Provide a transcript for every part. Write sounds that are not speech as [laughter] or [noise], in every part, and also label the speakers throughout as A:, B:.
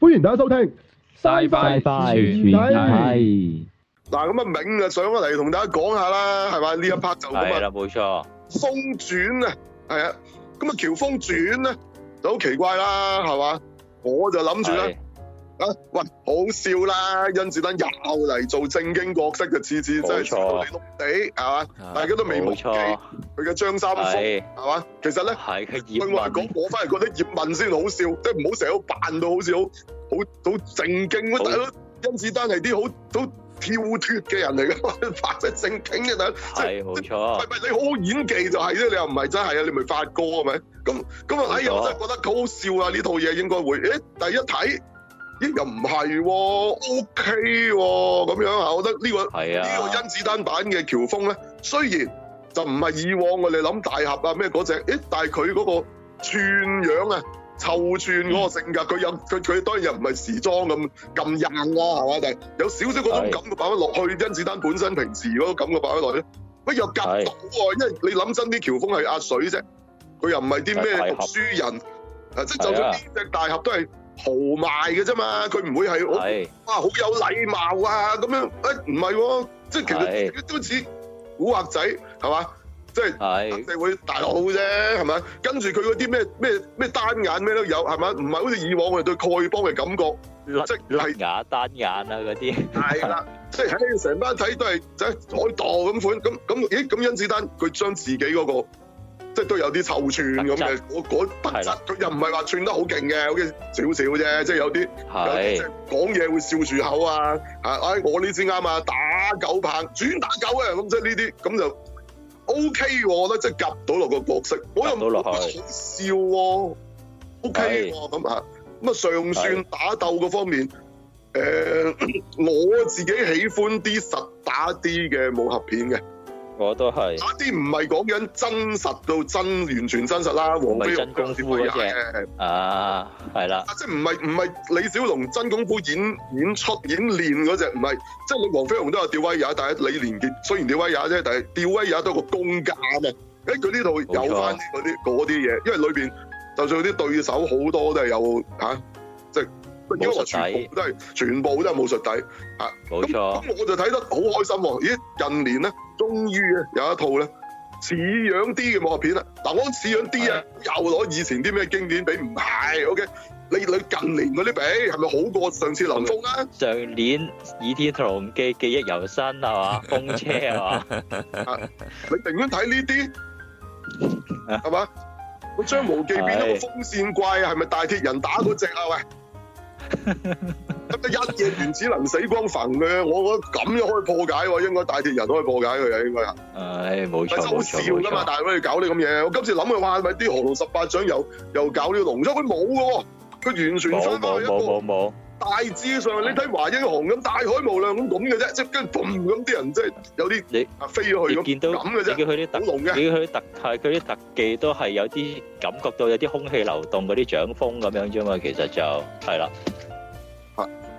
A: 歡迎大家收聽
B: Sci-Fi 全面睇
C: 係
A: 嗱，咁啊，銘啊上咗嚟同大家講下啦，係嘛？呢一 part 就咁
B: 係
A: 啊，
B: 啦，冇錯，
A: 風轉啊，係啊，咁啊，喬峰轉咧就好奇怪啦，係嘛？我就諗住咧，
B: 係
A: 啊，喂，好笑啦，甄子丹又嚟做正經角色嘅，次次真係
B: 冇錯
A: 笑到
B: 啊
A: 你碌地，係嘛？大家都未忘
B: 冇
A: 記
B: 錯，
A: 佢嘅張三豐，
B: 係
A: 係嘛？其實咧，
B: 係佢葉
A: 佢話
B: 問
A: 講，我反而覺得葉問先好笑，即係唔好成日都扮到好似好好好正經。
B: 好
A: 大佬甄子丹係啲好好跳脱嘅人嚟㗎， [laughs] 扮得正經嘅大佬，即係
B: 係冇
A: 唔
B: 錯，
A: 係你好好演技就係啫，你又唔係真係啊，你咪發哥係咪？咁咁啊，哎呀，
B: 冇錯
A: 我真係覺得好好笑啊！呢套嘢應該會，誒，第一睇，咦又唔係喎，OK 喎，咁樣啊，我覺得呢個
B: 係
A: 呢個
B: 啊，
A: 甄子丹版嘅喬峰咧，雖然就唔係以往我哋諗大俠啊咩嗰只，誒，但係佢嗰個串樣啊、臭串嗰個性格，佢有佢佢當然又唔係時裝咁咁硬啦，係嘛？但係有少少嗰種
B: 係
A: 感覺擺翻落去，甄子丹本身平時嗰個感覺擺翻落去咧，乜又夾
B: 係
A: 到喎？因為你諗真啲，喬峰係阿水啫，佢又唔係啲咩
B: 係大俠
A: 讀書人，啊，即係就
B: 係
A: 算
B: 啊
A: 呢只大俠都係豪邁嘅啫嘛，佢唔會係好。
B: 係
A: 哇，啊好有禮貌啊！咁樣，誒唔係喎，即係其實
B: 係
A: 都似古惑仔係嘛？即係黑
B: 係
A: 社會大佬啫，係咪？跟住佢嗰啲咩咩咩單眼咩都有，係咪？唔係好似以往我哋對丐幫嘅感覺，即
B: 甩
A: 係
B: 甩牙單眼啊嗰啲，
A: 係
B: [laughs]
A: 啦，即係喺成班睇都係即係海盜咁款，咁咁咦咁甄子丹佢將自己嗰、個即係都有啲臭串咁嘅嗰嗰特
B: 係
A: 質
B: 啦，
A: 佢又唔係話串得好勁嘅，好似少少啫，即係有啲。有啲即
B: 係
A: 係講嘢會笑住口啊！啊，哎，我呢支啱啊，打狗棒，轉打狗啊！咁即係呢啲咁就 O K 喎，我覺得即係夾到落個角色，我又
B: 夾到落去
A: 我覺得好笑喎，O K 喎咁啊！咁啊，尚算
B: 係
A: 打鬥嗰方面，誒、我自己喜歡啲實打啲嘅武俠片嘅，
B: 我都係
A: 打啲唔係講緊真實到真完全真實啦，黃
B: 係
A: 飛鴻
B: 真功夫嗰隻
A: 係係係
B: 啊，係啦，
A: 啊，即係唔係唔係李小龍真功夫演演出演練嗰隻，唔係即係你黃飛鴻都有吊威也，但係李連杰雖然吊威也啫，但係吊威也都有個功架啊嘛。誒，佢呢度有翻嗰啲嗰啲嘢，因為裏邊啊就算啲對手好多都係有嚇、啊即係因為我全部都係全部都係武術底。
B: 冇
A: 咁
B: 錯，
A: 咁我就睇得好開心喎、咦，近年咧，終於咧有一套咧似樣啲嘅武俠片啦。嗱，我講似樣啲啊，又攞以前啲咩經典比唔係，OK？你你近年嗰啲比係咪好過上次林峰啊？
B: 上年《倚天屠龍記》記憶猶新係嘛，風車係嘛，
A: 你寧願睇呢啲係嘛？我張無忌變咗個風扇怪，係咪大鐵人打嗰只啊？喂！咁一夜原子能死光焚嘅，我覺得咁樣可以破解喎，應該大鐵人可以破解佢嘅，應該係。
B: 唉冇錯
A: 但係好
B: 冇
A: 笑
B: 錯冇
A: 㗎嘛，
B: 錯，
A: 大佬你搞啲咁嘢，我今次諗佢哇，咪啲《降龍十八掌》又又搞呢個龍舟，佢冇嘅喎，佢完全
B: 冇
A: 翻返
B: 冇
A: 去一
B: 冇
A: 個
B: 冇冇，
A: 大致上，你睇華英雄咁大海無量咁咁嘅啫，即係跟住嘣咁啲人即係有啲
B: 你
A: 啊飛咗去
B: 你
A: 咁
B: 見到
A: 咁嘅
B: 你叫
A: 啫，
B: 佢啲
A: 好
B: 特。
A: 龍 [laughs] 嘅，
B: 你佢特係佢啲特技都係有啲感覺到有啲空氣流動嗰啲掌風咁樣啫嘛，其實就係啦，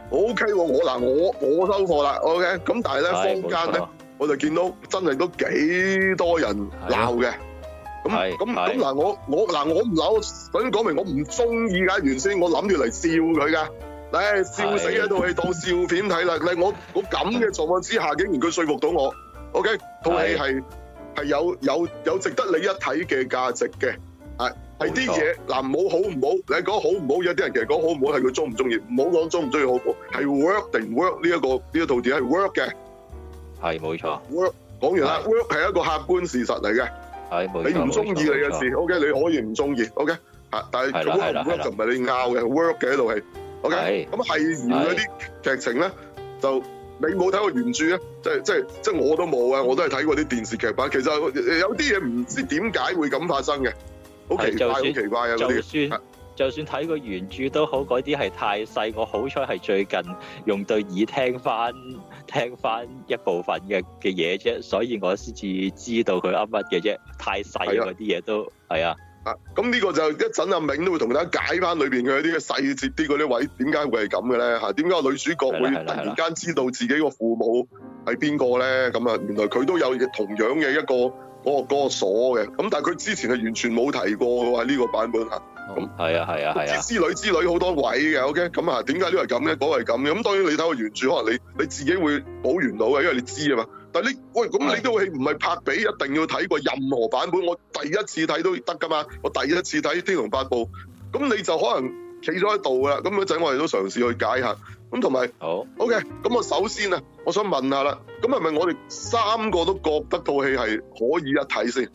A: O K 喎，我嗱我我收貨啦，O K，咁但係咧
B: 係
A: 坊
B: 冇
A: 間咧
B: 錯，
A: 我就見到真係都幾多人鬧嘅。咁
B: 哎係
A: 咁咁
B: 係
A: 嗱，我我嗱我唔扭，首先講明我唔中意㗎，原先我諗住嚟笑佢㗎，唉笑死
B: 係
A: 一套戲當笑片睇啦，你我我咁嘅狀況之下，竟 [laughs] 然佢說服到我，OK，套戲係係有有有值得你一睇嘅價值嘅，係係啲
B: 冇錯
A: 嘢嗱唔好好唔好，你講好唔好，有啲人其實講好唔好係佢中唔中意，唔好講中唔中意好唔好，係 work 定唔 work 呢一個呢一套電影係 work 嘅
B: 係冇錯，
A: work，講完啦，work 係一個客觀事實嚟嘅。
B: 係冇錯。
A: 你唔中意你
B: 冇錯
A: 嘅事，OK，你可以唔中意，OK，嚇，但係
B: 係啦
A: work
B: 係
A: 唔
B: 啦
A: work
B: 係啦
A: 就唔係你拗嘅，work 嘅喺度係，OK，
B: 係
A: 咁係然嗰啲劇情咧，就你冇睇過原著咧，即係即係即係我都冇啊，我都係睇過啲電視劇版，其實有啲嘢唔知點解會咁發生嘅，好
B: 係
A: 奇怪，
B: 就
A: 好
B: 算
A: 奇怪啊嗰
B: 就
A: 啲，
B: 算就算睇個原著都好，嗰啲係太細。我好彩係最近用對耳聽翻聽翻一部分嘅嘅嘢啫，所以我先至知道佢噏乜嘅啫。太細
A: 係
B: 啊
A: 啊
B: 嗰啲嘢都係啊，
A: 啊，咁呢個就一陣阿銘都會同大家解翻裏邊嘅啲細節啲嗰啲位，點解會係咁嘅咧？嚇，點解個女主角會
B: 係啦係啦
A: 突然間知道自己個父母係邊個咧？咁啊，原來佢都有同樣嘅一個嗰、個嗰個鎖嘅，咁但係佢之前係完全冇提過嘅喎，呢、個版本嚇。
B: 係
A: [laughs]
B: 啊，係啊，係啊，
A: 之女之女好多位嘅，OK，咁啊，點解呢個係咁咧？嗰個係咁嘅，咁當然你睇個原著，可能你你自己會補完到嘅，因為你知啊嘛。但係你喂咁
B: 係
A: 你都係唔係拍比，一定要睇過任何版本。我第一次睇都得㗎嘛，我第一次睇《天龍八部》，咁你就可能企咗喺度㗎啦。咁嗰陣我哋都嘗試去解下，咁同埋。
B: 好
A: OK，咁我首先啊，我想問下啦，咁係咪我哋三個都覺得套戲係可以一睇先，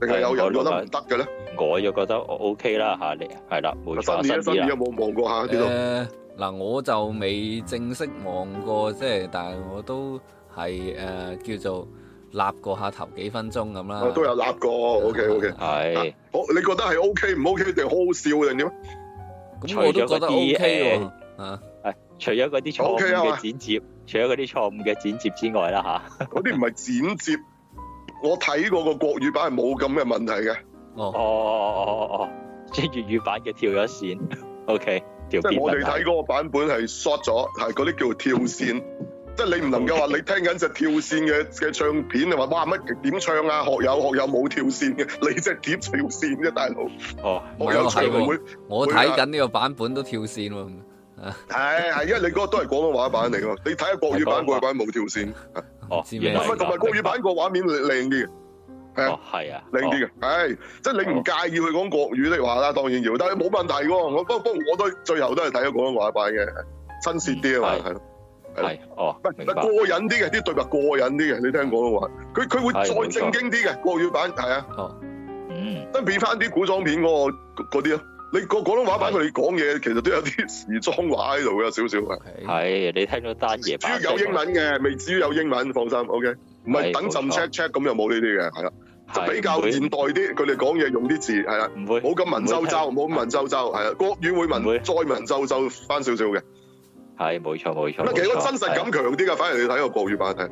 A: 定係有人覺得唔得嘅咧？
B: 我就覺得我 OK 啦
A: 嗯
B: 嚇，你係啦，冇錯，
A: 新年
B: 新
A: 新
B: 意
A: 年
B: 啦
A: 有，冇望過下呢度？
D: 誒嗯嗱，我就未正式望過，即係但係我都係誒、呃叫做立過下頭幾分鐘咁
B: 啊
D: 啦。啊
A: 我哦都有立過，OK OK。
B: 係
A: 好，你覺得係 OK 唔 OK 定好好笑定點？
D: 咁我都覺得
B: 除咗嗰 E 啲
D: OK 喎、
B: 誒
D: 啊
B: 除咗嗰啲錯
A: OK 啊
B: 誤
A: 嘛
B: 嘅剪接，除咗嗰啲錯誤嘅剪接之外啦嚇，
A: 嗰啲唔係剪接，我睇過個國語版係冇咁嘅問題嘅，
B: 哦
D: 哦，
B: 哦哦哦，即係粵語版嘅跳咗線 [laughs] ，OK，條
A: 即係
B: 邊
A: 我哋
B: 問
A: 睇
B: 題
A: 嗰個版本係 short 咗，係嗰啲叫跳線。即係你唔能
B: [laughs]
A: 夠話你聽緊隻跳線嘅嘅唱片，你話哇乜點唱啊？學友學友冇跳線嘅， [laughs] 你隻碟跳線啫，大佬。
B: 哦。
A: 學友唱會，啊
D: 我睇緊呢個版本都跳線喎。
A: 係係，因為你嗰個都係廣東話版嚟㗎嘛。你睇下國語版，國
B: 係國
A: 語版冇跳線，
B: 哦，
D: 知
B: 原
D: 咩
B: 來
D: 明
A: 同
D: 白
A: 埋同埋國語版個畫面靚啲嘅。
B: 哦，係啊，
A: 靚啲嘅，係即係你唔介意佢講國語的話啦，當然要，但係冇問題喎。我不不過我都最後都係睇咗廣東話版嘅，親切啲啊嘛，係咯。
B: 哦，係哦
A: 唔，係
B: 明
A: 唔係
B: 白
A: 過，癮啲嘅，啲對白過癮啲嘅，你聽廣東話，佢佢會
B: 係冇
A: 再
B: 錯哦
A: 正經啲嘅國語版係啊，
B: 嗯，
A: 真變翻啲古裝片嗰個嗰啲咯。你個廣東話版
B: 係
A: 佢哋講嘢其實都有啲時裝話喺度嘅，有少少係。
D: 係
B: 係你聽到單嘢
A: 主
B: 版
A: 要有英，文嘅，未至於有英文，放心，OK。唔係
B: 係
A: 等陣
B: 冇錯
A: check check 咁又冇呢啲嘅，係啦，就
B: 係
A: 比較
B: 唔會
A: 現代啲，佢哋講嘢用啲字係啦。
B: 唔會
A: 冇咁文縐縐，冇咁文縐縐，係啊，國語會文
B: 唔會
A: 再文縐縐翻少少嘅。
B: 係冇錯冇錯
A: 咁啊，，其實
B: 冇
A: 個
B: 錯
A: 真實感強啲㗎，反而你睇個國語版係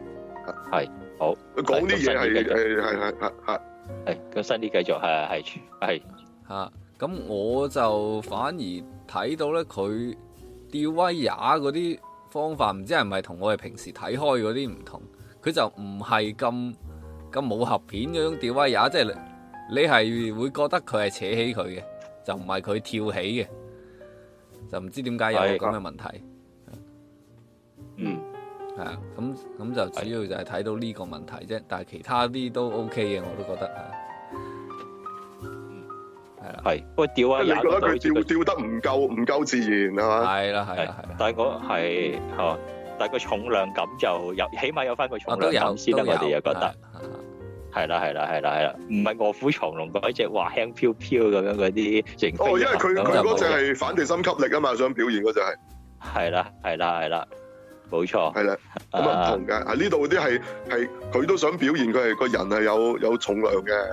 B: 係好，
A: 佢講啲嘢係
B: 係
A: 係
B: 咁
A: 係係係係
B: 係係咁新啲繼續係係係
D: 嚇，啊咁我就反而睇到咧佢吊威也嗰啲方法，唔知係咪同我哋平時睇開嗰啲唔同？佢就唔係咁咁武俠片嗰種吊威也，即係你你係會覺得佢係扯起佢嘅，就唔係佢跳起嘅，就唔知點解有
B: 係
D: 咁嘅問題。
B: 嗯
D: 係啊，咁咁就主要就係睇到呢個問題啫，但係其他啲都 OK 嘅，我都覺得
B: 啊
D: 嚇。
B: 係，不過吊啊
A: 你
B: 廿
A: 覺得
B: 個
A: 佢吊吊得唔夠唔夠自然係
B: 啊
A: 嘛？
D: 係啦，係
B: 係
D: 啦，係啦，。
B: 但係個係哦，但係個重量感就有，起碼有翻個
D: 我
B: 重
D: 啊都
B: 量
D: 有，
B: 感先啦。
D: 都有，
B: 我哋又覺得
D: 係。係
B: 係啦係啦係啦係啦，唔係卧虎藏龍嗰只話輕飄飄咁樣嗰啲型飛
A: 哦，因為
B: 行
A: 佢
B: 咁
A: 佢
B: 就
A: 嗰
B: 冇
A: 隻
B: 嘅
A: 係反地心吸力啊嘛，想表現嗰隻係
B: 係啦係啦係啦，冇錯。
A: 係啦，咁啊唔同嘅。啊呢度啲係係佢都想表現佢係個人係有有重量嘅，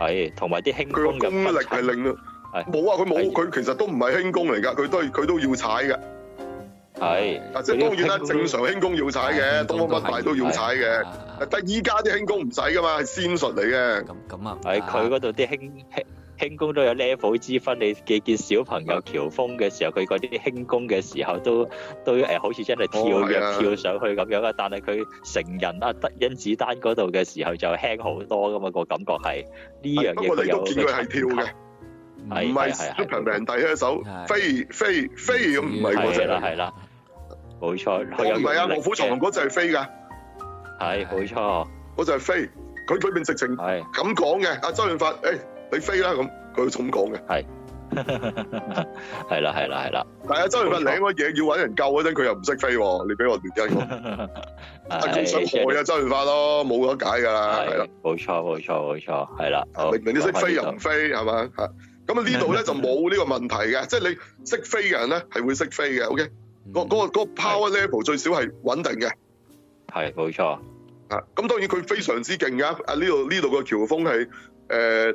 B: 係，同埋啲輕
A: 佢個
B: 功嘅
A: 功力係令到
B: 係
A: 冇啊！佢冇
B: 係
A: 佢其實都唔係輕功嚟㗎，佢都係佢都要踩嘅。
B: 係
A: 啊，即係當然啦，正常輕功要踩嘅，東方不敗都要踩嘅。
D: 啊
A: 但依家啲輕功唔使噶嘛，係仙術嚟嘅。
D: 咁咁啊，
B: 係佢嗰度啲輕輕輕功都有 level 之分，你嘅見小朋友喬峰嘅時候，佢嗰啲輕功嘅時候都都誒好似真係跳
A: 哦係啊
B: 躍跳上去咁樣啊，但係佢成人啊德甄子丹嗰度嘅時候就輕好多噶嘛，個感覺係呢樣
A: 不
B: 嘢
A: 過
B: 佢
A: 你
B: 有
A: 都見佢係跳嘅，
B: 係
A: 唔係 Superman 第一手
D: 嗯
A: 飛
D: 係
A: 飛飛咁，唔係嗰
B: 係
A: 隻。
B: 啦係啦，冇錯，佢有
A: 哦唔係啊，
B: 用力
A: 卧虎藏龍
B: 嘅
A: 嗰隻係飛㗎，
B: 係冇錯，
A: 嗰隻係飛。佢裏面直情
B: 係
A: [laughs] 咁講嘅，啊阿周潤發，誒你飛啦咁，佢咁講嘅。
B: 係啦係啦係啦，
A: 但係啊阿周潤發領咗嘢要揾人救嗰陣，佢又唔識飛喎。你俾我亂 [laughs] 講，啊佢想害啊周潤發咯，冇得解㗎啦，係啦。
B: 係冇錯冇錯冇錯，係啦，好
A: 明明你識飛又唔飛係嘛嚇？咁啊呢度咧就冇呢個問題嘅，即係你識飛嘅人咧係會識飛嘅，OK？個
D: 嗯
A: 嗰個嗰個 power level 最少係穩定嘅
B: 係冇錯，
A: 嚇。咁當然佢非常之勁㗎。啊呢度呢度個喬峰係誒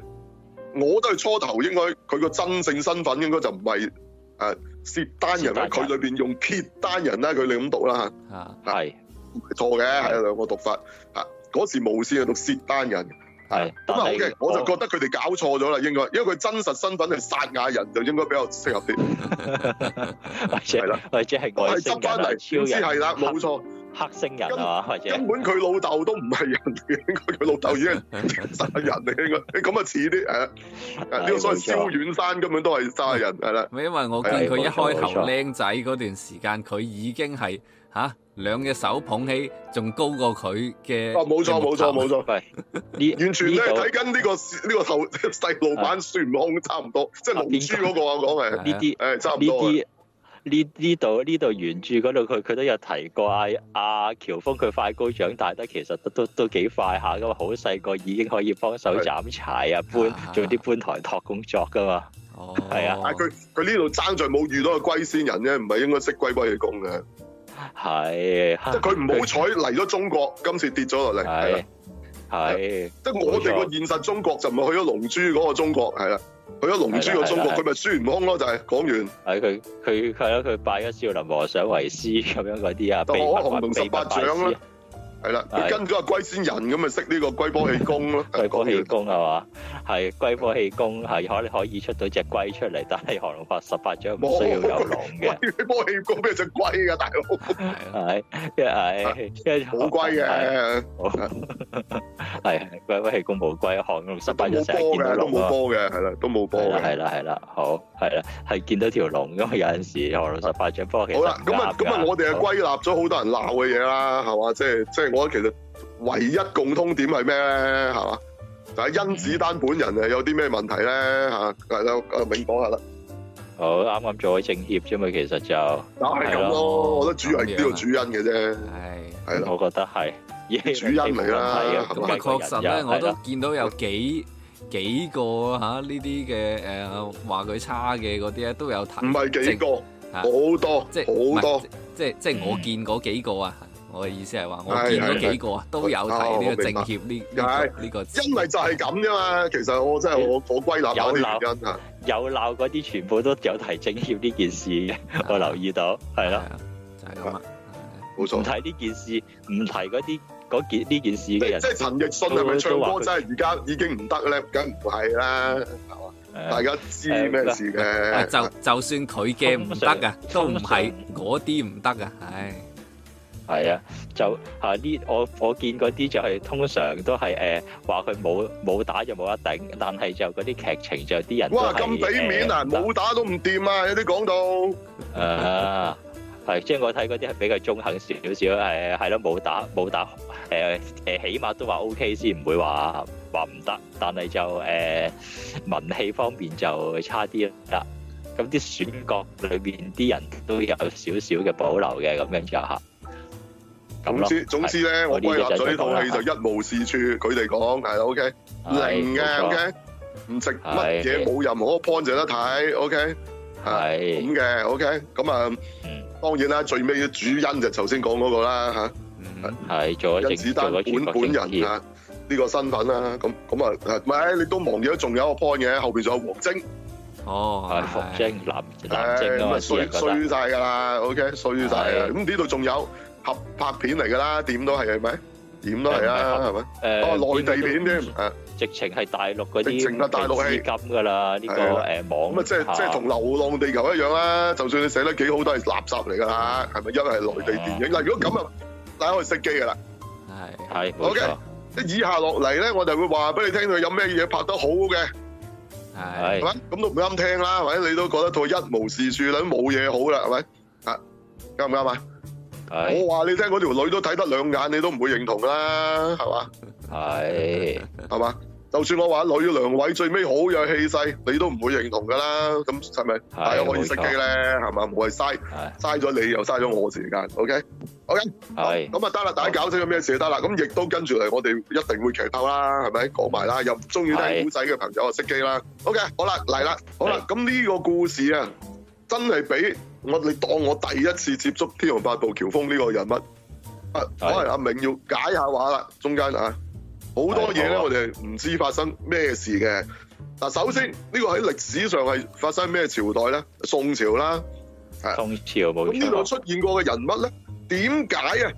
A: 我都係初頭應該佢個真正身份應該就唔係誒薛單人啦，
B: 薛
A: 佢
B: 單人
A: 裏邊用鐵單人啦，佢哋咁讀啦嚇，
D: 嚇
B: 係
A: 唔係錯嘅，係兩個讀法嚇。嗰時無線係讀薛單人，
B: 係，
A: 咁
B: 但
A: 啊好
B: 係
A: 嘅，我就覺得佢哋搞錯咗啦，應該，因為佢真實身份係撒亞人，就應該比較適合啲。
B: [laughs] 或
A: 係
B: 者
A: 啦
B: 或者係
A: 我
B: 外
A: 係
B: 星
A: 執
B: 人
A: 翻
B: 啊、
A: 嚟，先
B: 超
A: 知
B: 人、
A: 係啦，冇錯，
B: 黑星人啊，或者
A: 根本佢老豆都唔係人嘅，應該佢老豆已經係殺人嚟嘅，應該咁啊似啲誒誒呢個所謂
B: 係冇錯
A: 蕭遠山根本都係殺人係啦，
D: [laughs] 咪因為我見佢一開頭僆仔嗰段時間，佢已經係嚇兩隻手捧起，仲高過佢嘅。
A: 哦冇錯冇錯冇錯。
B: 呢
A: 完全咧
B: 呢度
A: 睇緊呢個呢個頭細路版孫悟空差唔多，即係龍珠嗰個我講係，
D: 係啊
B: 呢啲。
A: 誒差唔
B: 啊呢
A: 多啊嘅。
B: 啲呢呢度呢度原著嗰度佢佢都有提過阿阿喬峰佢快高長大得其實都都都幾快下噶嘛，好細個已經可以幫手
A: 係
B: 斬柴啊
D: 啊
B: 搬做啲搬台托工作噶嘛，
D: 哦，
B: 係啊
A: 但係佢佢呢度爭在冇遇到個龜仙人啫，唔係應該識龜龜嘅功嘅，
B: 係
A: 即係佢唔好彩嚟咗中國，今次跌咗落嚟，係啦
B: 啊係。係
A: 即係我哋個現實中國就唔係去咗龍珠嗰個中國，係啦，去咗龍珠個中國，
B: 係啦係啦
A: 佢咪孫悟空咯，就係講完。
B: 係佢佢佢咯佢拜咗少林和尚為師咁樣嗰啲啊，秘
A: 我降
B: 密
A: 龍
B: 秘
A: 十
B: 密
A: 八
B: 拜
A: 掌啊
B: 師
A: 啦，係啦，
B: 係
A: 佢跟咗個龜仙人咁咪識呢個龜波氣功咯，
B: [laughs] 龜波氣
A: 講
B: 功係嘛？係龜波氣功係可可以出到隻龜出嚟，但係降龍八十八掌唔需要有龍
A: [laughs]
B: 嘅
A: 完。。龜波氣功咩隻龜㗎，大佬？
D: 係
A: 啊
D: 啦
B: 係，一係一
A: 好龜嘅。
B: 係係龜龜氣功冇龜，降龍十
A: 都
B: 八
A: 冇
B: 就成日
A: 波
B: 見到
A: 嘅，都
B: 龍
A: 冇
B: 啊。
A: 波嘅，係啦，都冇波
B: 係啦係
A: 嘅。
B: 啦係啦，好係啦，係見到條龍咁啊！有陣時降龍十八掌波其實
A: 好啦，咁啊，咁啊，我哋啊歸納咗好多人鬧嘅嘢啦，係嘛？即係即係，我覺得其實唯一共通點係咩咧？係嘛？就係甄子丹本人啊，有啲咩問題咧？嚇，係啦，阿銘講下啦，
B: 好啱啱做咗政協啫嘛，其實就
A: 就係咁咯。
B: 係
D: 咯
A: 我覺得主人呢度主因嘅啫，
D: 係。啊
A: 係啦，
B: 我覺
A: [laughs]
B: 得係
A: 主因嚟
B: [laughs]
A: 啦係
D: 咁
A: 嘛
D: 啊，確實咧，我都見到有幾幾個嚇呢啲嘅誒話佢差嘅嗰啲咧，都有提。
A: 唔係幾個，
D: 啊
A: 好多
D: 即
A: 好
D: 唔
A: 多
D: 係，即即
B: 嗯
D: 即我見嗰幾個啊，我嘅意思係話我
A: 係
D: 見
A: 係
D: 嗰幾個啊都有
A: 哦
D: 提
A: 我
D: 呢個
A: 明
D: 政
A: 白
D: 協呢呢個呢個字。
A: 因為就係咁啫嘛。其實我真係我我歸納下啲原因啊嚇，
B: 有鬧嗰啲全部都有提政協呢件事嘅，我留意到係啦。
D: 啊，就係咁啦。
A: 冇
B: 唔
A: 錯。
B: 提呢件事，唔提嗰啲嗰件呢件事
A: 即
B: 嘅人
A: 即，係陳奕迅係咪唱歌真係而家已經唔得咧？梗唔係啦。大
B: 誒
A: 家知咩事
D: 啊
A: 嘅？
D: 就就算佢嘅唔得啊，都唔係嗰啲唔得啊，唉，
B: 係啊，就嚇呢，我我見嗰啲就係通常都係誒話佢冇冇打就冇得頂，但係就嗰啲劇情就啲人都
A: 哇！
B: 係呃
A: 咁俾面啊，
B: 誒
A: 冇打都唔掂啊！有啲講到
B: 啊！係，即係我睇嗰啲係比較中肯少少，誒係咯，冇打冇打，誒、誒，起碼都話 O K 先，唔會話話唔得，但係就誒、文氣方面就差啲啦。咁啲選角裏邊啲人都有少少嘅保留嘅，咁樣就嚇。咁
A: 總
B: 咯
A: 之總之咧，我歸納咗呢套戲就一無是處。佢哋講係啦，OK，
B: 係
A: 零嘅
B: 冇錯
A: OK，唔值乜嘢，
B: 係
A: 冇任何 point 值得睇，OK，
B: 係
A: 咁嘅 OK。咁啊
B: 嗯，
A: 當然啦，最尾嘅主因就頭先講嗰個啦嚇。啊
D: 嗯，
B: 係做咗
A: 甄
B: 正
A: 子
B: 做
A: 丹
B: 咗
A: 本
B: 全國
A: 本
B: 政
A: 人
B: 協，
A: 啊呢個身份啦，咁咁啊，誒唔係你都忘記咗，仲有一個 point 嘅，後邊仲有王晶，
D: 哦，
B: 係服精藍藍精
A: 誒
B: 啊
A: 咁
B: 嘛，
A: 啊
B: 啲
A: 衰
B: 人覺得
A: 衰曬㗎啦，OK 衰曬㗎啦，
B: 係
A: 咁呢度仲有合拍片嚟㗎啦，點都係係咪？點都係啦，係咪？哦，
B: 誒
A: 內地片添，誒
B: 直情係大陸嗰
A: 直
B: 啲
A: 情係大陸戲
B: 資金㗎啦，呢個
A: 係啦
B: 誒網
A: 咁啊，即係即係同《流浪地球》一樣啦，就算你寫得幾好，都係垃圾嚟㗎啦，係咪？因為係內地電影嗱，如果咁啊，大家可以熄機㗎啦。
D: 係
B: 係冇
A: OK
B: 錯，
A: 即以下落嚟咧，我就會話俾你聽，佢有咩嘢拍得好嘅。
B: 係
D: 係
A: 係咪？咁都唔啱聽啦，係咪？你都覺得套一無是處啦，都冇嘢好啦，係咪？啊，啱唔啱啊？
B: [laughs] 係
A: 我話你聽，嗰條女都睇得兩眼，你都唔會認同啦，係嘛？
B: 係
A: 係嘛？就算我話女梁偉最尾好有氣勢，你都唔會認同㗎啦。咁係咪？大家可以熄機咧，係嘛？唔係嘥
B: 係
A: 嘥咗你又嘥咗我時間，OK？
B: 係
A: 咁啊得啦，大家搞清楚咩事就得啦。咁亦都跟住嚟，我哋一定會劇透啦，係咪？講埋啦，又唔中意聽
B: 係
A: 古仔嘅朋友啊，熄機啦。OK，好啦，嚟啦，好啦。咁呢個故事啊，真係俾我你當我第一次接觸《天龍八部》喬峰呢個人物，啊，可
B: 係
A: 能阿明要解下話啦，中間啊，好多嘢咧，
B: 係好啊
A: 我哋唔知發生咩事嘅。嗱，首先呢、個喺歷史上係發生咩朝代咧？宋朝啦。
B: 宋朝冇
A: 咁呢度
B: 錯，
A: 出現過嘅人物咧，點解啊？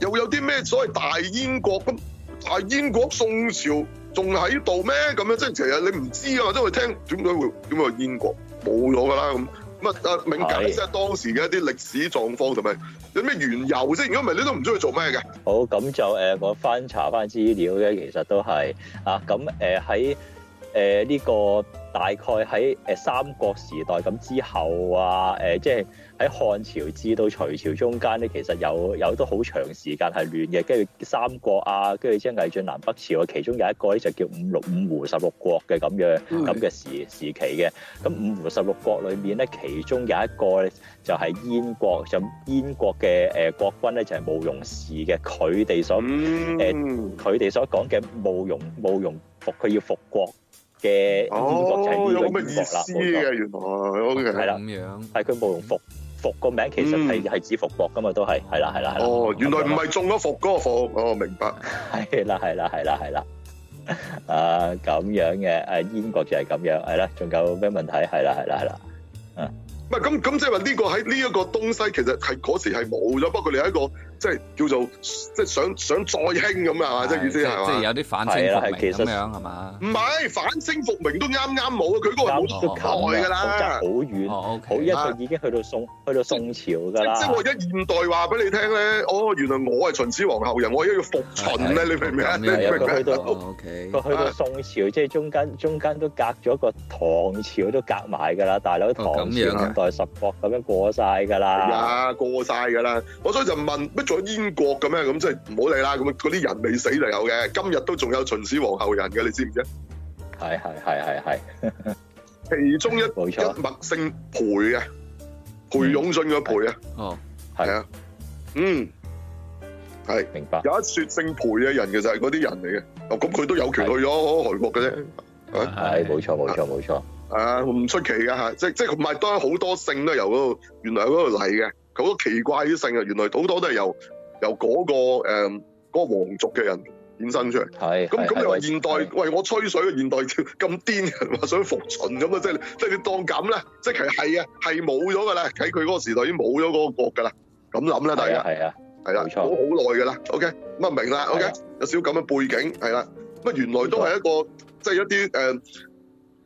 A: 又有啲咩所謂大燕國咁？大燕國宋朝仲喺度咩？咁樣即係其實你唔知啊，或者我聽點解會點解會燕國冇咗㗎啦咁。咁啊，阿明解釋下當時嘅一啲歷史狀況同埋有咩緣由先。如果唔係，你都唔知佢做咩嘅。
B: 好咁就誒、呃我翻查翻資料嘅，其實都係啊，咁誒喺誒呢個大概喺誒三國時代咁之後啊，誒、即係喺漢朝至到隋朝中間咧，其實有有都好長時間係亂嘅，跟住三國啊，跟住即係魏晉南北朝啊，其中有一個咧就叫五六五胡十六國嘅咁樣咁嘅時時期嘅，咁五胡十六國裏面咧，其中有一個咧就係燕國，就燕國嘅誒國君咧就係慕容氏嘅，佢哋所
A: 嗯，
B: 佢哋所講嘅慕容慕容復，佢要復國嘅燕國就係
A: 有
B: 呢
A: 咁
B: 個
A: 嘅意
B: 燕國啦
A: 思
B: 冇錯
A: 嘅，原來 O K。
B: 係啦
D: 咁樣，
B: 係佢慕容復復個名其實係係指復國噶嘛，都係係啦係啦係啦。
A: 哦，原來唔係中咗伏嗰個伏，哦，明白。
B: 係啦係啦係啦 [laughs] 係啦。啊咁樣嘅，誒燕國就係咁樣，係啦，仲有咩問題？係啦係啦係啦。
A: 唔係咁咁，即係話呢個喺呢一個東西其實係嗰時係冇咗，不過你係一個即係叫做即係想想再興咁啊，即係意思係
D: 即係
A: 嘛？
D: 有啲反清
B: 係啦
D: 復
B: 係
D: 明
B: 其實
D: 咁樣係嘛？
A: 唔係反清復明都啱啱冇啊，佢嗰個係
B: 啱
A: 冇
B: 都
A: 好耐
B: 近
A: 㗎啦
B: 啦，好遠，
D: 哦
B: 好
D: ，OK，
B: 一就已經去到宋去到宋朝㗎啦
A: 即。係我而家現代話俾你聽咧，哦，原來我係秦始皇後人，我而家要服秦咧，你明唔明啊？你
D: 咁
A: 明唔
D: 樣
B: 佢去
A: 明
B: 到
A: 啊？
D: 哦，OK，
B: 佢去到宋朝，即係中間中間都隔咗個唐朝都隔埋㗎啦，大佬唐朝
D: 咁樣啊
B: 五代十國咁樣過晒㗎
A: 係
B: 啦。
A: 啊，過晒㗎啦！我所以就問乜仲有燕國嘅咩？咁即係唔好理啦。咁嗰啲人未死就有嘅，今日都仲有秦始皇後人嘅，你知唔啊知？
B: 係係係係係，
A: 其中一
B: 冇錯
A: 一脈姓裴嘅，啊裴勇俊嘅裴啊，
D: 哦，
A: 係啊，嗯，係
B: 明白。
A: 有一説姓裴嘅人其實係嗰啲人嚟嘅，哦咁佢都有權去咗韓國嘅啫，
B: 係冇錯冇錯冇錯，
A: 啊唔出奇㗎嚇，即即唔係當然好多姓都係由嗰度，原來係嗰度嚟嘅，好多奇怪啲姓啊，原來好多都係由由嗰、個誒嗰、個皇族嘅人衍生出嚟。
B: 係
A: 咁
B: 係
A: 咁
B: 係
A: 又
B: 喂
A: 現代，喂我吹水嘅現代咁癲人話想服秦咁啊，即係即係你當咁啦，即係其實係啊，係冇咗㗎啦，喺佢嗰個時代已經冇咗嗰個國㗎啦，咁諗啦大
B: 係啊
A: 家，
B: 係啊，
A: 係啦，
B: 冇錯
A: 好好耐㗎啦，OK，咁啊明啦，OK，
B: 係啊
A: 有少咁嘅背景係啦，咁啊原來都係一個即係一啲誒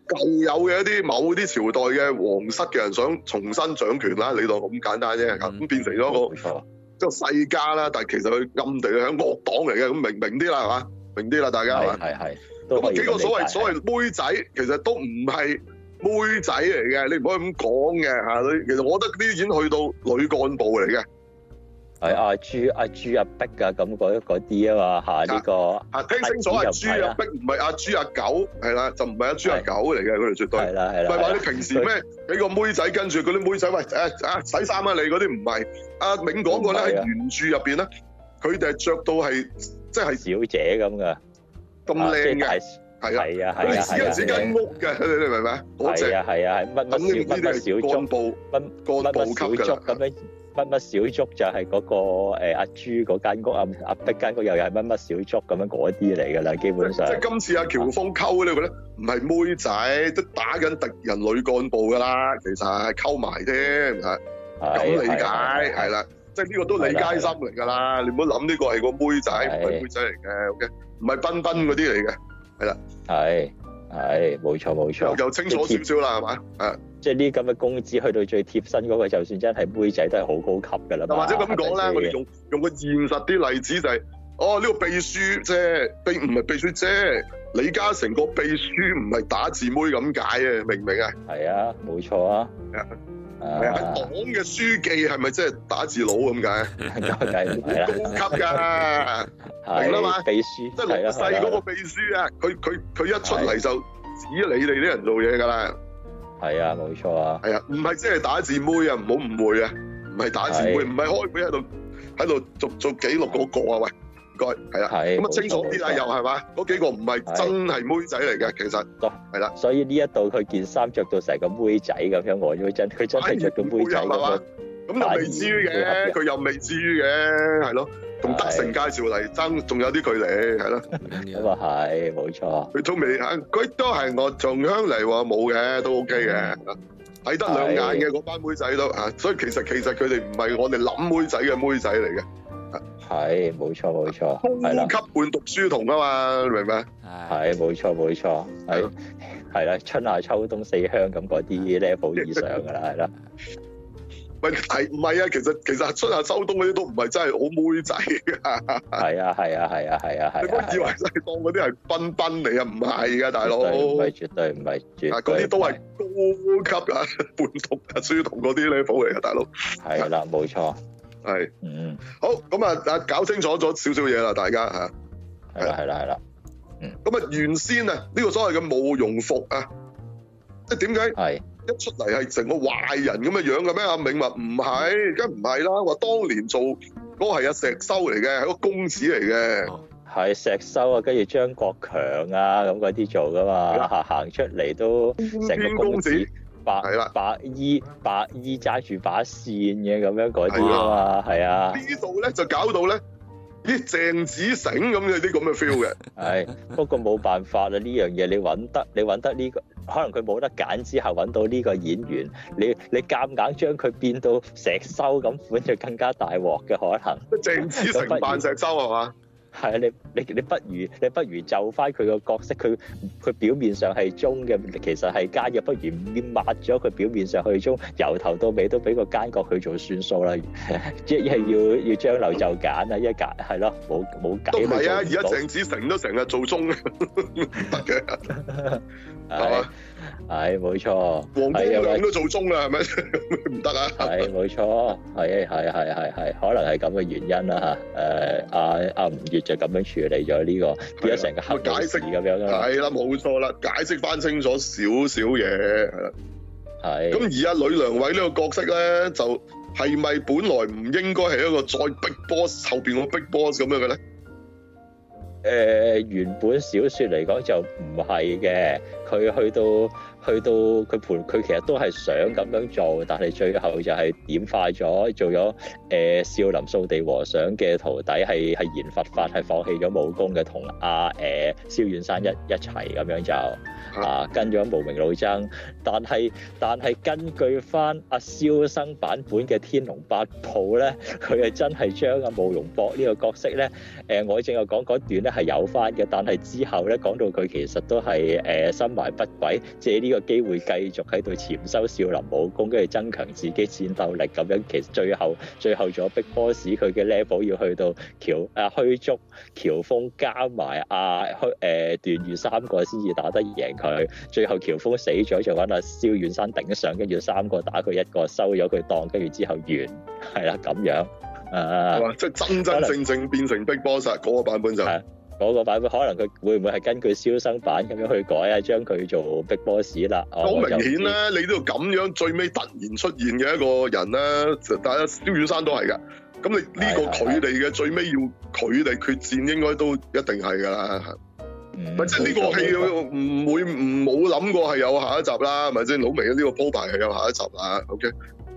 A: 舊有嘅一啲某啲朝代嘅皇室嘅人想重新掌權啦，你當咁簡單啫，咁
D: 嗯
A: 變成咗一個。
B: 冇錯，
A: 即係世家啦，但係其實佢暗地裏係惡黨嚟嘅，咁明明啲啦係嘛，明啲啦大家係
B: 係
A: 嘛。
B: 係係，都
A: 咁
B: 可
A: 啊
B: 以
A: 幾個所謂
B: 理解
A: 所謂妹仔，其實都唔係妹仔嚟嘅，你唔可以咁講嘅嚇。你其實我覺得呢啲已經去到女幹部嚟嘅，
B: 係阿朱阿朱阿碧啊咁嗰嗰啲啊嘛嚇呢個。
A: 嚇聽清楚係
B: 啊
A: 豬阿啊碧，唔係阿豬阿狗，係啦，就唔係阿豬阿狗嚟嘅，佢哋絕對。
B: 係啦，
A: 唔係
B: 係啦，係啊
A: 話
B: 啦
A: 你平時咩俾個妹仔跟住嗰啲妹仔喂誒啊洗衫啊你嗰啲唔係，阿銘講過咧喺
B: 唔係啊
A: 原著入邊咧，佢哋係着到係即係
B: 小姐咁噶，
A: 咁
B: 啊即
A: 靚
B: 係
A: 嘅，
B: 大
A: 係啊。
B: 係啊，
A: 佢哋
B: 係啊，
A: 只
B: 係啊，
A: 係只間屋嘅，你你明唔明啊？嗰隻
B: 係啊，係啊，係乜
A: 咁呢
B: 乜小
A: 啲
B: 乜乜
A: 係
B: 小
A: 幹
B: 足，
A: 部
B: 乜
A: 幹
B: 乜
A: 部
B: 乜
A: 級
B: 小
A: 㗎
B: 足咁
A: 啦。
B: 樣，乜乜小足就係嗰個誒阿朱嗰間屋，阿阿碧間屋又係乜乜小足咁樣嗰啲嚟㗎啦，基本
A: 即
B: 上
A: 係今次阿喬峰溝呢個咧，唔係妹仔，都打緊敵人女幹部㗎啦。其實係溝埋添，係咁啊理解係啦。即係呢個都理解心嚟㗎啦。你唔好諗呢個係個妹仔，唔係妹仔嚟嘅，OK，唔係彬彬嗰啲嚟嘅，
B: 係係冇錯冇
A: 又
B: 錯，
A: 又清楚少少啦，係嘛？啊誒。
B: [laughs] 即係呢咁嘅公子去到最貼身嗰個，就算真係妹仔都係好高級㗎啦
A: 又或
B: 嘛，
A: 者咁講啦，
B: 係
A: 我
B: 咪
A: 哋
B: 先
A: 用用個現實啲例子就係、哦呢、個秘書啫，並唔係秘書啫，李嘉誠個秘書唔係打字妹咁解嘅，明唔明啊？
B: 係啊，冇錯啊
A: 係啊，係啊，
B: 啊
A: 黨，嘅書記係咪即係打字佬咁解？
B: 咁梗係唔係啊啦。
A: 高級㗎，
B: [laughs]
A: 明啦嘛
B: 係秘書，
A: 即係老細嗰個秘書啊，佢佢佢一出嚟就指你哋啲人做嘢㗎啦，
B: 係啊，冇錯啊，
A: 係啊，唔係即係打字妹啊，唔好誤會啊，唔係打字妹，
B: 係
A: 唔係開會喺度喺度做做記錄嗰個啊，喂，唔該，係啦。
B: 係
A: 咁啊清楚啲啦，又係嘛？嗰幾個唔係
B: 係
A: 真係妹仔嚟嘅，其實
B: 所以呢一度佢件衫着到成個妹仔咁樣，我都真佢真係着到妹仔咁
A: 啊係嘛
B: 樣，
A: 咁又未至於
B: 反而
A: 嘅，
B: 唔配合嘅
A: 佢又未至於嘅，係咯。同德成介紹嚟爭仲有啲距離，係咯。
D: 咁
B: 咁
D: 樣
B: 啊係，冇錯，
A: 佢都未嚇，佢都係我從香嚟話冇嘅，都 OK 嘅。睇得兩眼嘅嗰班妹仔都嚇，所以其實其實佢哋唔係我哋諗妹仔嘅妹仔嚟嘅，
B: 係冇錯冇錯，係啦。
A: 高級半讀書童啊嘛，你明唔明啊？
D: 唉，
B: 係冇錯冇錯，係
A: 係
B: 係啦，春夏秋冬四香咁嗰啲 level 以上㗎啦，係啦，
A: 喂，係唔係啊？其實其實春夏秋冬嗰啲都唔係真係好妹仔嘅，
B: 係啊係啊係啊係啊
A: 你
B: 係
A: 唔 [laughs]
B: 啊
A: 好以為真係當嗰啲係賓賓嚟啊，唔係㗎，大佬。
B: 唔係絕對唔係絕對唔係，
A: 啊！嗰啲都係高級啊，半讀啊、書童嗰啲 level 嚟嘅，大佬
B: 係啦，冇錯，
A: 係
B: 嗯，
A: 好咁啊！啊，搞清楚咗少少嘢啦，大家嚇。
B: 係啦係啦係啦，
A: 咁啊，原先啊，呢個所謂嘅慕容復啊，即係點解
B: 係
A: 一出嚟係成個壞人咁嘅樣嘅咩？阿銘話唔係，梗唔係啦，話當年做嗰個係阿石修嚟嘅，係個公子嚟嘅。
B: 係石修啊，跟住張國強啊咁嗰啲做㗎嘛，行行出嚟都成
A: 邊
B: 個
A: 公
B: 公
A: 子
B: 子白
A: 係啦
B: 白衣白衣揸住把扇嘅咁樣嗰啲啊嘛，係啊，
A: 呢度咧就搞到咧啲鄭子誠咁嘅啲咁嘅 feel 嘅。
B: 係，不過冇辦法啦，呢樣嘢你揾得，你揾得呢、個，可能佢冇得揀之後揾到呢個演員，你你夾硬將佢變到石修咁 [laughs] 款就更加大鑊嘅可能。
A: 鄭子誠扮石修係
B: [laughs]
A: 嘛？
B: 係啊，你你你不如你不如就翻佢個角色，佢佢表面上係忠嘅，其實係奸嘅，不如抹咗佢表面上去忠，由頭到尾都俾個奸角佢做算數啦。 [laughs] 一係要要將流就揀啊，一揀係咯，冇冇
A: 都唔
B: 計佢
A: 係啊！而
B: 做唔
A: 家
B: 到
A: 鄭子誠都成日做中唔得嘅，係
B: 係
A: 嘛？
B: 係冇錯，
A: 黃光
B: 係啊
A: 亮都做中啦，係咪？唔得啊！
B: 係冇錯，係係係係係，可能係咁嘅原因啦嚇。誒阿阿吳越就咁樣處理咗呢、個，變咗成個黑武士咁樣噶
A: [laughs]
B: 啦。
A: 係啦，冇錯啦，解釋翻清楚少少嘢。係啦咁
B: 係
A: 而阿呂良偉呢個角色咧，就係咪本來唔應該係一個再 big boss 後邊個 big boss 咁樣嘅咧？
B: 誒，呃原本小説嚟講就唔係嘅，佢去到去到佢盤佢其實都係想咁樣做，但係最後就係點化咗，做咗誒、少林掃地和尚嘅徒弟，係係研佛法，係放棄咗武功嘅，同阿誒蕭遠山一一齊咁樣就。啊，跟咗無名老僧，但係但係根據翻阿蕭生版本嘅《天龍八部》咧，佢係真係將阿慕容博呢個角色咧，誒、我正話講嗰段咧係有翻嘅，但係之後咧講到佢其實都係誒、心懷不軌，借呢個機會繼續喺度潛修少林武功，跟住增強自己戰鬥力咁樣， [laughs] 其實最後最後仲有逼 boss 佢嘅 level 要去到喬啊虛竹。喬峰加埋阿虛誒段譽三個先至打得贏佢，最後喬峰死咗就揾阿蕭遠山頂上，跟住三個打佢一個，收咗佢檔，跟住之後完，係啦咁樣。啊
A: 係，嘛？即係真真正正變成 big boss 啊嗰個版本就
B: 係嗰個版本可能佢會唔會係根據蕭生版咁樣去改啊，將佢做 Big Boss 啦？哦
A: 好
B: 我
A: 明
B: 就唔知
A: 顯啦，你呢度咁樣最尾突然出現嘅一個人咧，就大家蕭遠山都係㗎。咁你呢個
B: 係係
A: 佢哋嘅最尾要佢哋決戰，應該都一定係㗎啦。
B: 嗯
A: 咪即係呢個戲唔會唔冇諗過係有下一集啦，係咪先？好明顯呢個鋪排係有下一集啦。OK，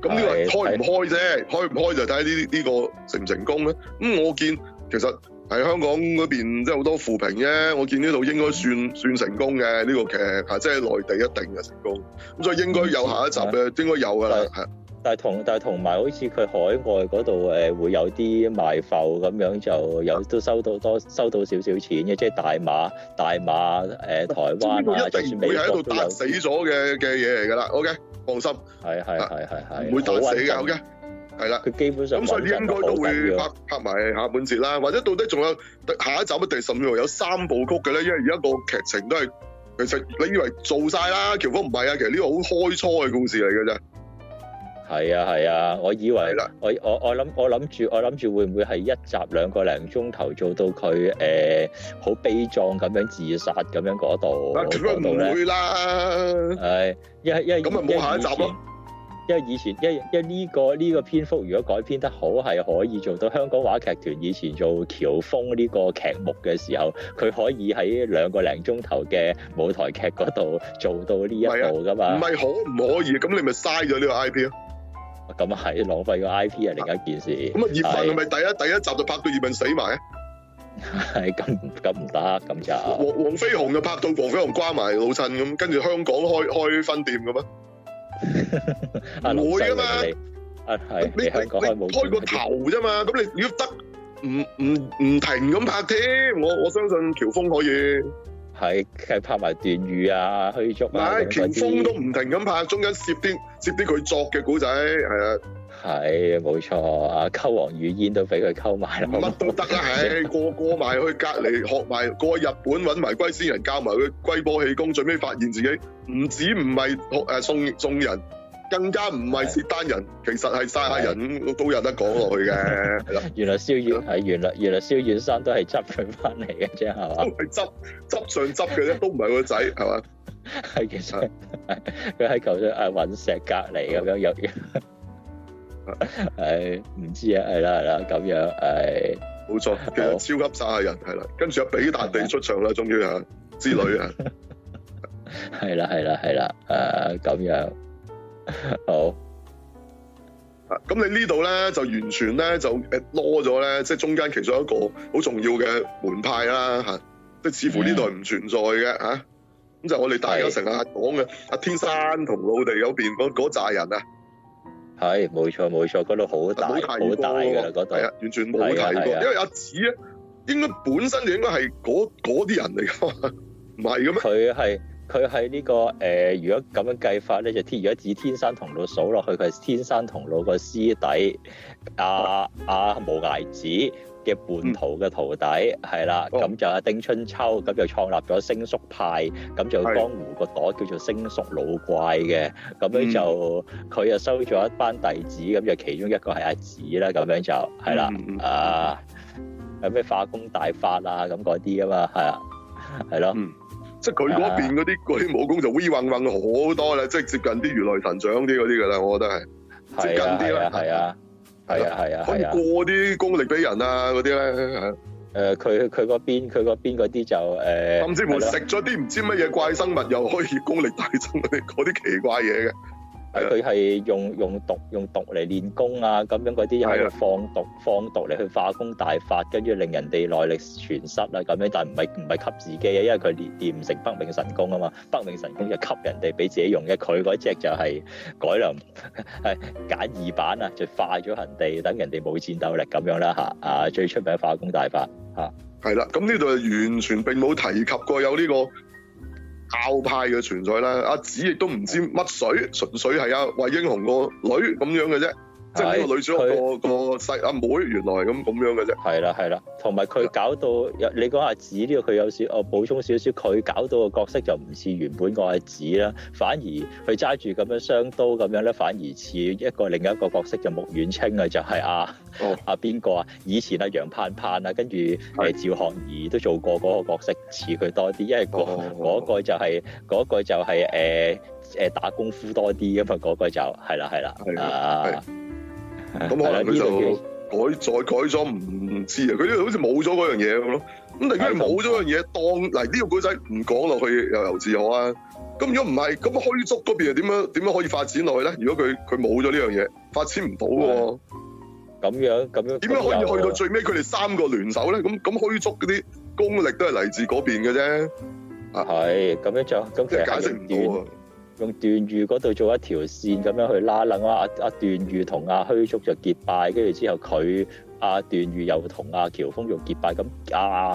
A: 咁呢個
B: 係
A: 開唔開啫？開唔開就睇呢呢個成唔成功咧。咁我見其實喺香港嗰邊即係好多負評啫，我見呢度應該算算成功嘅呢個劇嚇，即係內地一定嘅成功。咁所以應該有下一集嘅，應該有㗎啦。係
B: 但係同但係同埋好似佢海外嗰度誒會有啲賣埠咁樣就有都收到多收到少少錢嘅，即係大馬大馬誒、台
A: 呢
B: 灣啊，
A: 個
B: 就
A: 一定
B: 算
A: 唔
B: 美
A: 會係喺
B: 國
A: 度
B: 都
A: 打
B: 有，
A: 死咗嘅嘅嘢嚟㗎啦。OK，放心，
B: 係係係係係
A: 啊唔會打死嘅。
B: 好
A: OK，
B: 穩陣
A: 係啦。
B: 佢基本上
A: 咁所以應該都會拍拍埋下半節啦，或者到底仲有下一集啊一定甚至乎有三部曲嘅咧，因為而家個劇情都係其實你以為做晒啦，喬峰唔係啊，其實呢個好開初嘅故事嚟嘅啫，
B: 係啊係啊，我以為
A: 係啦
B: 我我我諗我諗住我諗住會唔會係一集兩個零鐘頭做到佢誒好悲壯咁樣自殺咁樣嗰度
A: 啊點解
B: 嗰度
A: 唔
B: 咧？
A: 會啦？
B: 係，因為因為
A: 咁咪冇下一集咯。
B: 因為以前，因為因為呢個呢個篇幅，如果改編得好，係可以做到香港話劇團以前做喬峰呢個劇目嘅時候，佢可以喺兩個零鐘頭嘅舞台劇嗰度做到呢一步噶
A: 唔
B: 嘛。
A: 啊係可唔可以？咁你咪嘥咗呢個 IP 咯。
B: 咁啊係浪費個 I P 係另一件事。
A: 咁啊，葉問係咪第一第一集就拍到葉問死埋啊？
B: 係咁咁唔得，咁就
A: 黃黃飛鴻就拍到黃飛鴻瓜埋老襯咁，跟住香港開開分店咁啊！
B: 阿林
A: 唔會
B: 生
A: 㗎嘛
B: 你啊係
A: 你
B: 你
A: 你
B: 香港開
A: 你
B: 冇
A: 開個頭啫嘛，咁你如果得唔唔唔停咁拍添，我我相信喬峰可以，
B: 係係拍埋段譽啊、虛竹
A: 唔
B: 啊
A: 係
B: 咁嗰
A: 喬峰
B: 啲
A: 都唔停咁拍，中間攝啲攝啲佢作嘅古仔，係啊。
B: 係冇錯啊，溝黃雨嫣都俾佢溝埋啦，
A: 乜
B: [laughs]
A: 都得啦，唉，個個埋去隔離學埋，過日本揾埋龜仙人教埋佢龜波氣功，最尾發現自己唔止唔係學誒送送人，更加唔係契丹人，其實係晒下人咁都有得講落去嘅，係啦，
B: [laughs] 原來蕭遠係原來原來蕭遠山都係執佢翻嚟嘅啫，係
A: 都
B: 嘛？
A: 係執執上執嘅啫，都唔係佢個仔，係嘛？
B: 係其 [laughs] 實佢喺球場誒揾石隔離咁樣有， [laughs] 係唔知啊，係啦係啦咁樣係啊
A: 冇錯，其實超級晒下人係啦，跟住阿比達地出場啦，終於嚇之類
B: [laughs]
A: 啊，
B: 係啦係啦係啦誒咁 [laughs] 樣好
A: 啊咁你呢度咧就完全咧就誒攞咗咧，即係中間其中一個好重要嘅門派啦嚇，即係似乎呢度係唔存在嘅嚇。咁就我哋大家
B: 係
A: 成日講
B: 嗯
A: 嘅阿天山同老地嗰邊嗰嗰扎人啊，
B: 係冇錯冇錯，嗰度好大
A: 冇提過
B: 好大㗎啦嗰度
A: 係啊，完全冇提
B: 係啊
A: 過，
B: 係啊
A: 因為阿紫咧應該本身就應該係嗰嗰啲人嚟㗎嘛，唔係嘅咩？
B: 佢係佢係呢個誒、呃如果咁樣計法咧，就天如果指天山同路數落去，佢係天山同路個師弟
A: 哦
B: 阿阿無崖子嘅叛徒嘅徒弟，係啦、
A: 嗯哦
B: 咁就阿丁春秋咁就創立咗星宿派，咁就
A: 係
B: 江湖個朵叫做星宿老怪嘅，咁樣就
A: 嗯
B: 佢就收咗一班弟子，咁就其中一個係阿子啦，咁樣就係啦。
A: 嗯，嗯
B: 啊，有咩化工大法啊咁嗰啲啊嘛，係啊，係咯，
A: 即係佢嗰邊嗰啲嗰啲武功就 we 混混好多啦，即係接近啲如來神掌啲嗰啲㗎啦，我覺得係。接
B: 係
A: 近
B: 啊，
A: 啲
B: 係
A: 啦
B: 啊，係啊，係啊，係啊，
A: 可以
B: 係啊，
A: 過啲功力俾人啊嗰啲咧，
B: 誒佢佢嗰邊佢嗰邊嗰啲就誒，
A: 甚至乎
B: 係啦
A: 食咗啲唔知乜嘢怪生物又可以功力大增嗰啲嗰啲奇怪嘢嘅，
B: 係佢係用用毒用毒嚟練功啊，咁樣嗰啲又喺
A: 係
B: 度放毒放毒嚟去化功大法，跟住令人哋內力全失啊咁樣，但唔係唔係吸自己啊嘅，因為佢練練唔成北冥神功啊嘛，北冥神功就吸人哋俾自己用嘅，佢嗰只就係改良 [laughs] 係簡易版啊，就化咗人哋，等人哋冇戰鬥力咁樣啦嚇啊！最出名化功大法，
A: 係啦。咁呢度完全並冇提及過有呢個教派嘅存在啦。阿紫亦都唔知乜水，純粹係阿惠英紅個啊女咁樣嘅啫，即係呢個女主角
B: 佢
A: 個個細阿妹原來咁咁樣嘅啫。
B: 係啦，係啦，同埋佢搞到有你講阿紫呢個，佢有少我補充少少，佢搞到個角色就唔似原本個阿紫啦，反而佢揸住咁樣雙刀咁樣咧，反而似一個另一個角色就穆遠清啊，就係阿
A: 哦
B: 阿邊個啊？以前阿楊盼盼啊，跟住誒趙學而都做過嗰個角色，似佢多啲，因為嗰、
A: 哦
B: 嗰個就係、嗰、個就係誒誒打功夫多啲咁嘛，嗰、個就係啦係啦
A: 係，
B: 啊
A: 咁可能佢
B: 係啦呢個
A: 就
B: 叫
A: 改再改咗唔知啊！佢呢度好似冇咗嗰樣嘢咁咯。咁但係如果佢冇咗樣嘢，當嗱呢個古仔唔講落去又由自可啊。咁如果唔係，咁虛竹嗰邊又點樣點樣可以發展落去咧？如果佢佢冇咗呢樣嘢，發展唔到喎，
B: 咁樣咁樣
A: 點樣可以去到
B: 咁又
A: 最尾佢哋三個聯手咧？咁咁虛竹嗰啲功力都係嚟自嗰邊嘅啫，
B: 係咁樣就咁其
A: 即
B: 實
A: 係解釋
B: 係
A: 唔
B: 用
A: 到
B: 段
A: 啊！嗯
B: 用段譽嗰度做一條線咁樣去拉楞啦，阿阿段譽同阿虛竹就結拜，跟住之後佢阿段譽又同阿喬峰又結拜，咁啊阿阿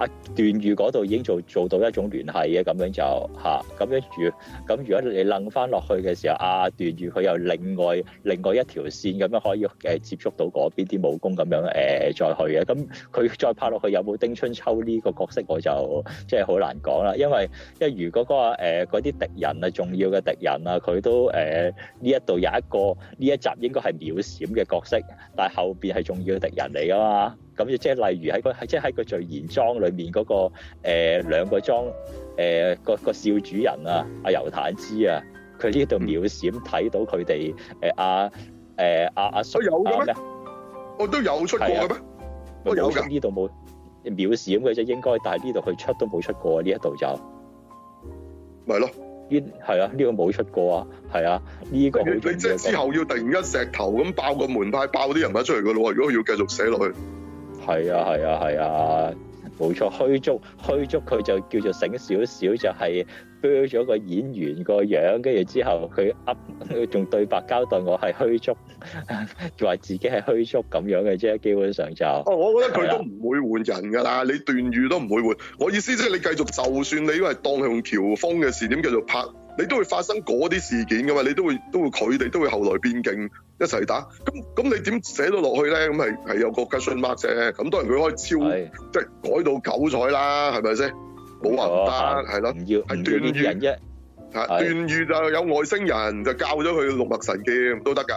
B: 阿段譽嗰度已經做做到一種聯繫嘅咁樣就嚇，咁樣如咁如果你楞翻落去嘅時候，阿段譽佢又另外另外一條線咁樣可以誒接觸到嗰邊啲武功咁樣誒再去嘅，咁佢再拍落去有冇丁春秋呢個角色我就即係好難講啦，因為因為如果嗰、個誒嗰啲敵人啊，重要嘅敵人啊，佢都誒呢一度有一個呢一集應該係秒閃嘅角色，但係後邊係重要嘅敵人嚟噶嘛。咁即係例如喺個即係喺個聚賢莊裏面嗰、個誒、呃、兩個莊誒、呃、個個少主人啊，阿尤坦之啊，佢呢度秒閃睇到佢哋誒阿誒阿阿叔
A: 我有嘅
B: 啊
A: 咩？我哦都有出過嘅咩？我有
B: 冇
A: 㗎
B: 出呢度冇呃秒閃嘅啫，應該，但係呢度佢出都冇出過呢一度就。
A: 咪係咯，
B: 呢呢係啊，呢、個冇出過啊，係啊，呢、個好
A: 你你即係之後要突然間石頭咁爆個門派，爆啲人物出嚟噶咯喎！如果要繼續寫落去，
B: 係啊，係啊，係啊，冇錯，虛竹虛竹佢就叫做醒少少，就係 blur 咗個演員個樣，跟住之後佢噏，佢仲對白交代我係虛竹， [laughs] 話自己係虛竹咁樣嘅啫，基本上就
A: 哦，我覺得佢
B: 係啊
A: 都唔會換人㗎啦，你段譽都唔會換。我意思即係你繼續，就算你係當係用喬峰嘅事點繼續拍，你都會發生嗰啲事件㗎嘛，你都會都會佢哋都會後來變勁一齊打。咁咁你點寫到落去咧？咁係係有個 question mark 啫。咁當然佢可以超
B: 係
A: 即係改到九彩啦，係咪先？冇話唔
B: 哦
A: 得，係咯
B: 唔。要唔要呢啲人啫，
A: 啊
B: 係
A: 段譽就有外星人，就教咗佢六脈神劍都得㗎。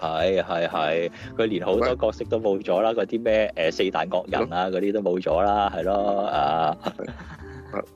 B: 係係係，佢連好多角色都冇咗啦，嗰啲咩誒四大惡人啊嗰啲都冇咗啦，係咯啊，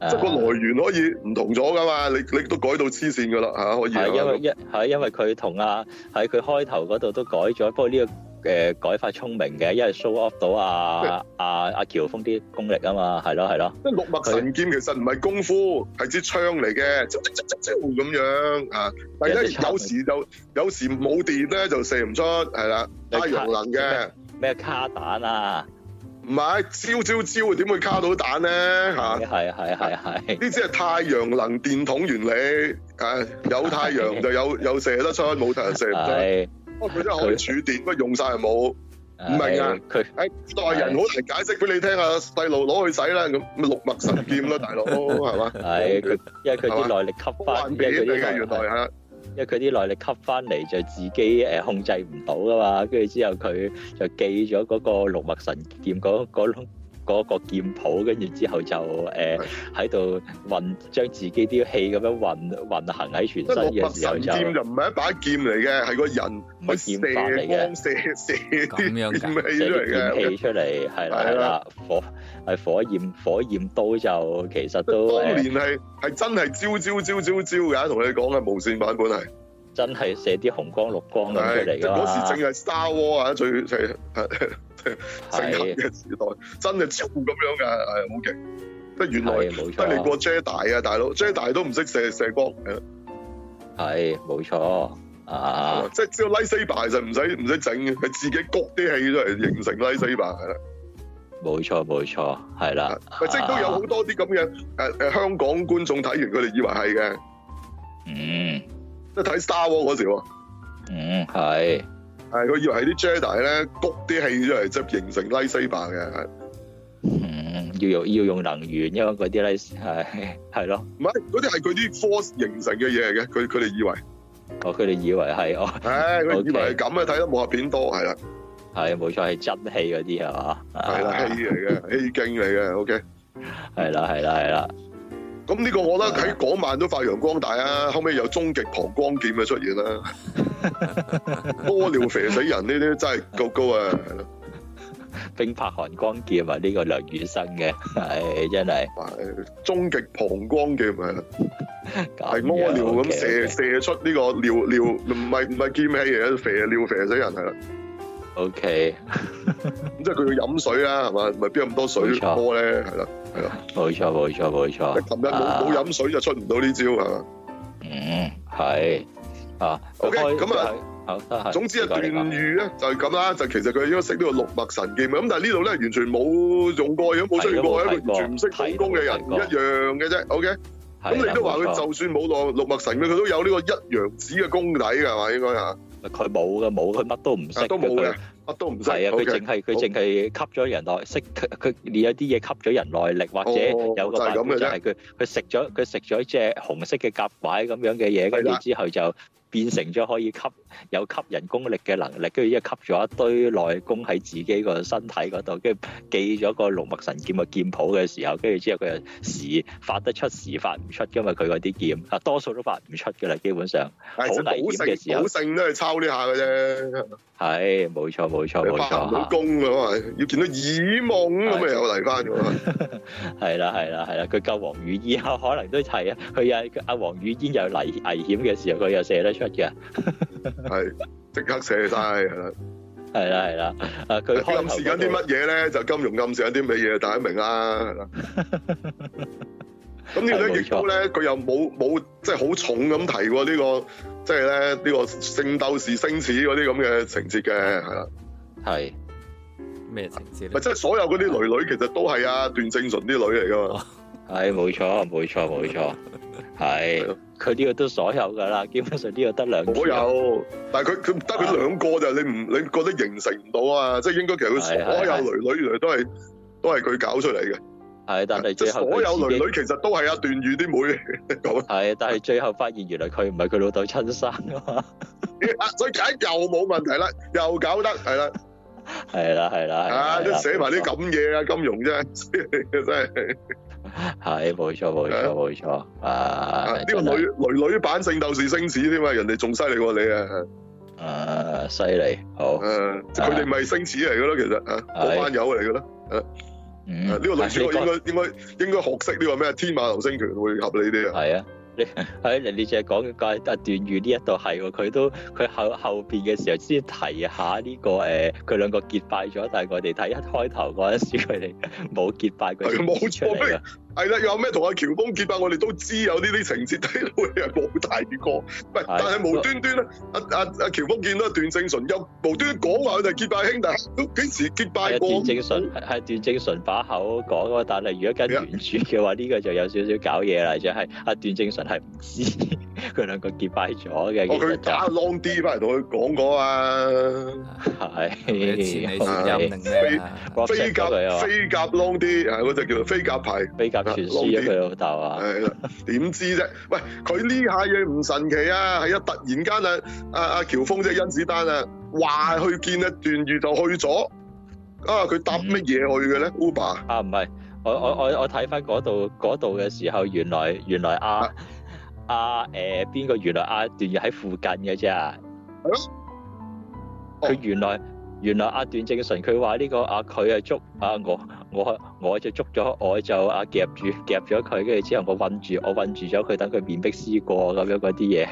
A: 即係個來源可以唔同咗㗎嘛，你你都改到黐線㗎啦嚇，可以啊
B: 係因為
A: 係
B: 一係因為佢同阿喺佢開頭嗰度都改咗，不過呢、個誒、改法聰明嘅，因為 show off à, 到阿阿阿喬峰啲功力啊嘛，係咯係咯，
A: 即係六脈神劍其實唔係功夫，係支槍嚟嘅，啾啾啾啾啾咁樣啊！但係
B: 有隻
A: 咧
B: 槍
A: 有時就有時冇電咧就射唔出，係啦，太陽能嘅，
B: 咩卡蛋啊，
A: 唔係招招招點會卡到蛋咧嚇？
B: 係係係係
A: 呢支係太陽能電筒原理，啊有太 [laughs] 陽就有有射得出，冇太陽射唔出。
B: 係，
A: 不過佢真係可以儲電，不過用晒又冇。
B: 唔
A: 明啊，誒
B: 佢
A: 代人好難解釋俾你聽啊！細路攞去洗啦，咁咪六脈神劍啦，大佬係 [laughs] 嘛？
B: 係佢，因為佢
A: 係
B: 啲內力吸
A: 科
B: 翻，
A: 幻
B: 因
A: 片
B: 為
A: 嚟嘅原
B: 佢啲內
A: 來嚇，
B: 因為佢啲內力吸翻嚟就自己誒控制唔到噶嘛，跟住之後佢就記咗嗰個六脈神劍嗰嗰嗰個劍譜，跟住之後就誒喺度運將自己啲氣咁樣運運行喺全
A: 即係
B: 身
A: 六
B: 嘅
A: 脈
B: 時候
A: 神
B: 就
A: 劍就唔係一把劍嚟嘅，係個人去
B: 唔係
A: 射
B: 劍法嚟嘅
A: 光射 [laughs] 射
D: 咁
A: 啲
D: 樣㗎
A: 劍氣
B: 射
A: 出
B: 啲
A: 嚟
B: 劍
A: 嘅。
B: 氣出嚟，係啦
A: 係啦
B: 係啦，火係火焰火焰刀就其實都呃
A: 當
B: 誒
A: 年係係真係招招招招招㗎，同你講係無線版本係，
B: 真係射啲紅光綠光咁出
A: 係
B: 嚟
A: 即係
B: 㗎
A: 嗰時
B: 嘛，
A: 正係 Star War 啊，最最係盛行
B: 係
A: 嘅時代，真係超咁樣㗎，係好勁，即係原來。
B: 係冇
A: 得你
B: 錯，
A: 個 Jedi 啊，大佬，Jedi 都唔識射射光，係
B: 係冇錯啊
A: 啊。即係只有 lightsaber 就唔使唔使整嘅，佢自己谷啲氣出嚟形成 lightsaber 係啦。
B: 冇錯冇錯，係啦
A: 啊，咪即係都
B: À.
A: 有好多啲咁嘅誒誒香港觀眾睇完佢哋以為係嘅，
B: 嗯
A: 即係睇 Star War 嗰時喎，
B: 嗯係
A: 係佢以為係啲 Jedi 咧谷啲氣出嚟，即係形成 lightsaber 嘅。係
B: 嗯要用要用能源，因為嗰啲咧係係咯，
A: 唔係嗰啲係佢啲 force 形成嘅嘢嚟嘅，佢佢哋以為，
B: 哦佢哋以為係哦
A: 唉，佢
B: OK
A: 以為係咁啊，睇得武俠片多係啦，
B: 係冇錯係真氣嗰啲係嘛，
A: 係啦，氣嚟嘅，氣勁嚟嘅，OK。
B: 係啦係啦係啦，
A: 咁呢個我覺得喺嗰晚都發揚光大啊！後尾有終極膀胱劍嘅出現啦，屙尿肥死人呢啲真係夠高啊！係咯
B: 冰魄寒光劍啊呢個梁羽生嘅係真係
A: 終極膀胱劍係啦
B: 係
A: 係屙尿咁射射出呢個尿尿，唔係唔係劍氣嚟嘅，肥尿肥死人係啦。
B: O K
A: 咁即係佢要飲水啦，係嘛？唔係邊有咁多水
B: 冇錯啊
A: 屙咧？係啦，
B: 冇錯冇錯冇錯，
A: 琴日冇冇飲水就出唔到呢招係嘛？
B: 嗯係啊
A: OK，
B: 佢開
A: 咁啊
B: 好得係
A: 總之啊，
B: 呢個
A: 段
B: 嚟講
A: 譽咧就係咁啦，就其實佢應該識呢個六脈神劍嘅，咁但係呢度咧完全冇用過嘅，冇出現過嘅，一個完全唔識武功嘅人
B: 睇都冇睇
A: 一樣嘅啫。OK，
B: 係
A: 咁
B: 啦
A: 你都話
B: 冇錯
A: 佢就算冇落六脈神劍，佢都有呢個一陽指嘅功底㗎係嘛？應該嚇，
B: 佢冇嘅冇佢乜都唔識
A: 啊都冇
B: 佢
A: 嘅，乜都唔識。
B: 係啊，佢
A: OK
B: 淨係佢
A: 好
B: 淨係吸咗人內識佢佢你有啲嘢吸咗人內力，或
A: 哦
B: 者有個
A: 就係
B: 版
A: 咁嘅
B: 本就
A: 啫
B: 係佢佢食咗佢食咗只紅色嘅甲拐咁樣嘅嘢，跟
A: 係
B: 住
A: 啦
B: 之後就變成咗可以吸有吸人功力嘅能力，跟住之後吸咗一堆內功喺自己個身體嗰度，跟住記咗個六脈神劍嘅劍譜嘅時候，跟住之後佢就時發得出時發唔出㗎嘛，佢嗰啲劍啊多數都發唔出㗎啦，基本上
A: 係即係
B: 好危險嘅時候
A: 好勝都係抄呢下嘅啫，
B: 係冇錯冇錯
A: 你
B: 啊冇
A: 發
B: 錯
A: 唔到
B: 嚇。
A: 功㗎嘛，要見到耳夢咁咪又嚟翻㗎嘛。
B: 係啦，係啦，係啦，佢救黃雨嫣啊，可能都係啊，佢又阿黃雨嫣有危危險嘅時候，佢又射得出嘅，
A: 係即刻射晒係
B: [laughs]
A: 啦！
B: 係啦，係啦，啊佢
A: 佢
B: 開頭
A: 暗示
B: [laughs]
A: 緊啲乜嘢咧？就金融暗示緊啲乜嘢？大家明啦。係啦啊咁呢個咧，
B: 係冇
A: 亦都
B: 錯
A: 咧，佢又冇冇即係好重咁提過呢、個，即係咧呢個聖鬥士星矢嗰啲咁嘅情節嘅，係啦，
B: 係
D: 咩情節
A: 咪
D: 咧？
A: 即係所有嗰啲女女其實都係啊段正淳啲女嚟噶嘛，
B: 係冇錯冇錯冇錯，
A: 係
B: 係
A: 咯
B: 佢呢個都所有㗎啦，基本上呢個得兩
A: 我
B: 條
A: 有，但係佢佢得佢兩個就你唔你覺得形成唔到啊，即係應該其實佢
B: 係
A: 所
B: 係
A: 有女女原來都係都係佢搞出嚟嘅，
B: 係，但係
A: 即
B: 最
A: 係
B: 後
A: 所有
B: 佢自
A: 女
B: 己
A: 女其實都係阿段譽啲妹 [laughs] 嚟嘅咁啊
B: 係，但係最後發現原來佢唔係佢老豆親生啊嘛，
A: 所以梗係又冇問題啦，又搞得係啦，
B: 係啦係啦，係啦
A: 啊
B: 係
A: 都
B: 啦
A: 寫埋啲咁嘢啊，金融啫， [laughs] 真係。
B: 係冇錯冇錯冇錯啊！
A: 啊！呢個
B: 真係
A: 女女女版聖鬥士星矢添啊，人哋仲犀利過你啊！
B: 啊犀利好，
A: 誒，佢哋咪星矢嚟嘅咯，其實啊，嗰班友嚟嘅咯。
B: 嗯
A: 啊呢個女主角應該應該應該學識呢個咩天馬流星拳會合理啲啊！
B: 係啊，你 [laughs] 係你你淨係講嘅阿段譽呢一度係喎，佢都佢後後邊嘅時候先提下呢、個誒，佢、兩個結拜咗，但係我哋睇一開頭嗰陣時佢哋 [laughs] 冇結拜佢
A: 係啊
B: 先
A: 冇
B: 指出嚟㗎，
A: 係啦，有咩同阿喬峰結拜，我哋都知有呢啲情節， [laughs] 睇到你係冇提過。唔係，但係無端端咧，阿阿阿喬峰見到段正淳又無端端講話佢哋結拜兄弟，都幾時結
B: 係
A: 拜
B: 啊
A: 過
B: 段？正淳係係段正淳把口講咯，但係如果跟
A: 係啊
B: 原著嘅話，呢、個就有少少搞嘢啦，就係、阿段正淳係唔知佢兩個結拜咗嘅，
A: 我哦佢
B: 其實就
A: 打 long D 翻嚟同佢講過啊！
D: 係前你前
B: 係
D: 任定咩啊？
B: 好
A: 飛
B: ，WhatsApp 咗佢啊
A: 鴿
B: 嘛，
A: 飛鴿 long 啲，啊嗰只叫做飛鴿牌，
B: 比較傳輸咗佢老豆啊，
A: 係啦，點知啫？喂，佢呢下嘢唔神奇啊，係啊，突然間啊，阿阿喬峰即係甄子丹啊，話去見一段譽就去咗，啊，佢搭
B: 嗯
A: 乜嘢去嘅咧？Uber
B: 啊唔係，我我我我睇翻嗰度嗰度嘅時候，原來原來
A: 啊
B: 阿阿誒邊個原來阿段譽喺附近嘅啫
A: 係咯，哦
B: 佢原來原來阿段正淳佢話呢個啊佢啊捉啊我我我就捉咗我就啊夾住夾咗佢，跟住之後我韞住我韞住咗佢，等佢面壁思過咁樣嗰啲嘢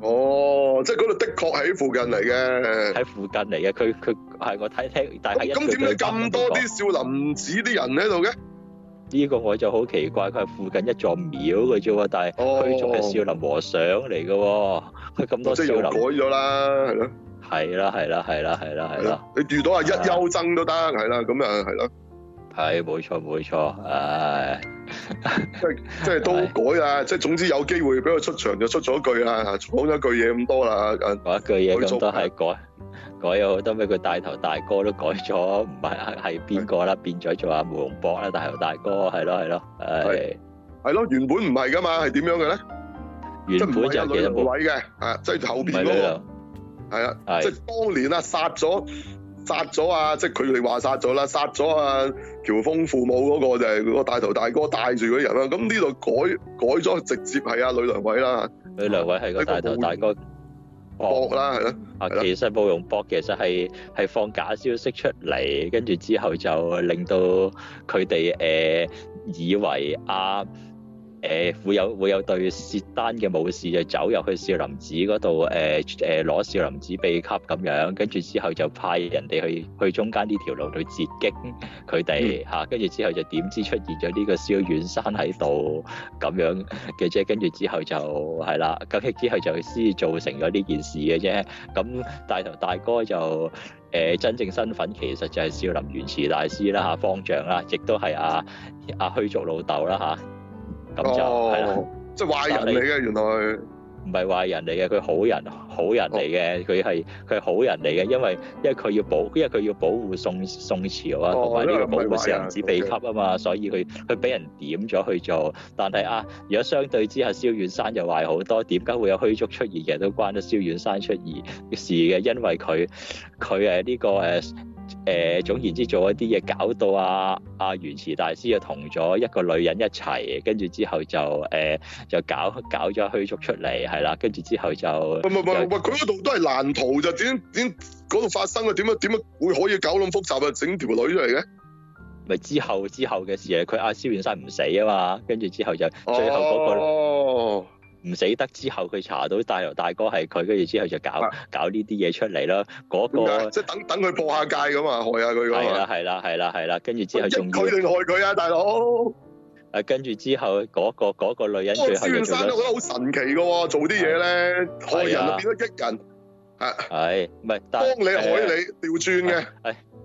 A: 哦，即係嗰度的確喺附近嚟嘅。
B: 喺附近嚟嘅，佢佢係我睇聽，但係一
A: 咁
B: 句
A: 點解
B: 對白
A: 咁
B: 都
A: 多
B: 冇講
A: 啲少林寺啲人喺度嘅？
B: 呢個我就好奇怪，佢係附近一座廟嘅啫喎，但係
A: 哦
B: 佢仲係少林和尚嚟嘅喎，佢咁多
A: 即
B: 少
A: 係又改
B: 林，
A: 咗啦，係咯，
B: 係啦係啦係啦係啦係
A: 係
B: 啦，
A: 咯，你遇到阿一休僧都得，係啦，咁啊，係咯。
B: 係冇錯冇錯，唉，
A: 即係都改啦，即係總之有機會俾佢出場就出咗句啦，講咗句嘢咁多啦。啊
B: 嗰一句嘢
A: 改
B: 咁
A: 咗
B: 都係改改咗好多咩？佢大頭大哥都改咗，唔係係係邊個啦？變咗做阿梅龍博啦，大頭大哥係咯係咯，唉，
A: 係咯，原本唔係噶嘛，係點樣嘅咧？
B: 原
A: 即係
B: 本
A: 唔
B: 就
A: 係
B: 其
A: 阿呂
B: 實
A: 良
B: 冇，
A: 偉嘅，啊，即係後
B: 唔
A: 邊嗰
B: 係呂
A: 個
B: 良
A: 係啊，
B: 係
A: 即係當年啊殺咗殺咗啊，即係佢哋話殺咗啦，殺咗啊喬峰父母嗰個就係嗰個大頭大哥帶住嗰啲人啦。咁呢度改改咗，直接係阿呂良偉啦，
B: 呂良偉係個大頭大哥
A: 博啦係啦。
B: 啊，
A: 係啦
B: 其實慕容博其實係係放假消息出嚟，跟住之後就令到佢哋誒以為啊誒、呃、會有會有對薛丹嘅武士就走入去少林寺嗰度誒誒攞少林寺秘笈咁樣，跟住之後就派人哋去去中間呢條路度截擊佢哋嚇，跟住、之後就點知出現咗呢個蕭遠山喺度咁樣嘅啫，跟住之後就係啦，咁之後就先造成咗呢件事嘅啫。咁大頭大哥就誒、呃真正身份其實就係少林玄慈大師啦嚇，方丈啦，亦都係阿阿虛竹老豆啦嚇。咁就係啦，
A: 哦，即係壞人嚟嘅原來。
B: 唔係壞人嚟嘅，佢好人好人
A: 哦
B: 嚟嘅，佢係佢係好人嚟
A: 嗯
B: 嘅，因為因為佢要保，因為佢要保護宋宋朝
A: 哦
B: 啊，同埋呢個
A: 因為唔
B: 保
A: 係
B: 護
A: 壞
B: 少
A: 人
B: 林寺秘笈啊嘛，所以佢佢俾人點咗去做，但係啊，如果相對之下，蕭遠山就壞好多，點解會有虛竹出現嘅都關咗蕭遠山出現事嘅，因為佢佢誒呃呢個誒。誒、總言之，做一啲嘢搞到啊啊玄慈大師就同咗一個女人一齊，跟住之後就誒、就搞搞咗虛竹出嚟，係啦，跟住之後就
A: 唔唔唔唔，佢嗰度都係爛圖就點點嗰度發生嘅點樣點樣會可以搞咁複雜啊？整條女出嚟嘅，
B: 咪之後之後嘅事啊，佢阿蕭遠山唔死啊嘛，跟住之後就最後嗰、個
A: 哦，
B: 唔死得之後，佢查到大頭大哥係佢，跟住之後就搞
A: 啊
B: 搞呢啲嘢出嚟啦。嗰、
A: 點解
B: 個
A: 即係等等佢破下戒咁啊，害下佢咁
B: 係
A: 啊，
B: 啦係啦係啦係啦，跟住之
A: 益
B: 後仲要
A: 佢定害佢啊，大佬？
B: 啊跟住之後嗰、個嗰、個女人
A: 不過
B: 最
A: 資
B: 後就
A: 源
B: 做
A: 哦山咧，我覺
B: 咗
A: 得好神奇嘅喎，做啲嘢咧害人啊就變咗益人，
B: 係唔係？啊
A: 幫
B: 但係
A: 你害你調轉嘅。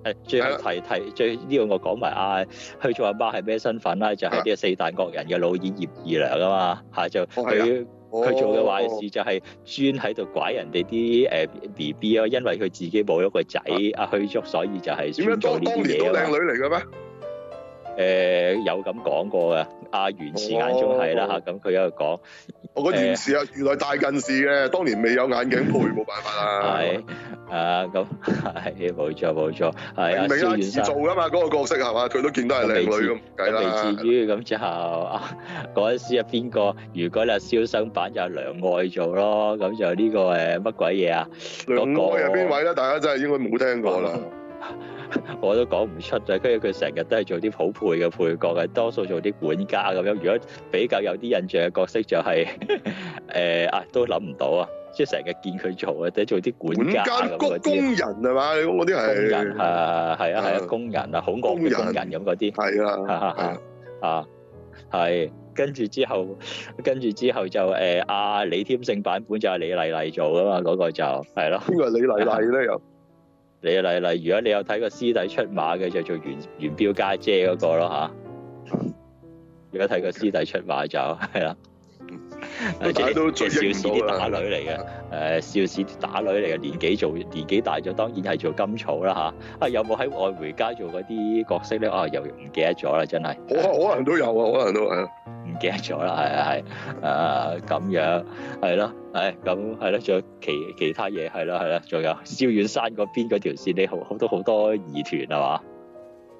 B: 誒最
A: 係
B: 後
A: 啦
B: 提提最呢個我講埋啊，佢做阿媽係咩身份啦？就係呢個四大惡人嘅老演葉二娘啊嘛，嚇就
A: 係啊
B: 佢佢做嘅
A: 哦
B: 壞事就係專喺度拐人哋啲誒 B B 咯，因為佢自己冇咗個仔啊虛竹，所以就係
A: 點解
B: 專做
A: 當
B: 呢
A: 當
B: 啲
A: 年都
B: 嘢
A: 靚
B: 啊嘛。
A: 女嚟嘅咩？
B: 誒有咁講過嘅，阿袁氏眼中係啦
A: 哦
B: 嚇，咁佢有講
A: 我個原視啊，原來大近視嘅，當年未有眼鏡配，冇辦法啦。
B: 係啊 [laughs] 咁係冇錯冇錯係啊，
A: 明明
B: 蕭
A: 阿
B: 遠
A: 志
B: 生
A: 做。噶嘛，嗰個角色係嘛，佢都見到係靚女咁，
B: 咁
A: 計
B: 未
A: 啦
B: 至。於咁之後啊， [laughs] 嗰陣時啊邊個？如果你係蕭生版就係梁愛做咯，咁就呢個誒乜鬼嘢啊？
A: 梁愛係邊位咧？大家真係應該冇聽過啦。
B: 我都講唔出啊！跟住佢成日都係做啲好配嘅配角嘅，多數做啲管家咁樣。如果比較有啲印象嘅角色就係、 [laughs] 誒、啊，都諗唔到啊！即係成日見佢做啊，即係做啲
A: 管
B: 管家
A: 家
B: 咁
A: 工
B: 嗰
A: 工
B: 啲
A: 人係嘛？你講嗰啲
B: 工人
A: 係
B: 啊，係啊係啊
A: 啊，
B: 工人啊，好惡嘅工人咁嗰啲。
A: 係
B: [laughs]
A: 啦，
B: 哈哈哈啊，係。跟住之後，跟住之後就誒阿、李添勝版本就係李麗麗做噶嘛，嗰、個就係咯，
A: 邊個係李麗麗咧？又
B: 李麗麗。如果你有睇過師弟出馬嘅，就做袁袁彪家姐嗰個咯吓，如果睇過師弟出馬就係啦，
A: 大家都最
B: 邵
A: 應
B: 氏
A: 唔到
B: 啲
A: 啦
B: 打女嚟嘅，誒、邵氏啲打女嚟嘅，年紀做年紀大咗，當然係做甘草啦吓，啊有冇喺愛回家做嗰啲角色咧？啊又唔記得咗啦，真係。
A: 可可能都有啊，可能都係啊。
B: 唔記得咗啦，係係係誒咁樣係咯，係咁係咯，仲有其其他嘢係啦係啦，仲有蕭遠山嗰邊嗰條線，你好好多好多疑團係嘛？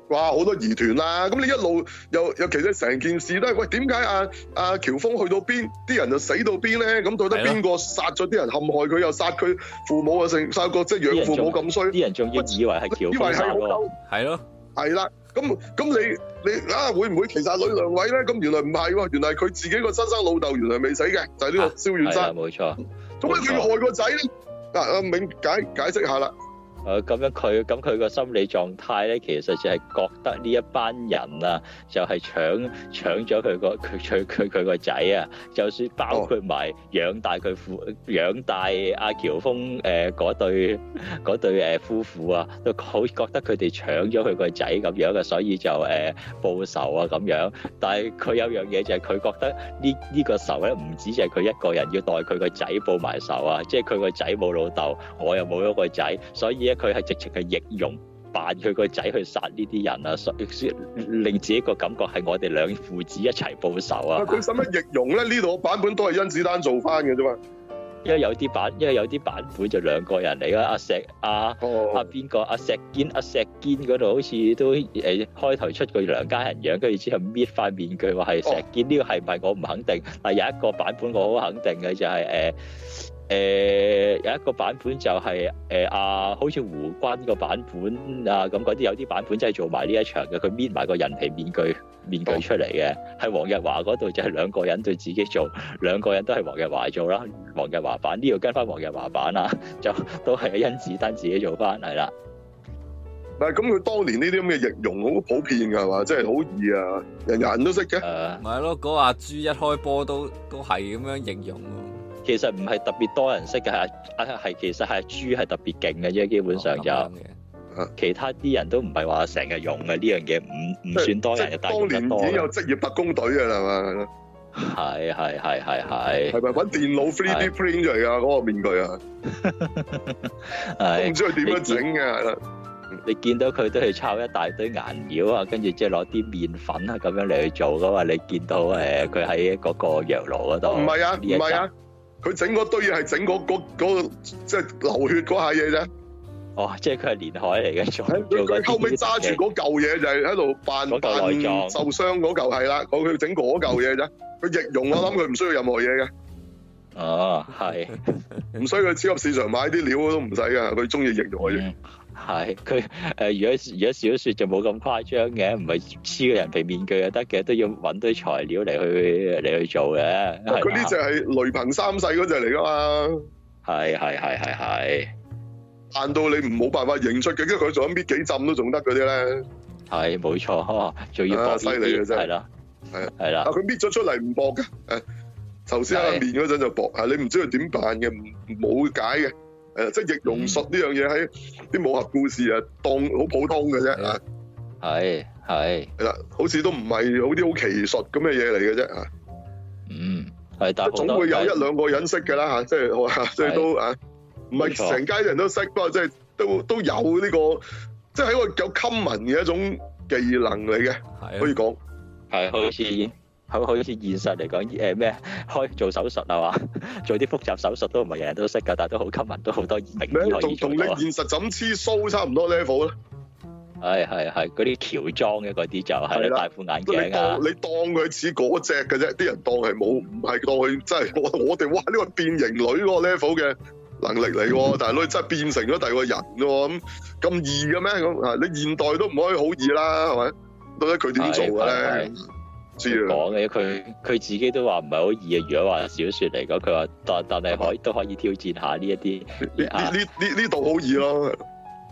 A: 哇！好多疑團啦，咁你一路又又其實成件事都係喂點解阿阿喬峰去到邊，啲人就死到邊咧？咁到底
D: 係咯
A: 邊個殺咗啲人陷害佢，又殺佢父母啊？成殺個即係養父母咁衰，
B: 啲人仲要以為係
A: [laughs] 以
B: 喬
A: 為
B: 峰
A: 係
B: 殺
A: 好
B: 喎，
A: 鬥，
D: 係咯，
A: 係啦。咁咁你你啊會唔會其實係呂良偉咧？咁原來唔係喎，原來佢自己個親生老豆原來未死嘅，就係、呢個蕭遠
B: 啊係啦
A: 山。
B: 冇錯。
A: 做咩佢要害個仔咧？啊阿明解解釋下啦。
B: 誒咁樣佢咁佢個心理狀態咧，其實就係覺得呢一班人啊，就係搶搶咗佢個佢佢佢佢個仔啊，就算包括埋養大佢父養大阿喬峰誒嗰對嗰對誒夫婦啊，都好覺得佢哋搶咗佢個仔咁樣嘅，所以就誒、報仇啊咁樣。但係佢有樣嘢就係佢覺得呢呢、個仇咧唔止就係佢一個人要代佢個仔報埋仇啊，即係佢個仔冇老豆，我又冇咗個仔，所以咧佢係直情係逆用。扮佢個仔去殺呢啲人啊，所以令自己個感覺係我哋兩父子一齊報仇啊！
A: 佢使乜易容咧？呢度個版本都係甄子丹做翻嘅啫嘛。
B: 因為有啲版，因為有啲版本就兩個人嚟啦，阿石阿。
A: 哦
B: 阿邊個阿石堅阿石堅嗰度好似都誒開頭出個梁家人樣，跟住之後搣塊面具話係石堅，呢個係唔係我唔肯定。但有一個版本我好肯定嘅就係誒誒有一個版本就係誒阿好似胡軍個版本啊咁嗰啲，有啲版本真係做埋呢一場嘅，佢搣埋個人皮面具面具出嚟嘅，係黃日華嗰度就係兩個人對自己做，兩個人都係黃日華做啦，黃日華版呢度跟翻黃日華版啦。都係甄子丹自己做翻係啦，
A: 但係咁佢當年呢啲咁嘅易容好普遍㗎係嘛，即係好易啊，人人都識嘅
B: 誒、。
D: 咪係咯，嗰阿朱一開波都都係咁樣形容喎，
B: 其實唔係特別多人識嘅，係啊係其實係豬係特別勁嘅啫，基本
A: 哦
B: 上
A: 啊
B: 就、
D: 咁樣嘅
B: 其他啲人都唔係話成日用嘅呢樣嘢，唔唔算多人，
A: 當
B: 但係用
A: 年
B: 得多
A: 已經有
B: 嘅，
A: 職業特工隊㗎啦係嘛，
B: 係係係係係
A: 係咪揾電腦 3D print 出嚟㗎嗰個面具啊？都唔
B: 係，
A: 知佢點樣整嘅係啦。
B: 你見到佢都係抄一大堆顏料啊，跟住即係攞啲麵粉啊咁樣嚟去做噶嘛，你見到誒佢喺嗰個藥爐嗰度，
A: 唔係啊，
B: 呢
A: 唔
B: 一集
A: 係啊，佢整嗰堆嘢係整嗰嗰嗰即係流血嗰下嘢啫。
B: 哦，即係佢係連海嚟嘅，做做
A: 佢
B: 嗰
A: 佢後尾
B: 啲
A: 揸住嗰嚿嘢就係喺度扮
B: 嗰嚿
A: 扮
B: 內臟
A: 受傷嗰嚿係啦，佢佢整嗰嚿嘢啫。佢易容我諗佢唔需要任何嘢嘅，
B: 哦係。
A: 唔需要去超級市場買啲料都唔使㗎，佢中意易容嘅啫。
B: 嗯係佢誒，如果如果小説就冇咁誇張嘅，唔係黐個人皮面具就得嘅，都要揾堆材料嚟去嚟去做嘅。
A: 哦佢
B: 佢
A: 呢只係雷朋三世嗰只嚟㗎嘛，
B: 係係係係係
A: 扮到你唔冇辦法認出嘅，跟住佢仲有搣幾浸都仲得嗰啲咧。
B: 係冇錯，仲要
A: 啊
B: 搏
A: 犀利嘅真係
B: 係啦，系啦
A: 啊，，佢搣咗出嚟唔薄嘅，誒頭先喺
B: 係
A: 面嗰陣就薄，啊你唔知佢點扮嘅，唔冇解嘅，誒即係易容術呢樣嘢喺啲武俠故事啊，當好普通嘅啫，
D: 係啊
A: 啊
B: 系系，
A: 係啦，好似都唔係好啲好奇術咁嘅嘢嚟嘅啫，啊
B: 嗯，系，但
A: 即
B: 係
A: 係總
B: 好多
A: 會有一兩個人識嘅啦嚇，即係我啊即係都啊，唔
B: 冇
A: 係
B: 錯
A: 成街人都識，不過即係都都有呢個，即係喺個有 common 嘅一種技能嚟嘅，
D: 係
A: 可以
D: 啊，
A: 講
B: 係好似好好似現實嚟講，誒咩開做手術係嘛，做啲複雜手術都唔係人人都識㗎，但係都好 common，都好多名
A: 咩
B: 醫可
A: 同同
B: 以做
A: 你
B: 到啊。
A: 現實枕黐須差唔多 level 啊啦。
B: 係係係，嗰啲喬裝嘅嗰啲就係
A: 係啦
B: 啦，戴副眼
A: 你
B: 鏡
A: 當
B: 啊，
A: 你當佢似嗰只嘅啫，啲人當係冇，唔係當佢真係 [laughs] 我我哋哇呢、個變形女嗰個 level 嘅能力嚟
B: [laughs]
A: 喎，大佬真係變成咗第二個人喎，咁咁易嘅咩？咁啊，你現代都唔可以好易啦，係咪？到底佢點做嘅
B: 係
A: 咧？知啊，
B: 講嘅佢佢自己都話唔係好易啊。如果話小説嚟講，佢話但但係可以都可以挑戰下呢一啲
A: 呢呢呢呢呢度好易咯，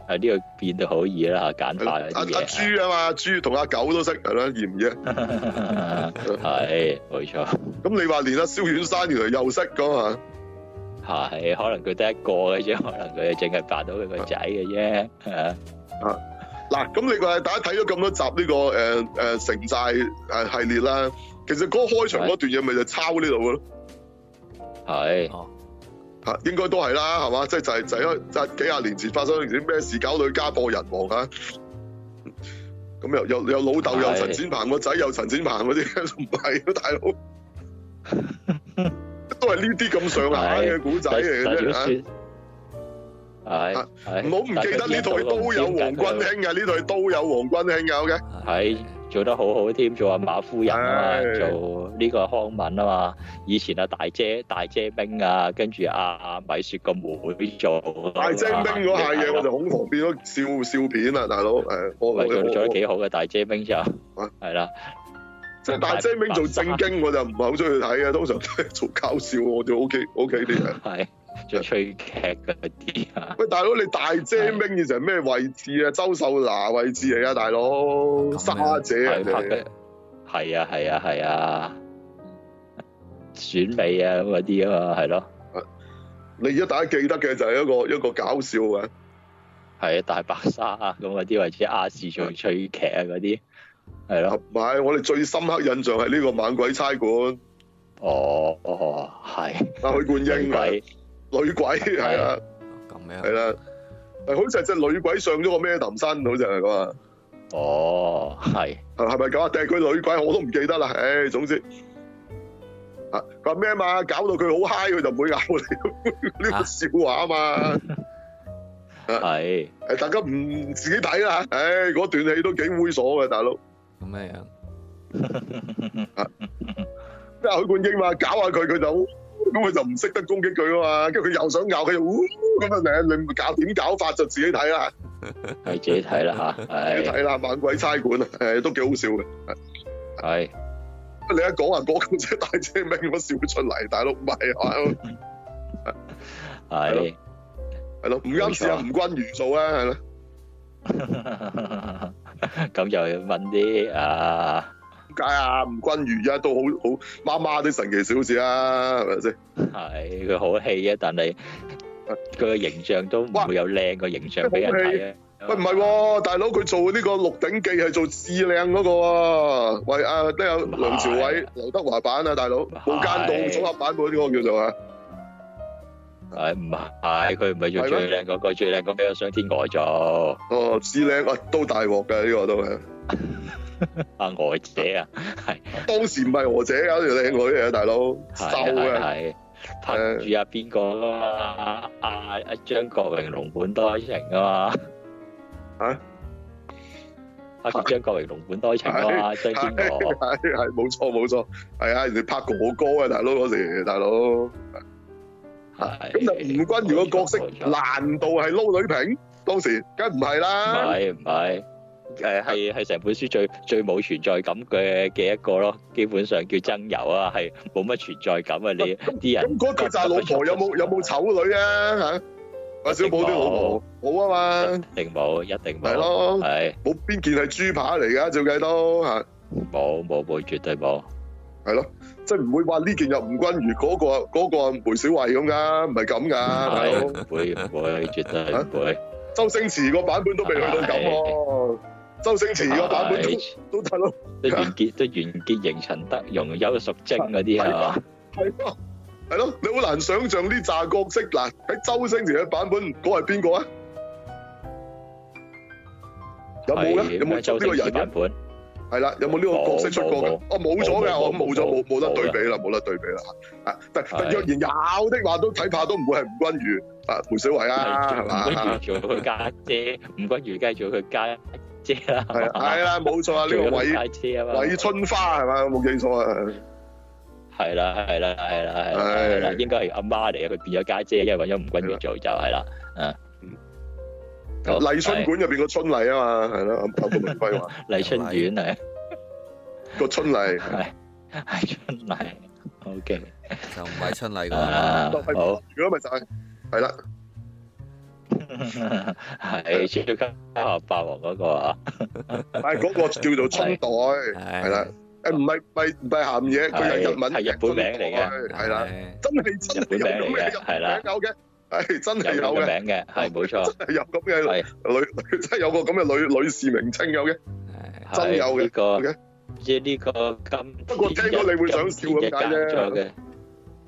B: 啊呢個變到好易啦嚇，簡
A: 阿
B: 化
A: 阿
B: 嗰啲嘢嗯
A: 豬啊嘛，豬同阿狗都識係啦，易唔易啊？
B: 啊。係冇錯。
A: 咁你話連阿蕭遠山原來又識啊噶嘛？
B: [laughs] 係，可能佢得一個嘅啫， [laughs] 可能佢淨係扮到佢個仔嘅啫。 [laughs] 係
A: 嗱，咁你話大家睇咗咁多集呢、個誒誒、呃城寨誒系列啦，其實嗰個開場嗰段嘢咪就抄呢度嘅咯，
B: 係
A: 嚇應啊該都係啦，係嘛？即係就係、就係、因為就係幾廿年前發生咗啲咩事，搞到佢家破人亡嚇。咁又又又老豆又
B: 係
A: 陳展鵬個仔又陳展鵬嗰啲， [laughs] 唔係咯，大佬，都係呢啲咁上下嘅古仔
B: 但
A: 嚟嘅啫
B: 但如果
A: 嚇
B: 算係
A: 啊
B: 係
A: 唔好唔記得呢套係都有黃君興嘅，啊呢套係都有黃君興嘅，OK。啊
D: 啊
B: 係做得好好添，做阿馬夫人啊嘛，
A: 係
B: 做呢個康敏啊嘛。以前阿大姐大姐冰啊，跟住阿阿米雪個妹做啊
A: 大精兵嗰下嘢，我
B: 就
A: 就恐防變咗笑笑片啦，大佬。誒，我我
B: 咪做做
A: 我
B: 得幾好嘅大姐冰就
A: 啊
B: 係啦，
A: 即係大精兵做正經，我就唔係好中意睇嘅。啊通常都係做搞笑，我就 O K O K 啲 [laughs] 嘅。
B: 係做吹劇嗰啲啊，
A: 喂，大佬，你大精兵以前係咩位置啊？周秀娜位置嚟啊，大佬，沙姐啊
B: 係
A: 人
B: 拍
A: 哋
B: 嘅，係啊係啊係啊，選美啊咁嗰啲啊嘛，係咯。
A: 你而家大家記得嘅就係一個一個搞笑嘅，
B: 係啊，大白鯊啊咁嗰啲，或者亞視做趣劇啊嗰啲，係咯。
A: 唔係我哋最深刻印象係呢個猛鬼差館，
B: 哦哦，係。
A: 阿許冠英啊，
B: 鬼
A: 女鬼係啊
D: 咁樣
A: 係啦，好似係隻女鬼上咗個咩氹身，好似係咁啊。
B: 哦，係
A: 係係咪咁啊？定係佢女鬼我都唔記得啦。唉、總之啊，佢話咩嘛？搞到佢好嗨，佢就唔會咬你。 [laughs] 呢個笑話啊嘛，
B: 係
A: 誒大家唔自己睇啦。唉、嗰段戲都幾猥瑣嘅，大佬。
D: 咁樣樣，
A: 即係許冠英嘛，搞下佢佢就咁，佢就唔識得攻擊佢啊嘛。跟住佢又想咬佢，又嗚咁啊！你你搞點搞法就自己睇啦，
B: 係自己睇啦吓，
A: 自己
B: 係
A: 睇啦。猛鬼差館啊，誒都幾好笑嘅。
B: 係
A: 你一講話嗰個隻大隻明，我笑出嚟，大佬唔係啊。
B: 係 [laughs]
A: 係咯，唔啱試下吳君如做啊，係咯，
B: 咁就要問啲啊，
A: 點解啊？吳君如而家都好好麻麻啲神奇小子啊，係咪先？
B: 係佢好戲啊，但係佢個形象都唔會有靚個形象俾人睇啊。
A: 喂，唔係喎，大佬佢做呢個《鹿鼎記》係做致靚嗰個喎，喂啊，都有梁朝偉
B: 唔係、
A: 劉德華版啊，大佬《無間道》組合版本嗰個叫做啊，
B: 係唔係？佢唔係做最靚嗰個，最靚嗰個俾我上天鵝做
A: 哦，致靚啊，都大鑊嘅呢個都係，
B: 阿娥姐啊，係。
A: 當時唔係娥姐啊，條靚女啊，大佬瘦嘅，
B: 係係拍住阿邊個啊嘛？阿阿張國榮龍本多情啊嘛？
A: 啊？
B: 拍住張國榮龍本多情啊嘛？張
A: 係
B: 天鵝
A: 係係冇錯冇錯，係啊，人哋拍過我歌啊，大佬嗰時，大佬。
B: 係
A: 咁就吳君如個角色
B: 冇錯冇錯
A: 難道係撈女平？當時梗唔係
B: 唔
A: 啦，
B: 係唔係誒係係成本書最最冇存在感嘅嘅一個咯，基本上叫曾柔啊，係冇乜存在感啊！你啲
A: 咁
B: 人
A: 嗰句就係老婆有冇有冇醜女啊嚇？阿小寶啲老婆冇啊嘛，
B: 一定冇，一
A: 係
B: 定冇，
A: 咯，
B: 係
A: 冇邊件係豬扒嚟㗎？照計都嚇，
B: 冇冇冇，絕對冇。
A: 係咯，即係唔會話呢件又吳君如，嗰、個嗰、個梅小慧咁噶，唔係咁噶，大佬
B: 係。唔會唔會，絕對唔會。
A: 周星馳個版本都未去到咁喎，周星馳個版本都
B: 係
A: 都大佬
B: 都完結都完結型陳德容、邱淑貞嗰啲係嘛？
A: 係咯，係咯，你好難想象呢扎角色嗱喺周星馳嘅版本嗰係邊個啊？有冇咧？
B: 係
A: 有冇
B: 啊周
A: 呢
B: 星
A: 個人
B: 馳
A: 嘅
B: 版？本？
A: 係啦，有冇呢個角色出過嘅
B: 冇冇？
A: 哦，冇咗
B: 冇
A: 嘅，
B: 冇
A: 我冇咗，冇
B: 冇
A: 冇得
B: 冇
A: 對比啦，冇得對比啦。啊，但
B: 係
A: 但若然有的話，都睇怕都唔會係吳君如啊，梅小慧啊，係嘛
B: 吳？君如做佢家姐，吳君如梗係做佢家姐啦。
A: 係啊
B: [laughs]
A: 係
B: 啊，
A: 啦，冇錯啊，呢
B: 做
A: 個
B: 佢
A: 韋
B: 家姐啊嘛。
A: 韋春花係嘛？冇記錯啊。
B: 係啦，係啦，係啦，係啦，係啦，應該係阿媽嚟嘅，佢變咗家姐，因為揾咗吳君如做就係啦，嗯
A: 嗯。
B: 好
A: 麗春館入邊個春麗啊嘛，係咯，阿阿顧文輝話
B: 麗春院係
A: 個春麗
B: 係係春麗，OK
D: 就唔係春
A: [laughs]
D: 麗噶。
B: 啊好。
A: 如果咪就係係啦，
B: 係超級霸王嗰個啊，
A: [laughs] 但係哎嗰個叫做春代，誒係
D: 係
A: 啦，唔係
B: [laughs]
A: 唔係唔係鹹嘢，佢係日文
B: 係日本名嚟嘅
A: 係啦，
D: 係
A: 真係真係有咁嘅
B: 日本名嚟嘅係
A: 日本
B: 啦
A: 名有嘅，係真係
B: 有
A: 有
B: 呢個
A: 嘅，
B: 名嘅，係冇錯，
A: 真係有咁嘅
B: 係
A: 女女，真係有個咁嘅女女士名稱有嘅，
D: 係
A: 真有嘅
B: 係呢個
A: OK，
B: 即係呢個金。
A: 不過聽到你會想笑咁解啫
B: 嘅。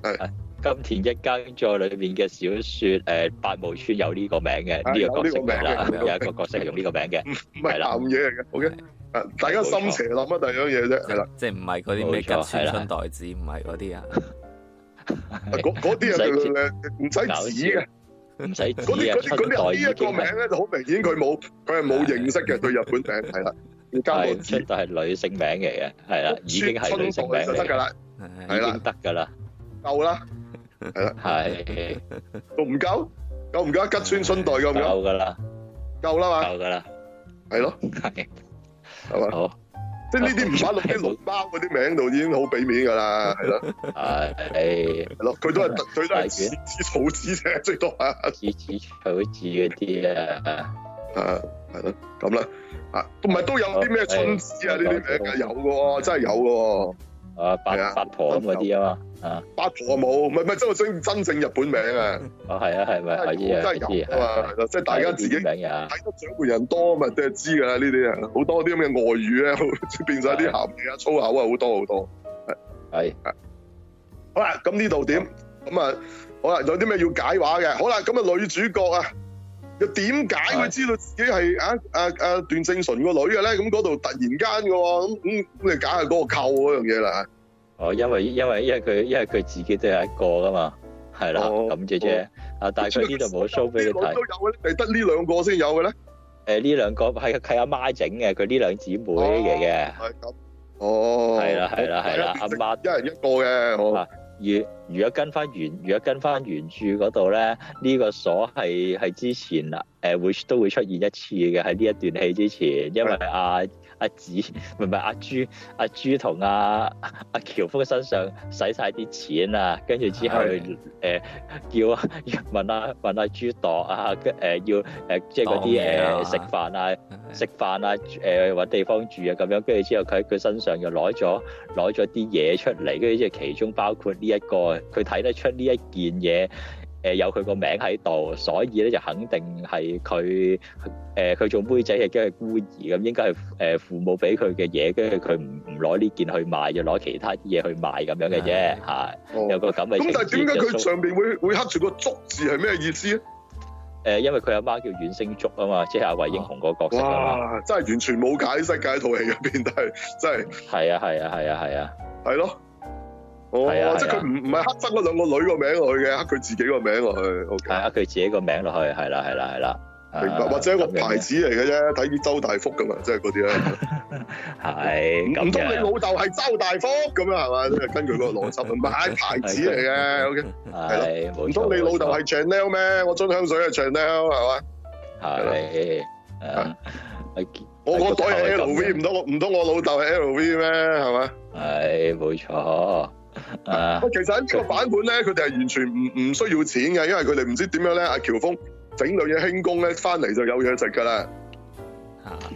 A: 係
B: 係金田一耕作裏面嘅小説，誒八無村有呢個名嘅，
A: 係
B: 呢個角色名啦，
D: 有呢個名嘅
B: 有一個角色係用呢個名嘅，
A: 唔係
B: 係啦
A: 鹹嘢嚟嘅，OK，啊大家心邪諗乜第二樣嘢啫，係啦，
D: 即係唔係嗰啲咩
B: 冇錯
D: 吉村
B: 係啦
D: 春代子，唔係嗰啲啊。
A: 啊嗰嗰啲
B: 唔使
A: 啊唔使
B: 搞
A: 指嘅。
B: 唔使
A: 嗰啲
B: 指
A: 嗰啲
B: 啊，啊春
A: 嗰
B: 代
A: 啲
B: 已
A: 呢一個
B: 經
A: 名
B: 係
A: 咧就好明顯佢冇佢係冇認識嘅對日本名係啦，要加個
B: 係
A: 字
B: 春代係女性名嚟嘅，係啦，已經係女性
A: 村代
B: 名
A: 就
B: 嚟
A: 得㗎
B: 嘅，
A: 啦，係
D: 係
B: 已
A: 啦
B: 經得㗎啦，
A: 夠啦，
B: 係
A: 仲唔夠？夠唔夠？吉村春代夠唔夠？
B: 夠㗎啦，
A: 夠啦嘛，
B: 夠㗎啦，
A: 係咯，
B: 係
A: 係嘛？
B: 好。
A: 即係呢啲唔擺落啲龍貓嗰啲名度已經好俾面㗎啦，係咯，
B: 係
A: 係咯，佢都係佢都係
B: 大卷
A: 指指草紙啫，最多 [laughs] 啊，
B: 指指草指嗰啲啊，
A: 啊係咯，咁啦，啊唔係都有啲咩春子啊呢啲名㗎有嘅喎，真係有嘅喎。
B: 啊八
A: 係啊
B: 八婆咁嗰啲啊嘛，啊，
A: 八婆冇，唔係唔係，真係真正日本名啊，
B: 哦係啊係咪？我
A: 真
B: 知啊，我
A: 係
B: 知
A: 有啊嘛，
B: 啊
A: 係，咯，即係大家自己
B: 係呢啲名啊，
A: 睇得掌門人多咪即係知㗎啦，呢啲啊好多啲咁嘅外語咧，會 [laughs] 變晒啲鹹嘢啊、粗口啊，好多好多。
B: 係
A: 好啦，咁呢度點？咁啊，好啦，有啲咩要解話嘅？好啦，咁啊，女主角啊，又點解佢知道自己係啊啊啊段正淳個女嘅咧？咁嗰度突然間嘅喎，咁咁咁你解下嗰個扣嗰樣嘢啦。
B: 哦，因為因為因為佢因為佢自己都係一個噶嘛，係啦，
A: 哦
B: 咁啫啫，啊，但係佢呢度冇
A: [laughs]
B: show 俾你
A: 啲女都
B: 睇，
A: 有嘅咧，係得呢兩個先有嘅咧。
B: 誒呢兩個係係阿媽整嘅，佢呢兩姊妹嚟嘅，
A: 係咁。哦。
B: 係啦係啦係啦，阿媽。
A: 一人一個嘅，我
B: 啊如如果跟翻原如果跟翻原著嗰度咧，呢、個鎖係係之前啊誒會都會出現一次嘅喺呢一段戲之前，因為阿阿子唔係唔係阿朱阿朱同阿阿喬峰身上使晒啲錢啊，跟住之後誒、叫問阿問阿朱度啊，跟誒要誒即係嗰啲誒食飯啊。食飯啊，誒、揾地方住啊咁樣，跟住之後佢喺佢身上又攞咗攞咗啲嘢出嚟，跟住之後其中包括呢、一個，佢睇得出呢一件嘢。誒有佢個名喺度，所以咧就肯定係佢誒佢做妹仔亦都係孤兒咁，應該係誒父母俾佢嘅嘢，跟住佢唔唔攞呢件去賣，就攞其他啲嘢去賣咁樣嘅啫，
D: 係
B: 嚇
A: 哦
B: 有個咁嘅情
A: 咁
B: 節。
A: 但係點解佢
B: 就
A: 上邊會會刻住個竹字係咩意思咧？
B: 誒？因為佢阿媽叫阮星竹啊嘛，即係阿惠英紅個角色啊嘛，
A: 哇！真係完全冇解釋㗎，喺套戲入邊都係真係
B: 係啊係啊係啊係啊。
A: 係咯。哦
B: 係啊係啊，
A: 即係佢唔唔係刻真嗰兩個女個名落去嘅，刻佢自己個名落去。O
B: 係
A: K，
B: 啊，佢自己個名落去，係啦，係啦，係啦。
A: 明白。
B: 啊
A: 或者一個
B: 咁樣
A: 牌子嚟嘅啫，睇啲周大福㗎嘛，即係嗰啲咧。
B: 係啊
A: 唔
B: 咁
A: 唔通你
B: 樣
A: 老豆係周大福咁樣係嘛？即係根據嗰個邏輯，唔係牌子嚟嘅。O K，
B: 係啊
A: 唔
B: 冇
A: 通
B: 錯。
A: 你老豆係
B: 冇錯
A: Chanel 咩？我樽香水係 Chanel 係嘛？
B: 係啊誒
A: 我個袋係
B: 係咁
A: LV，
B: 樣
A: 唔通我唔通我老豆係 LV 咩？係嘛？
B: 係冇錯
A: [laughs]
B: 啊
A: 喂，其實喺呢個版本咧，佢哋係完全唔唔需要錢嘅，因為佢哋唔知點樣咧，阿喬峰整兩嘢輕功咧，翻嚟就有嘢食㗎啦。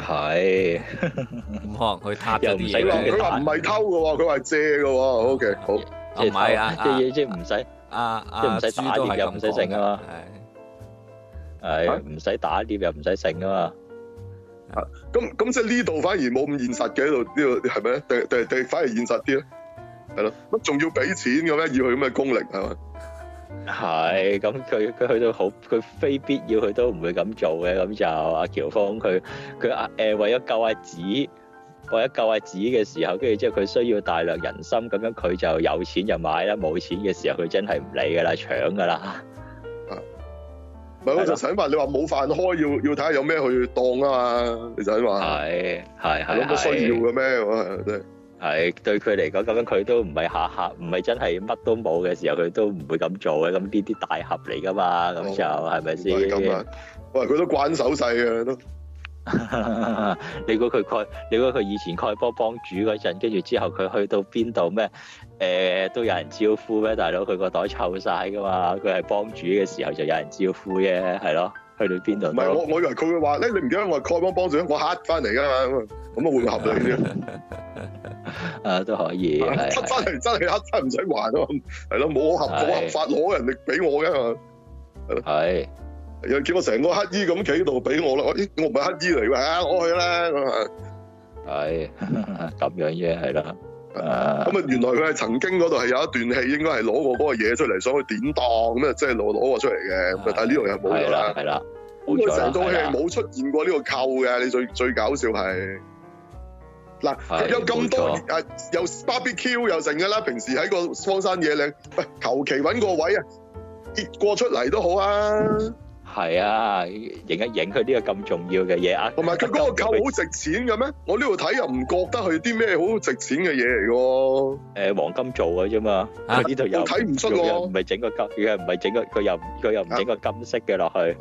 D: 係嚇，
B: 係
D: 唔啊可能去撻咗
B: 又唔
D: 啲
B: 使
D: 嘢
B: 講
D: 咧
B: 佢
A: 佢話唔係偷嘅喎，佢話係借嘅喎。OK，好，
D: 啊唔係啊
B: 即係即係唔使
D: 啊啊，
B: 即係唔使
D: 豬
B: 打
D: 都
B: 獵
D: 係
B: 又
D: 咁
B: 唔使剩啊嘛
D: 講嘅係
B: 係
A: 啊
B: 唔使打獵又唔使剩啊嘛，
A: 咁咁即係呢度反而冇咁現實嘅呢度呢度係咪咧？定定定反而現實啲咧？係咯，乜仲要俾錢嘅咩？要佢咁嘅功力係嘛？
B: 係咁佢佢去到好佢非必要佢都唔會咁做嘅，咁就阿喬峰佢佢啊誒為咗救阿子。為咗救阿子嘅時候，跟住之後佢需要大量人心，咁樣佢就有錢就買啦，冇錢嘅時候佢真係唔理㗎啦，搶㗎啦。
A: 唔係我就想問你話冇飯開，要要睇下有咩去當啊嘛？你就係話
B: 係係
A: 係有
B: 係
A: 乜需要嘅咩？我係真係
B: 係對佢嚟講，咁樣佢都唔係下下，唔係真係乜都冇嘅時候，佢都唔會咁做嘅。咁呢啲大俠嚟噶嘛，咁就係咪
A: 唔係咁啊
B: 先？！
A: 喂，佢都慣手勢啊嘅都。
B: [laughs] 你估佢蓋？你估佢以前蓋波幫主嗰陣，跟住之後佢去到邊度咩？誒、都有人招呼咩？大佬佢個袋臭晒噶嘛，佢係幫主嘅時候就有人招呼啫，係咯。去到邊度
A: 唔係
B: 都
A: 我，我以為佢會話咧，你唔記得我係丐幫幫主，我黑翻嚟㗎嘛，咁啊咁啊會合理啲，
B: 啊都
A: [laughs]
B: 可以，係
A: 黑翻
B: 係
A: 嚟真係黑翻唔使還啊嘛， [laughs] 係咯，冇合冇合法攞人哋俾我㗎嘛，
B: 係
A: 又叫我成個乞衣咁企喺度俾我啦，我咦我唔係乞衣嚟㗎，啊我去啦咁啊，
B: 係 [laughs] 咁樣啫，係啦。啊
A: 咁啊原來佢係曾經嗰度係有一段戲應該係攞過嗰個嘢出嚟，想去典當咁啊，即係攞攞過出嚟嘅，咁啊但係呢度又冇
B: 係
A: 咗
B: 啦
A: 啦，
B: 係啦，啊冇
A: 咁
B: 錯
A: 佢
B: 啦
A: 成套戲
B: 係
A: 係
B: 啦
A: 冇出現過呢個扣嘅，你最最搞笑係。嗱，
B: 係
A: 佢有咁多
B: 冇
A: 啊，又 barbecue 又成嘅啦。平時喺個荒山野嶺，喂，求其揾個位啊，跌過出嚟都好啊。
B: 係啊，影一影佢呢個咁重要嘅嘢啊，
A: 同埋佢嗰個扣好值錢嘅咩？我呢度睇又唔覺得佢啲咩好值錢嘅嘢嚟嘅喎。
B: 誒黃金做嘅啫嘛，
D: 啊
B: 佢呢度又
A: 我睇唔出
B: 佢又唔
A: 喎，
B: 係整個金，佢又唔係整個佢又佢又唔整個金色嘅落去，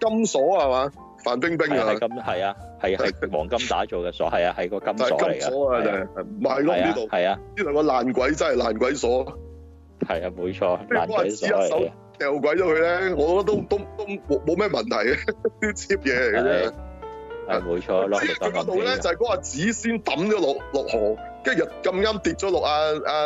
A: 金鎖啊係嘛？范冰冰
B: 係啊
A: 啊
B: 係，金係啊係係黃金打造嘅鎖，係啊係個金
A: 就
B: 鎖
A: 係
B: 嚟
A: 金鎖啊，
B: 嘅，
A: 就
B: 係啊
A: 係唔係咯？呢度呢
B: 係啊
A: 兩個爛鬼真係爛鬼鎖，
B: 係啊冇錯，
A: 你
B: 爛
A: 幫
B: 鬼
A: 人
B: 鎖
A: 指一手
B: 嚟嘅，
A: 掉鬼咗佢咧，我覺得都都都冇冇咩問題嘅， [laughs] 啲 cheap 嘢嚟嘅啫
B: 係。係冇錯，落
A: 即係
B: 嚟
A: 佢嗰
B: 當
A: 度
B: 金
A: 咧
B: 器
A: 就係嗰個紙先抌咗落落河，跟住就咁啱跌咗落啊啊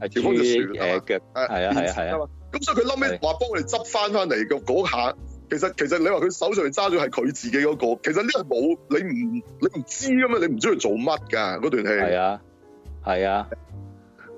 B: 啊，
A: 條嗰隻
B: 豬
A: 船啊
B: 誒腳
A: 啊
B: 係啊係啊係啊
A: 啊嘛！咁所以佢後尾話幫我哋執翻翻嚟嘅嗰下，其實其實你話佢手上揸咗係佢自己嗰、個，其實呢個冇你唔你唔知噶嘛，你唔知佢做乜㗎嗰段
B: 係
A: 戲。
B: 啊係啊，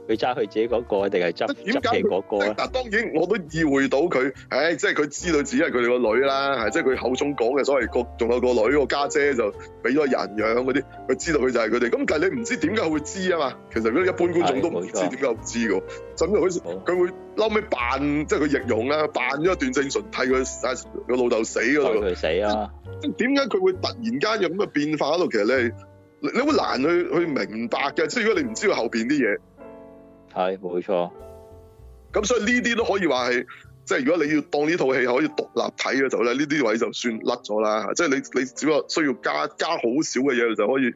B: 佢揸佢自己嗰個定係執
A: 點
B: 執
A: 解
B: 其嗰個
A: 即係
B: 咧？
A: 嗱，當然我都意會到佢，唉、即係佢知道只係佢哋個女啦，係即係佢口中講嘅所謂個，仲有個女個家姐就俾咗人養嗰啲，佢知道佢就係佢哋。咁但係你唔知點解會知啊嘛？其實如果一般觀眾都唔知
B: 係冇錯
A: 點解會知嘅喎，甚至佢
B: 冇
A: 佢會嬲尾扮，即係佢易容啦，扮咗一段正純替佢啊個老豆死嗰
B: 代
A: 度。
B: 佢死啊！
A: 即係點解佢會突然間有咁嘅變化喺度？其實你係你你好難去去明白嘅，即係如果你唔知道後邊啲嘢。
B: 係冇錯，
A: 咁所以呢啲都可以話係，即係如果你要當呢套戲可以獨立睇嘅時候咧，呢啲位就算甩咗啦。即係你你只不過需要加加好少嘅嘢就可以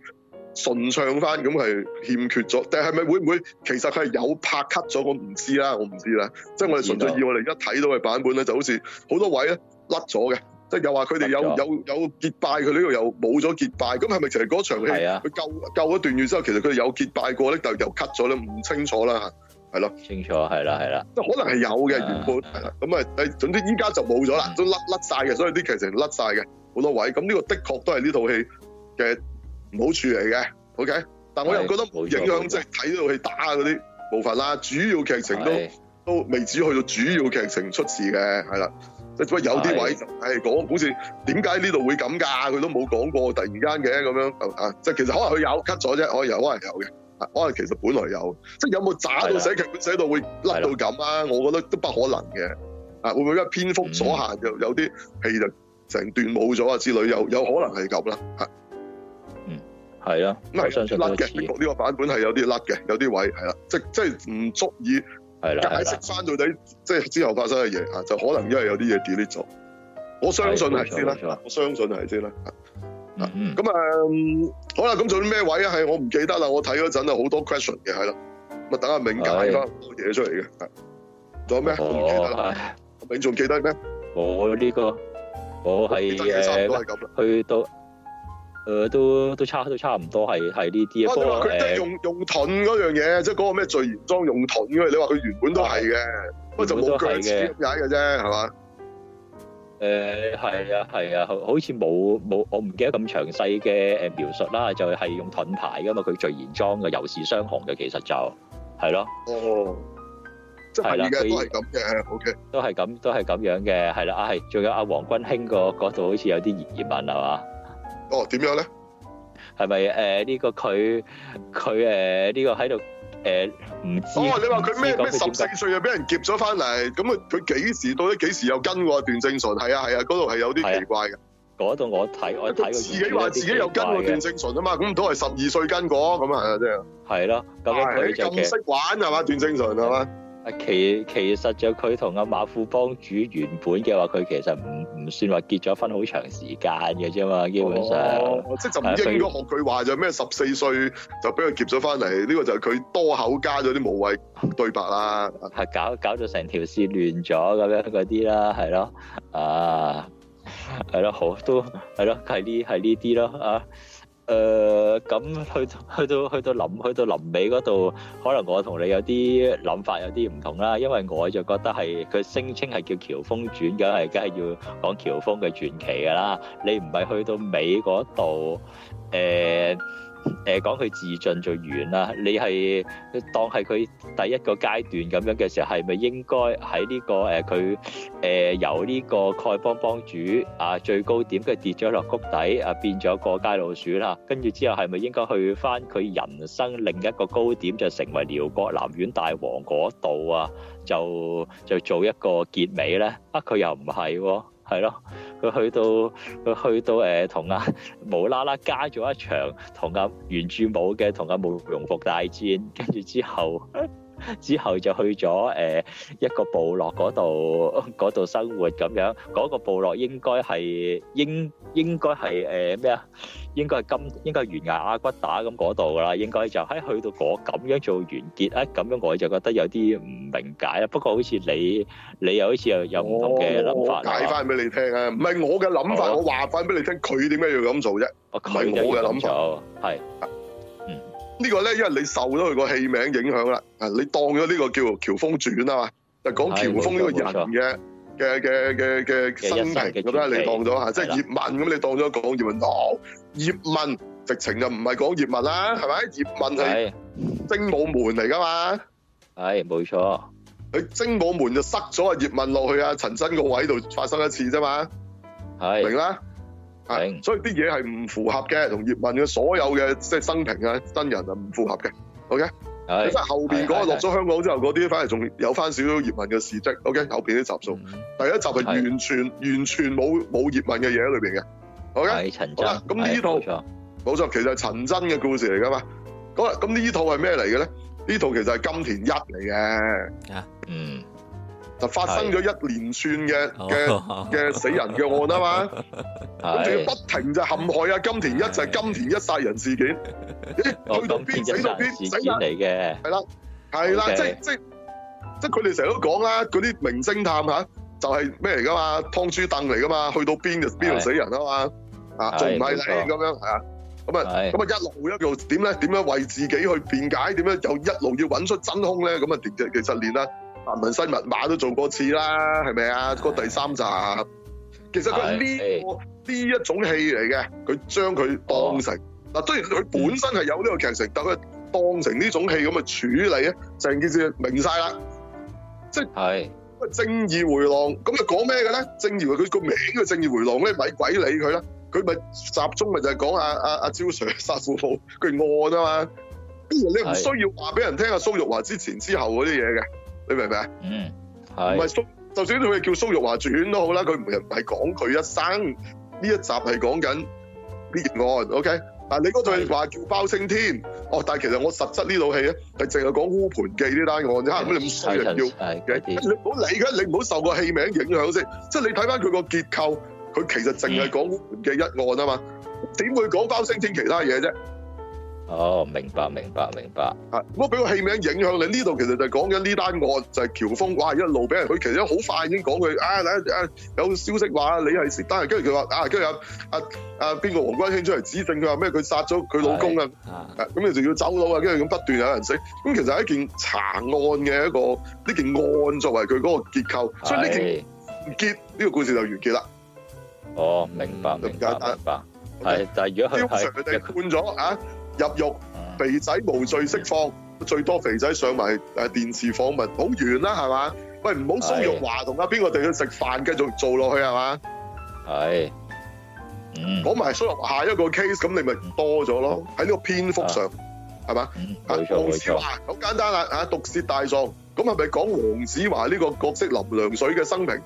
A: 順暢翻，咁係欠缺咗。但係咪會唔會其實佢係有拍 cut 咗？我唔知啦，我唔知啦。即係我哋純粹以我哋而家睇到嘅版本咧，就好似好多位咧甩咗嘅。即係又話佢哋有
B: 甩咗
A: 有有結拜，佢呢度又冇咗結拜，咁係咪其實嗰場戲
B: 係啊
A: 佢救救咗段月之後，其實佢哋有結拜過咧，但係又 cut 咗咧，唔清楚啦嚇。
B: 清楚係啦係啦，
A: 即係可能係有嘅
B: 啊
A: 原本係啦，咁啊，誒總之依家就冇咗啦，啊都甩甩晒嘅，所以啲劇情甩晒嘅好多位，咁呢個的確都係呢套戲嘅唔好處嚟嘅，OK？但我又覺得冇影響
B: 冇錯冇錯
A: 即係睇呢套戲打嗰啲部分啦，主要劇情都
B: 係
A: 都未至於去到主要劇情出事嘅，係啦。即係不過有啲位就係講，好似點解呢度會咁㗎？佢都冇講過，突然間嘅咁樣啊！即係其實可能佢有 cut 咗啫，可能有，可能有嘅，啊可能其實本來有，即係有冇渣
B: 係
A: 到
B: 啦
A: 寫劇本寫到會甩到咁啊？我覺得都不可能嘅。啊，會唔會因為篇幅所限，
B: 嗯
A: 有有啲戲就成段冇咗啊之類，有有可能係咁啦。嚇，
B: 係咯，
A: 咁啊
B: 我相信
A: 甩
B: 都似
A: 嘅，的確呢個版本係有啲甩嘅，有啲位係啦，即即係唔足以。
B: 係啦
A: 解
B: 係啦，
A: 釋翻到底即係之後發生嘅嘢啊，就可能因為有啲嘢 delete 咗。我相信係先啦
B: 係冇錯冇錯，
A: 我相信係先啦。
B: 嗯嗯
A: 咁啊、嗯好啦，咁仲有啲咩位啊？係我唔記得啦，我睇嗰陣啊好多 question 嘅，係啦。咁啊，等阿銘解翻好多嘢出嚟嘅。係仲有咩？我唔記得啦。
B: 哦
A: 阿銘仲記得咩？
B: 我呢個我
A: 記
B: 係 ờ,
A: 得嘅差唔多係
B: 誒
A: 咁啦。
B: 去到誒都都差都差唔多係係呢啲啊。
A: 哇
B: 不
A: 你話
B: 過
A: 佢即係
B: 誒
A: 用用盾嗰樣嘢，即係嗰個咩聚賢裝用盾嗰樣，你話佢原本都係嘅，不過就冇腳趾咁解嘅啫，係嘛？
B: ờ, 誒係啊係啊，好好似冇冇我唔記得咁詳細嘅誒描述啦，就係用盾牌噶嘛，佢聚賢裝嘅尤氏雙雄嘅其實就係咯。
A: 哦，即係
B: 係啦
A: 嘅，都係
B: 佢
A: 咁嘅。O K，
B: 都係咁，都係咁樣嘅，係啦，啊係，仲有阿黃君興個嗰度好似有啲疑問係嘛？
A: 哦點樣咧？
B: 係咪誒呢個佢佢誒呃呢個喺度誒唔知？
A: 哦，你話
B: 唔知
A: 佢咩咩
B: 講佢
A: 十
B: 點解
A: 四歲就俾人劫咗翻嚟，咁佢佢幾時到底幾時又跟過段正淳？係啊係啊，嗰度係有啲奇怪嘅。
B: 嗰度我睇我睇個
A: 佢自己
B: 原著
A: 話
B: 有啲
A: 自己又跟過
B: 奇怪嘅
A: 段正淳啊嘛，咁唔通係十二歲跟過咁啊？真係，
B: 係咯，咁樣
A: 唉
B: 佢就
A: 咁
B: 嘅啊
A: 識玩係嘛？段正淳係嘛？
B: 其其實就佢同阿馬富幫主原本嘅話，佢其實唔唔算話結咗婚好長時間嘅啫嘛，基本上。
A: 哦，即係就唔應該學佢話就咩十四歲就俾佢劫咗翻嚟，呢、個就係佢多口加咗啲無謂對白啦。
B: 係 [laughs] 搞搞到成條線亂咗咁樣嗰啲啦，係咯，啊，係咯，好都係咯，係呢係呢啲咯，啊，誒、咁去到去到去到臨去到臨尾嗰度，可能我同你有啲諗法有啲唔同啦，因為我就覺得係佢聲稱係叫《喬峰傳》，梗係梗係要講喬峰嘅傳奇㗎啦，你唔係去到尾嗰度，誒、誒講佢自盡就完啦，你係當係佢第一個階段咁樣嘅時候，係咪應該喺呢、個誒佢誒由呢個丐幫幫主啊最高點，跟住跌咗落谷底啊變咗個街老鼠啦，跟住之後係咪應該去翻佢人生另一個高點，就成為遼國南院大王嗰度啊，就就做一個結尾咧？啊，佢又唔係喎，係咯，佢去到佢去到誒同阿 [laughs] 無啦啦加咗一場同阿原著冇嘅同阿慕容復大戰，跟住之後。 [laughs] 之後就去咗誒、呃一個部落嗰度 [laughs] 嗰度生活咁樣，嗰、個部落應該係應應該係誒咩啊？應該係金應該係懸崖骨打咁嗰度㗎啦，應該就喺去到嗰咁樣做完結啊，咁樣我就覺得有啲唔明解啊。不過好似你你又好似有有唔同嘅諗法
A: 我解
B: 啊，
A: 翻俾你聽啊，唔係我嘅諗法，
B: 好啊
A: 我話翻俾你聽，佢點解要咁做啫？唔
B: 哦佢
A: 係
B: 就
A: 我嘅
B: 要
A: 諗
B: 咁
A: 法
B: 做，係
A: 呢個咧，因為你受咗佢個戲名影響啦，啊，你當咗呢個叫《喬峰傳》啊嘛，就講
B: 係
A: 喬峰呢個
B: 冇錯冇
A: 人嘅嘅嘅嘅嘅
B: 嘅
A: 生
B: 一生
A: 平
B: 嘅
A: 咁啦，
B: 傳
A: 你
B: 奇
A: 當咗嚇，啊即係
B: 係啦
A: 葉問咁，你當咗講葉問，no，葉問直情就唔係講葉問啦，係咪？葉問係
B: 係
A: 精武門嚟噶嘛，
B: 係冇錯，
A: 佢精武門就塞咗阿葉問落去啊陳真個位度發生一次啫嘛，明
B: 係
A: 啦？啊
B: 明
A: 所以啲嘢係唔符合嘅，同葉問嘅所有嘅即係生平啊真人啊唔符合嘅。
B: 係
A: 咁即係後邊嗰個落咗香港之後，嗰啲反而仲有翻少少葉問嘅事蹟。OK，後邊啲集數，第一集嗯係完全完全冇冇葉問嘅嘢喺裏邊嘅。OK，
B: 係陳
A: 好
B: 真
A: 啦，咁呢
B: 係
A: 套
B: 冇錯
A: 冇錯，其實係陳真嘅故事嚟噶嘛。好啦，咁呢套係咩嚟嘅咧？呢套其實係金田一嚟嘅，
B: 嗯。
A: 就發生咗一連串嘅嘅
D: 哦
A: 嘅死人嘅案啊嘛。咁仲要
B: 係
A: 不停就陷害啊金田一，就係金田一殺人事件。咦
B: 哦，
A: 去到
B: 咁
A: 邊
B: 天一
A: 死到
B: 神
A: 邊
B: 事
A: 死
B: 件
A: 啦！
B: 嚟嘅，
A: 係啦
B: OK
A: 即係即係即係佢哋成日都講啦，嗰啲名偵探嚇就係咩嚟噶嘛？湯豬凳嚟噶嘛？去到邊就邊度死人啊嘛！啊，
B: 係
A: 仲唔係你
B: 冇錯
A: 咁樣係啊？咁啊
B: 係
A: 咁啊一路一路點咧？點樣為自己去辯解？點樣又一路要揾出真兇咧？咁啊，其實其實連啊達文西密碼都做過次啦，係咪啊？嗰第三集其實佢呢個呢一種戲嚟嘅，佢將佢當成嗱，雖然佢本身係有呢個劇情，但佢當成呢種戲咁去處理咧，成件事明晒啦。
B: 係
A: 咁啊正義回廊咁啊講咩嘅咧？正義佢個名叫正義回廊咧，咪鬼理佢啦。佢咪集中咪就係講阿阿阿招 Sir [laughs] 殺父母，佢案啊嘛。跟住你唔
B: 係
A: 需要話俾人聽阿啊蘇玉華之前之後嗰啲嘢嘅，你明唔明啊？
B: 嗯
A: 唔係
B: 係
A: 蘇，就算佢叫蘇玉華傳都好啦，佢唔係唔係講佢一生呢一集係講緊呢件案，OK？但你嗰
B: 係
A: 套話叫包青天，哦，但係其實我實質呢套戲咧係淨係講烏盤記呢單案啫，咁你咁衰
B: 係
A: 人
B: 陳
A: 叫
B: 係嗰
A: 嘅，
B: 啲
A: 你唔好理佢，你唔好受個戲名影響先，即係你睇翻佢個結構，佢其實淨係講烏盤記一案啊嘛，點會講包青天其他嘢啫？
B: 哦，明白明白明白，
A: 係，不過俾個戲名影響你呢度，其實就係講緊呢單案，就係、喬峰哇一路俾人，佢其實好快已經講佢啊啊有消息話你係薛丹，跟住佢話啊，跟住阿阿阿邊個黃君興出嚟指證佢話咩？佢殺咗佢老公啊！
D: [laughs] 啊，
A: 啊咁你就要走佬啊，跟住咁不斷有人死，咁其實係一件查案嘅一個呢件案作為佢嗰個結構，所以呢件
B: 係，
A: 結呢、個故事就完結
B: [laughs]
A: 啦。
B: 哦，明白
D: 嗯
B: 明白
A: 簡單
B: 明白，係，但係如果
A: 基
B: 佢
A: 本上佢
B: 係
A: 哋
B: 一個
A: 判咗啊入獄，肥仔無罪釋放，最多肥仔上埋誒電視訪問，好完啦係嘛？喂唔好蘇玉華同阿邊個哋去食飯，繼續做落去係嘛？
B: 係，嗯，
A: 講埋蘇玉華下一個 case，咁你咪多咗咯，喺呢個篇幅上係嘛？
B: 嗯
A: 啊
B: 冇錯
A: 黃
B: 冇
A: 子
B: 錯，
A: 華好簡單啦，嚇毒舌大狀，咁係咪講黃子華呢個角色林涼水嘅生平？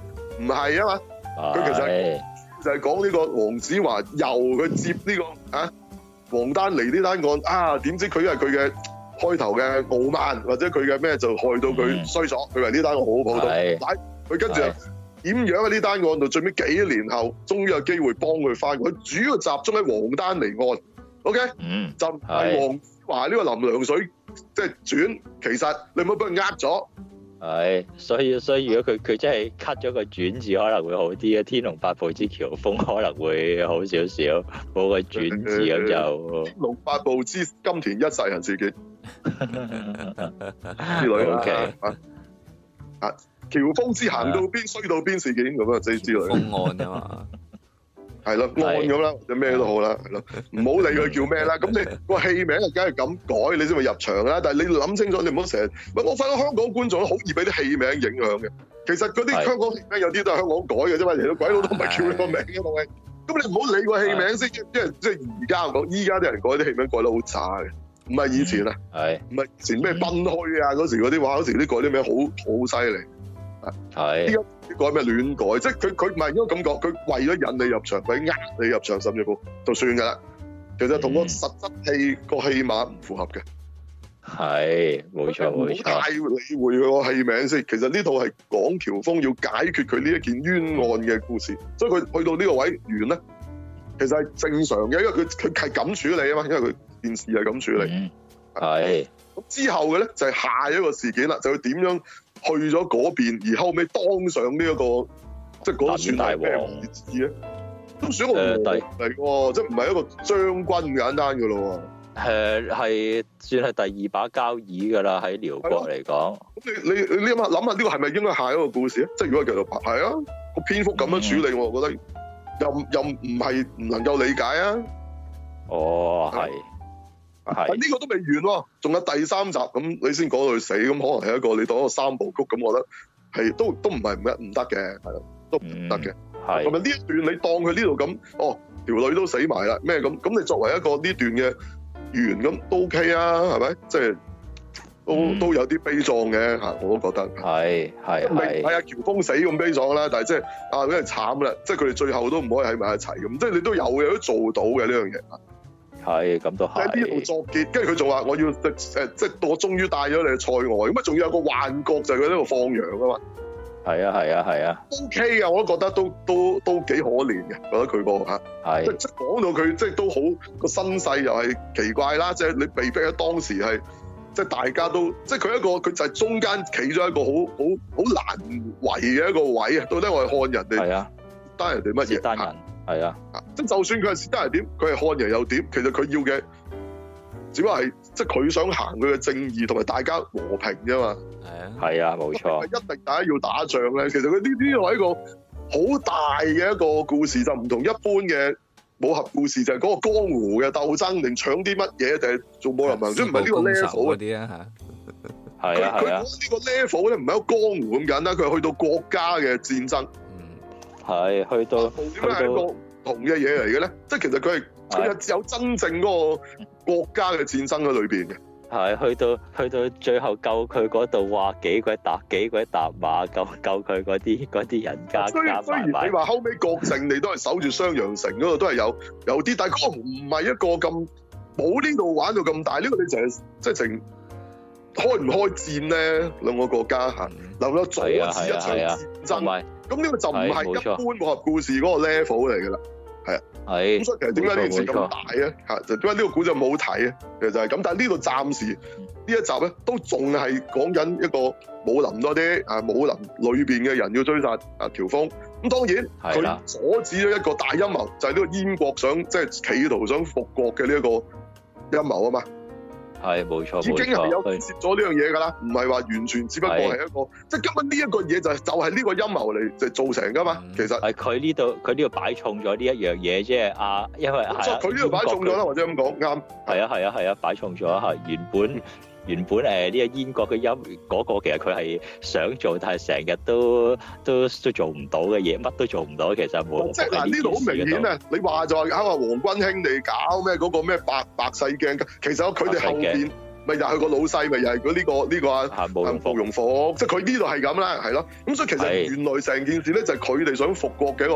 A: 唔係啊嘛，佢其實
B: 係，
A: 就係講呢個黃子華由佢接呢、個啊黃丹妮呢單案啊，點知佢因為佢嘅開頭嘅傲慢或者佢嘅咩就害到佢
B: 嗯
A: 衰咗，佢話呢單案好普通，
B: 係
A: 佢跟住啊
B: 係
A: 點樣喺呢單案度最尾幾年後，終於有機會幫佢翻，佢主要集中喺黃丹妮案，OK。
B: 嗯，
A: 就唔係黃子華呢個林涼水即係轉，其實你唔好俾佢呃咗。
B: 係，所以所以如果佢佢真係 cut 咗個轉字可能會好啲啊，《天龍八部之喬峰》可能會好少少，冇個轉字咁就
A: [laughs] 《龍八部之金田一殺人事件》之類
B: OK
A: 啦，啊啊喬峰之行到邊衰到邊事件咁啊，即係之類啦，
D: 方案啊嘛，
A: 係咯，
B: 係
A: 案咁啦，或者咩都好啦，係咯，唔好理佢叫
B: [laughs]
A: 咩啦。咁你個戲名啊，梗係咁改，你先會入場啦。但係你諗清楚，你唔好成日。喂，我發覺香港觀眾好易俾啲戲名影響嘅。其實嗰啲
B: 係
A: 香港戲名有啲都係香港改嘅啫嘛，其實鬼佬都唔係叫你個名嘅，同咁你唔好理個戲名先，即係即係而家我講，依家啲人改啲戲名改得好渣嘅，唔係以前啊，
B: 係
A: 唔係以前咩賓虛啊嗰時嗰啲，哇嗰時啲改啲名好好犀利，
B: 係
A: 啲改咩亂改，即係佢佢唔係應該咁講，佢為咗引你入場，佢呃你入場，甚至乎就算㗎啦。其實同個
B: 嗯
A: 實質戲個戲碼唔符合嘅，
B: 係冇錯冇
A: 唔好
B: 錯
A: 太，理會佢個戲名先。其實呢套係講喬峰要解決佢呢一件冤案嘅故事，所以佢去到呢個位完咧，其實係正常嘅，因為佢佢係咁處理啊嘛，因為佢件事係咁處理。
B: 嗯係
A: 咁之後嘅咧就係、下一個事件啦，就佢點樣去咗嗰邊，而後尾當上呢、一個即係嗰個算係咩位置咧？都算一個
B: 誒
A: 王
B: 第
A: 嚟喎，即係唔係一個將軍咁簡單嘅咯
B: 誒係算係第二把交椅㗎啦，喺遼國嚟講。
A: 喎。咁你你你諗下諗下呢個係咪應該下一個故事啊咧？即係如果繼續拍係啊，個篇幅咁樣處理，我
B: 嗯
A: 覺得又唔又唔係唔能夠理解啊。
B: 哦，係
A: 但
B: 係
A: 呢個都未完喎，仲有第三集咁，你先講到佢死咁，可能係一個你當一個三部曲咁，我覺得係都都唔係唔得唔得嘅，係咯，都唔得嘅。同
B: 嗯係
A: 埋呢一段你當佢呢度咁，哦條女都死埋啦咩咁，咁你作為一個呢段嘅完咁都 OK 啊，係咪？即係都、
B: 嗯
A: 都有啲悲壯嘅嚇，我都覺得。
B: 係係
A: 明係
B: 係
A: 啊，喬峰死咁悲壯啦，但係即係啊，真係慘啦！即係佢哋最後都唔可以喺埋一齊咁，即係你
B: 嗯
A: 都有嘅，都做到嘅呢樣嘢。
B: 係，咁都
A: 喺呢度
B: 係
A: 作結，跟住佢仲話我要誒即係我終於帶咗你去塞外，咁啊仲有個幻覺就係佢喺度放羊啊嘛。
B: 係啊係啊係啊
A: O K 嘅，我都覺得都都都幾可憐嘅，覺得佢個啊嚇。即
B: 係
A: 即講到佢即係都好個身世又係奇怪啦，即係你被逼喺當時係即係大家都即係佢一個佢就係中間企咗一個好好好難為嘅一個位啊！到底我係漢人定
B: 係啊，
A: 單人定乜
B: 契
A: 嘢？
B: 丹人係啊
A: 啊即係就算佢係斯丹人點，佢係漢人又點？其實佢要嘅只不過係即係佢想行佢嘅正義同埋大家和平啫嘛。
D: 係啊，
B: 係啊，冇
A: 係
B: 錯
A: [laughs] 一定大家要打仗咧。其實佢呢呢個係一個好大嘅一個故事，就唔同一般嘅武俠故事，就係、嗰個江湖嘅鬥爭，定搶啲乜嘢，定係做武
B: 啊
A: 林盟，即係唔係呢個
D: 公手
A: level 嘅。
D: 嗰啲啊
B: 係
A: 佢
B: 啊
A: 佢
B: 係啊
A: 講呢個 level 咧，唔係一個江湖咁簡單，佢係去到國家嘅戰爭，
D: 嚇，嗯，
B: 係去到
A: 點解係一個
B: 哦去
A: 唔同嘅嘢嚟嘅咧？即係其實佢係佢係有真正嗰個國家嘅戰爭喺裏邊嘅。
B: 係去到去到最後救佢嗰度，哇幾鬼搭幾鬼搭馬救救佢嗰啲嗰啲人家
A: 雖
B: 啊加
A: 雖然
B: 埋埋
A: 你話後尾郭靖你都係守住襄陽城嗰度都係有有啲，但係嗰個唔係一個咁冇呢度玩到咁大，呢、個你成日即係成開唔開戰咧兩個國家嚇，
D: 嗯
A: 能夠阻止一場
B: 係啊係啊係
A: 戰
B: 啊同
A: 爭，
B: 埋
A: 咁呢個就唔
B: 係冇
A: 係
B: 錯
A: 一般武俠故事嗰個 level 嚟㗎啦。
B: 係
A: 咁所以其實點解呢件事咁大咧？嚇，就點解呢個古仔冇睇啊？其實就係咁，但係呢度暫時呢一集咧都仲係講緊一個武林多啲啊，武林裏邊嘅人要追殺啊喬峯。咁當然
B: 係啦
A: 佢阻止咗一個大陰謀，就係、呢個燕國想即係企圖想復國嘅呢一個陰謀啊嘛。
B: 係冇錯
A: 已經
B: 冇
A: 係有
B: 錯，
A: 牽涉咗呢樣嘢㗎啦，唔係話完全，只不過係一個即係根本呢一個嘢就係就係呢個陰謀嚟就造成㗎嘛
D: 嗯。
A: 其實
B: 係佢呢度佢呢度擺重咗呢一樣嘢，即係啊，因為
A: 咁所以
B: 係
A: 佢呢度擺中咗啦，或者咁講啱。
B: 係啊係啊係啊，擺重咗係原本原本誒呢個英國嘅音嗰個其實佢係想做，但係成日都都都做唔到嘅嘢，乜都做唔到，其實冇。
A: 即係嗱，呢度好明顯
B: 啊！
A: 啊！你話就係啱啊，黃君兄你搞咩嗰個咩白白細鏡，其實佢哋後邊咪又係佢個老細，咪又係佢呢個呢個啊。
B: 係冇用
A: 啊
B: 服，
A: 容服，即係佢呢度係咁啦，係咯。咁所以其
B: 係
A: 實原來成件事咧就係佢哋想復國嘅一個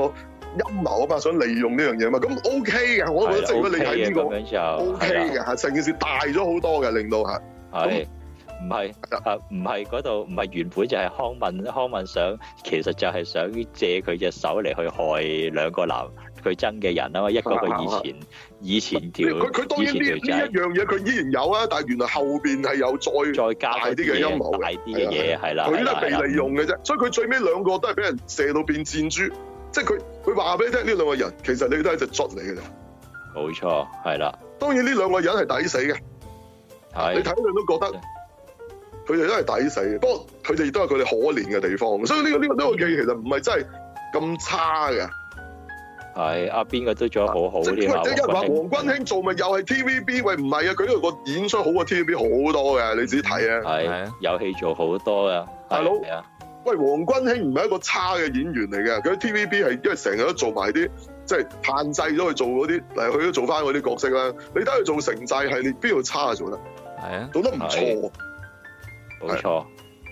A: 陰謀啊嘛，想利用呢樣嘢啊嘛。咁 OK 嘅，我覺得即係如果你睇呢個
B: 係啦啊 OK 嘅咁樣就
A: OK
B: 係
A: 嘅，
B: 啦
A: 係成件事大咗好多嘅，令到係
B: 係唔係啊？唔係嗰度，唔係原本就係康敏，康敏想其實就係想借佢隻手嚟去害兩個男佢憎嘅人啊嘛，一個佢以前以前條
A: 佢佢當
B: 以
A: 然呢
B: 前條
A: 呢
B: 仔
A: 一。樣嘢佢依然有啊，但係原來後邊係有再。
B: 再加
A: 大啲嘅陰謀
B: 大啲嘅嘢係啦，
A: 佢
B: 係
A: 都
B: 啦
A: 係被利用嘅啫，所以佢最尾兩個都係俾人射到變箭豬，即係佢佢話俾你聽呢兩個人其實你都係隻卒嚟嘅啫。
B: 冇錯，係啦，
A: 當然呢兩個人係抵死嘅，
B: 係
A: 你睇佢都覺得佢哋都係抵死嘅。不過佢哋亦都係佢哋可憐嘅地方，所以呢、個呢、個呢、個戲其實唔係真係咁差嘅。
B: 係啊，邊個都做得好好
A: 即係
B: 添啊！
A: 即係一話黃君
B: 興
A: 馨做咪又係 TVB？喂，唔係啊，佢呢度個演出好過 TVB 好多嘅，你自己睇啊。
B: 係
D: 係啊
B: 有戲做好多啊，
A: 大佬
B: 係啊，
A: 喂，黃君馨唔係一個差嘅演員嚟嘅，佢喺 TVB 係因為成日都做埋啲即係限制咗佢做嗰啲，誒佢都做翻嗰啲角色啦。你睇佢做城寨系列，邊度差啊？做得
D: 係啊，
A: 做得唔錯，
B: 冇錯，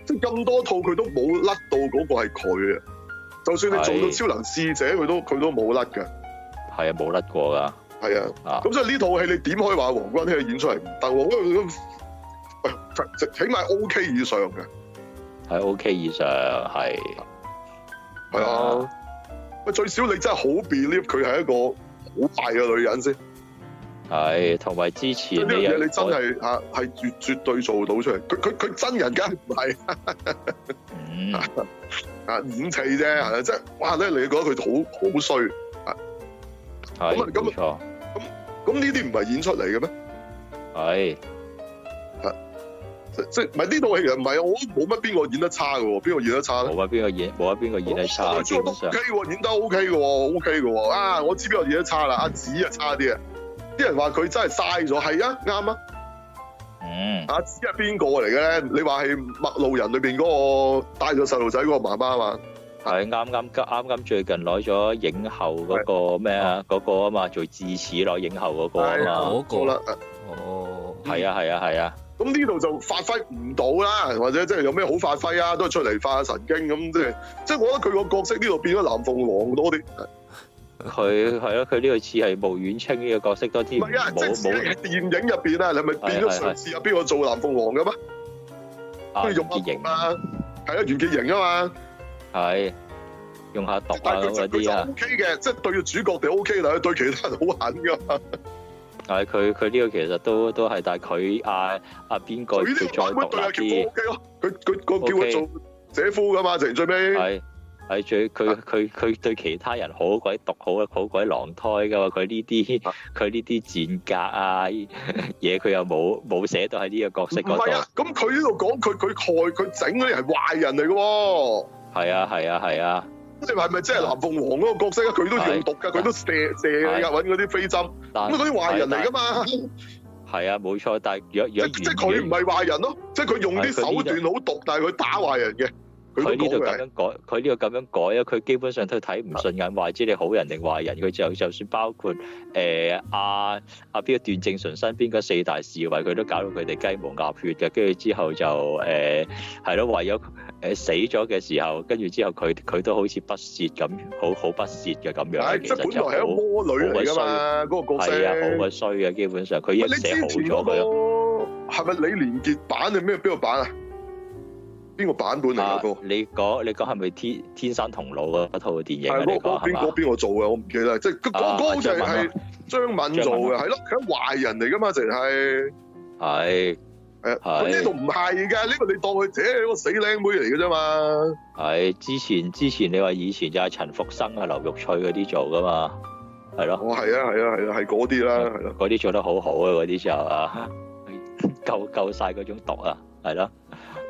A: 即係咁多套佢都冇甩到嗰個係佢啊！就算你做到
B: 係
A: 超能使者，佢都佢都冇甩嘅，
B: 係啊，冇甩過㗎
A: 係啊。
B: 啊，
A: 咁所以呢套戲你點可以話黃君馨嘅演出係唔得喎？因為佢喂起碼 O K 以上嘅，
B: 係 OK 以上係
A: 係
B: 哦
A: 啊。喂，最少你真係好 believe 佢係一個好壞嘅女人先。
B: 啊係，同埋之
A: 呢樣
B: 前你
A: 嘢
B: 有
A: 你真係啊，係絕絕對做到出嚟。佢佢佢真人梗係唔係
B: 嗯
A: 啊演戲啫，係啊啦，即係哇咧，你覺得佢好好衰，
B: 係
A: 咁啊咁
B: 冇錯
A: 咁呢啲唔係演出嚟嘅咩？
B: 係
A: 即即係唔係呢套戲其實唔係，我冇乜邊個演得差嘅喎，邊個演得差
B: 冇
A: 咧？
B: 乜邊個演冇乜邊個演得差，
A: 啊我知
B: 基
A: 道都
B: 本
A: OK
B: 上
A: 喎，演得 OK 嘅喎，OK 嘅喎。啊，我知邊個演得差啦，阿紫啊差啲啊。啲人話佢真係嘥咗，係啊，啱啊。
B: 嗯
A: 阿紫係邊個嚟嘅咧？你話係麥路人裏邊嗰個帶咗細路仔嗰個媽媽啊嘛？
B: 係啱啱啱啱最近攞咗影后嗰個咩啊嗰個啊嘛，做智齒攞影后嗰個啊
A: 係
B: 嘛，
D: 嗰
A: 好
D: 個
A: 啦，
D: 哦， [laughs]
B: 係啊係啊係啊。
A: 咁呢度就發揮唔到啦，或者即係有咩好發揮啊？都係出嚟發下神經咁，即係即係我覺得佢個角色呢度變咗藍鳳凰多啲，
B: 佢係咯，佢呢個似係毛遠清呢個角色多啲，
A: 唔係啊！即係
B: 冇
A: 自己喺
B: 冇
A: 電影入邊啊，你咪變咗上次啊？邊個做藍鳳凰嘅咩？
B: 啊
A: 都係
B: 用
A: 用
B: 啲型，
A: 啊，係啊，袁潔瑩啊嘛，
B: 係用下毒
A: 但
B: 啊
A: 係佢
B: 嗰
A: 就佢
B: 啲
A: 就
B: 啊，
A: O K 嘅，即係對個主角就 O K 啦，對其他人好狠
B: [laughs]
A: 㗎嘛。
B: 係佢佢呢個其實都都係，但係佢啊啊邊個
A: 佢
B: 佢
A: 呢個版
B: 再
A: 本
B: 獨
A: 對阿喬
B: 立啲
A: 夫 O K 咯，佢佢佢叫佢
B: OK
A: 做姐夫㗎嘛，成最尾。
B: 係。係最佢
A: 啊
B: 佢佢對其他人好鬼毒好啊好鬼狼胎噶喎，佢呢啲
A: 啊
B: [laughs] 佢呢啲賤格啊嘢佢又冇冇寫到喺呢個角色
A: 唔
B: 嗰
A: 係啊
B: 度，，
A: 咁佢呢度講佢佢害佢整嗰啲人係壞人嚟嘅喎。
B: 係啊係啊係啊，
A: 你係咪真係藍鳳凰嗰個角色啊？佢都用毒㗎，佢都射射㗎，
B: 係
A: 揾嗰啲飛針，
B: 但
A: 咁啊嗰啲壞人嚟㗎嘛？即
B: 係啊冇錯，但係若若
A: 即係佢唔
B: 原
A: 係壞人咯，即係佢用啲
B: 係佢呢
A: 手段好毒，但係佢打壞人嘅，佢
B: 佢呢
A: 都
B: 度
A: 講嘅。
B: 咁樣改，佢呢度咁樣改啊！佢基本上都睇唔順眼，話知你好人定壞人。佢就就算包括誒阿阿邊個段正淳身邊嗰四大侍衛，佢都搞到佢哋雞毛鴨血嘅。跟住之後就誒係咯，為咗誒死咗嘅時候，跟住之後佢佢都好似不屑咁，好好不屑嘅咁樣。
A: 係
B: 其
A: 即係
B: 實就
A: 本來係一個
B: 好
A: 魔女嚟㗎嘛，嗰個角色。
B: 係啊，好鬼衰嘅。基本上佢一
A: 喂你之
B: 寫好
A: 前
B: 咗啊
A: 嗰個
B: 佢咯，
A: 係咪李連杰版定咩邊個版啊？邊個版本嚟
B: 啊
A: 嘅嗰個？
B: 你講你講係咪天天山童姥嗰套電影啊？
A: 係
B: 你
A: 嗰嗰
B: 講
A: 邊
B: 係
A: 嗰
B: 嘛？
A: 邊個做嘅，我唔記得。即係嗰
B: 啊
A: 嗰個好似係
B: 張敏
A: 係張敏做
B: 張敏
A: 嘅，係咯，佢係壞人嚟噶嘛，淨係
B: 係
A: 誒。
B: 係
A: 咁呢度唔係嘅，呢個你當佢自己係一個死靚妹嚟嘅啫嘛。
B: 係之前之前你話以前就係陳福生啊、劉玉翠嗰啲做噶嘛，係咯，
A: 哦，係啊，係啊，係啊，係嗰啲啦，係啦。
B: 嗰啲做得好好啊，嗰啲就啊， [laughs] 夠夠晒嗰種毒啊，係咯，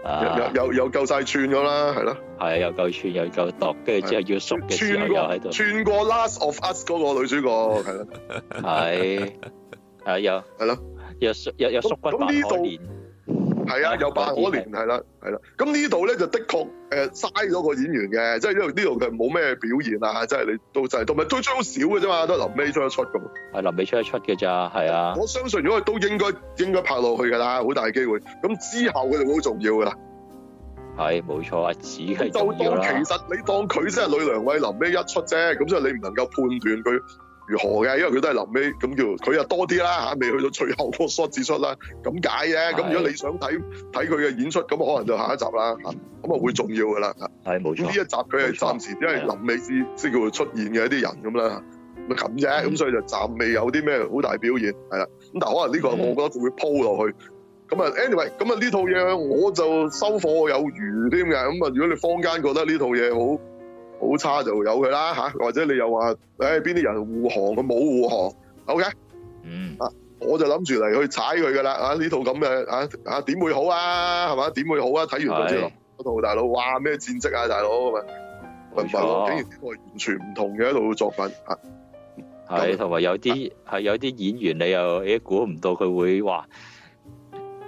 B: 啊
A: 又又又夠晒串咗啦，係啦，
B: 係又夠串又夠毒，跟住之後要熟嘅時候
A: 串
B: 又喺度
A: 過。串過 Last of Us 嗰個女主角，係啦，
B: 係係有
A: 係咯，
B: 有縮有有縮骨
A: 咁
B: 扮可
A: 呢度
B: 憐，
A: 係
B: [laughs]
A: 啊，有八可
B: 嗰啲係
A: 年係啦，係啦。咁呢度咧就的確誒嘥咗個演員嘅，即係因為呢度佢冇咩表現啊，即係你都就係同埋都最好少嘅啫嘛，都臨尾出一出咁。
B: 係臨尾出一出嘅咋，係啊，
A: 我相信如果佢都應該應該拍落去㗎啦，好大機會。咁之後佢哋會好重要㗎啦。
B: 係冇錯啊，似係
A: 就
B: 重
A: 當
B: 要啦，
A: 其實你當佢先係呂良偉臨尾一出啫，咁所以你唔能夠判斷佢如何嘅，因為佢都係臨尾咁叫佢又多啲啦嚇，未去到最後個 shot 指出啦，咁解嘅。咁
B: 係
A: 如果你想睇睇佢嘅演出，咁可能就下一集啦嚇，咁啊會重要㗎啦。
B: 係冇
A: 咁呢一
B: 錯，
A: 集佢係
B: 冇錯
A: 暫時因為
B: 係啦
A: 臨尾先先叫做出現嘅一啲人咁啦，咪咁啫，
B: 嗯
A: 咁所以就暫未有啲咩好大表現係啦。咁但係可能呢個
B: 嗯
A: 我覺得佢會鋪落去。咁啊，anyway，咁啊呢套嘢我就收貨有餘添嘅。咁啊，如果你坊間覺得呢套嘢好好差就有佢啦嚇，或者你又話誒邊啲人護航佢冇護航，OK。
B: 嗯
A: 我就諗住嚟去踩佢噶啦，啊呢套咁嘅啊啊點會好啊，係嘛？點會好啊？睇完嗰
B: 係
A: 啲嗰套大佬，哇咩戰績啊，大佬咁啊，咪
B: 冇
A: 唔係喎，竟然
B: 錯，
A: 呢套係完全唔同嘅一套作品啊！
B: 係同埋有啲係有啲演員你又誒估唔到佢會話。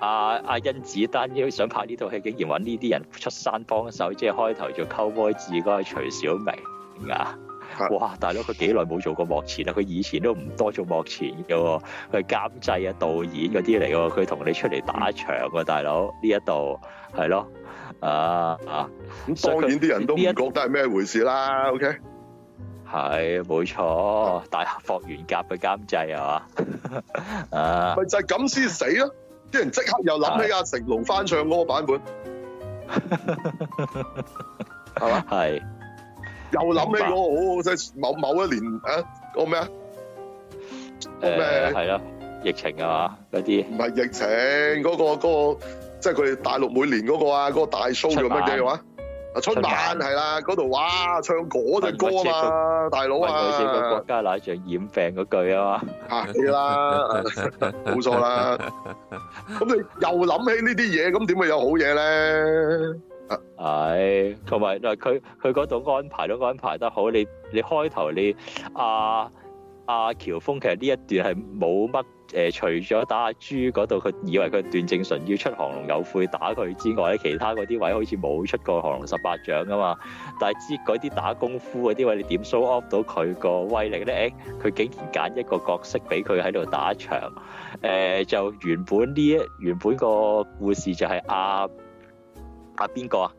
B: 阿阿甄子丹要想拍呢套戲，竟然揾呢啲人出山幫手，即係開頭做 cowboy 字嗰個徐小明啊！
A: 係
B: 哇，大佬佢幾耐冇做過幕前啦？佢以前都唔多做幕前嘅喎，佢係監製啊、導演嗰啲嚟喎，佢同你出嚟打場喎，大佬呢一度係咯，啊啊！
A: 咁
B: 所以佢
A: 當然啲人都唔
B: 呢一啊
A: 覺得係咩回事啦，OK？
B: 係冇錯，大霍元甲嘅監製係嘛？啊，
A: 咪就係咁先死咯！啲人即刻又諗起阿成龍翻唱嗰個版本，係嘛？
B: 係
A: 又諗起嗰個好即係某某一年啊，嗰個咩啊？嗰個咩
B: 誒係咯，疫情係嘛嗰啲
A: 唔係疫情嗰、個嗰、個，即係佢哋大陸每年嗰個啊，嗰、個大 show 叫乜嘢話？啊，春
B: 春晚
A: 晚係啦，嗰度哇唱嗰只歌啊嘛，大佬
B: 為佢哋個
A: 啊
B: 國，家奶像染病嗰句啊嘛，
A: 嚇
B: [laughs]
A: 你啦，啊冇錯啦。咁你又諗起呢啲嘢，咁點會有好嘢咧？
B: 係同埋嗱佢佢嗰度安排都安排得好，你你開頭你阿阿喬峰其實呢一段係冇乜。誒、呃除咗打阿朱嗰度，佢以為佢段正淳要出降龍有悔打佢之外咧，其他嗰啲位好似冇出過降龍十八掌噶嘛。但係知嗰啲打功夫嗰啲位，你點 show off 到佢個威力咧？誒、佢竟然揀一個角色俾佢喺度打場。誒、就原本呢一原本個故事就係阿阿邊個啊？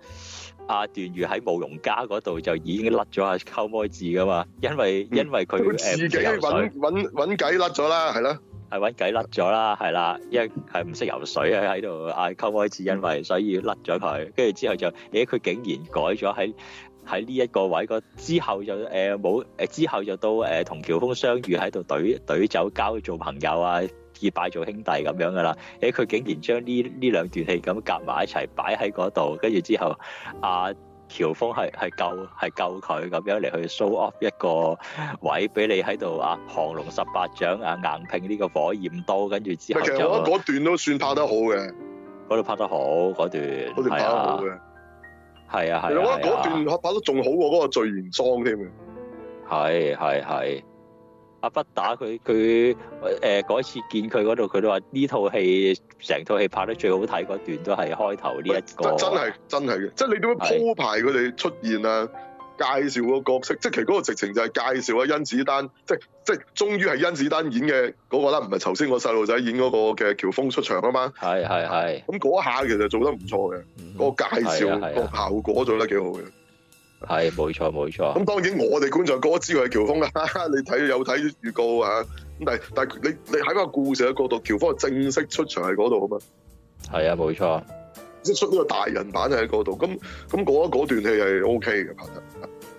B: 阿段譽喺慕容家嗰度就已經甩咗阿溝妹字噶嘛，因為因為佢
A: 佢
B: 誒
A: 自
B: 唔
A: 己
B: 識游水
A: 揾。揾揾計甩咗啦，係啦，
B: 係揾計甩咗啦，係啦，因為係唔識游水啊，喺度嗌溝開始，因為所以甩咗佢，跟住之後就，咦佢竟然改咗喺喺呢一個位個之後就誒冇誒之後就到誒同喬峰相遇喺度懟懟酒交做朋友啊。結拜做兄弟咁樣噶啦，誒佢竟然將呢呢兩段戲咁夾埋一齊擺喺嗰度，跟住之後阿、喬峰係係救係救佢咁樣嚟去 show off 一個位俾你喺度啊，降龍十八掌啊，硬拼呢個火焰刀，跟住之
A: 咪
B: 後
A: 其
B: 就
A: 實我覺得嗰段都算拍得好嘅，
B: 嗰度拍得好嗰段，
A: 嗰段拍
B: 係
A: 得
B: 啊
A: 好嘅。
B: 係啊
A: 其
B: 係
A: 實我
B: 啊
A: 覺得嗰段
B: 係
A: 拍得仲好過嗰個聚賢莊添嘅。
B: 啊係係係。阿北打佢佢誒嗰次見佢嗰度，佢都話呢套戲成套戲拍得最好睇嗰段都係開頭呢
A: 喂
B: 一個
A: 真真係真係嘅，即係你點樣
B: 係
A: 鋪排佢哋出現啊？介紹個角色，即係其實嗰個直情就係介紹啊甄子丹，即係即係終於係甄子丹演嘅嗰個啦，唔係頭先個細路仔演嗰個嘅喬峰出場啊嘛。
B: 係係係。
A: 咁嗰下其實做得唔錯嘅，
D: 嗯
A: 嗰個介
B: 係啊
A: 紹
B: 係啊
A: 個效果做得幾好嘅。
B: 係冇錯冇錯，
A: 咁當然我哋觀眾哥知佢係喬峰啦， [laughs] 你睇有睇預告啊。咁但係但係你你喺個故事嘅角度，喬峰係正式出場喺嗰度啊嘛。
B: 係啊冇錯，
A: 即係出呢個大人版喺嗰度。咁咁嗰嗰段戲係 O K 嘅拍得。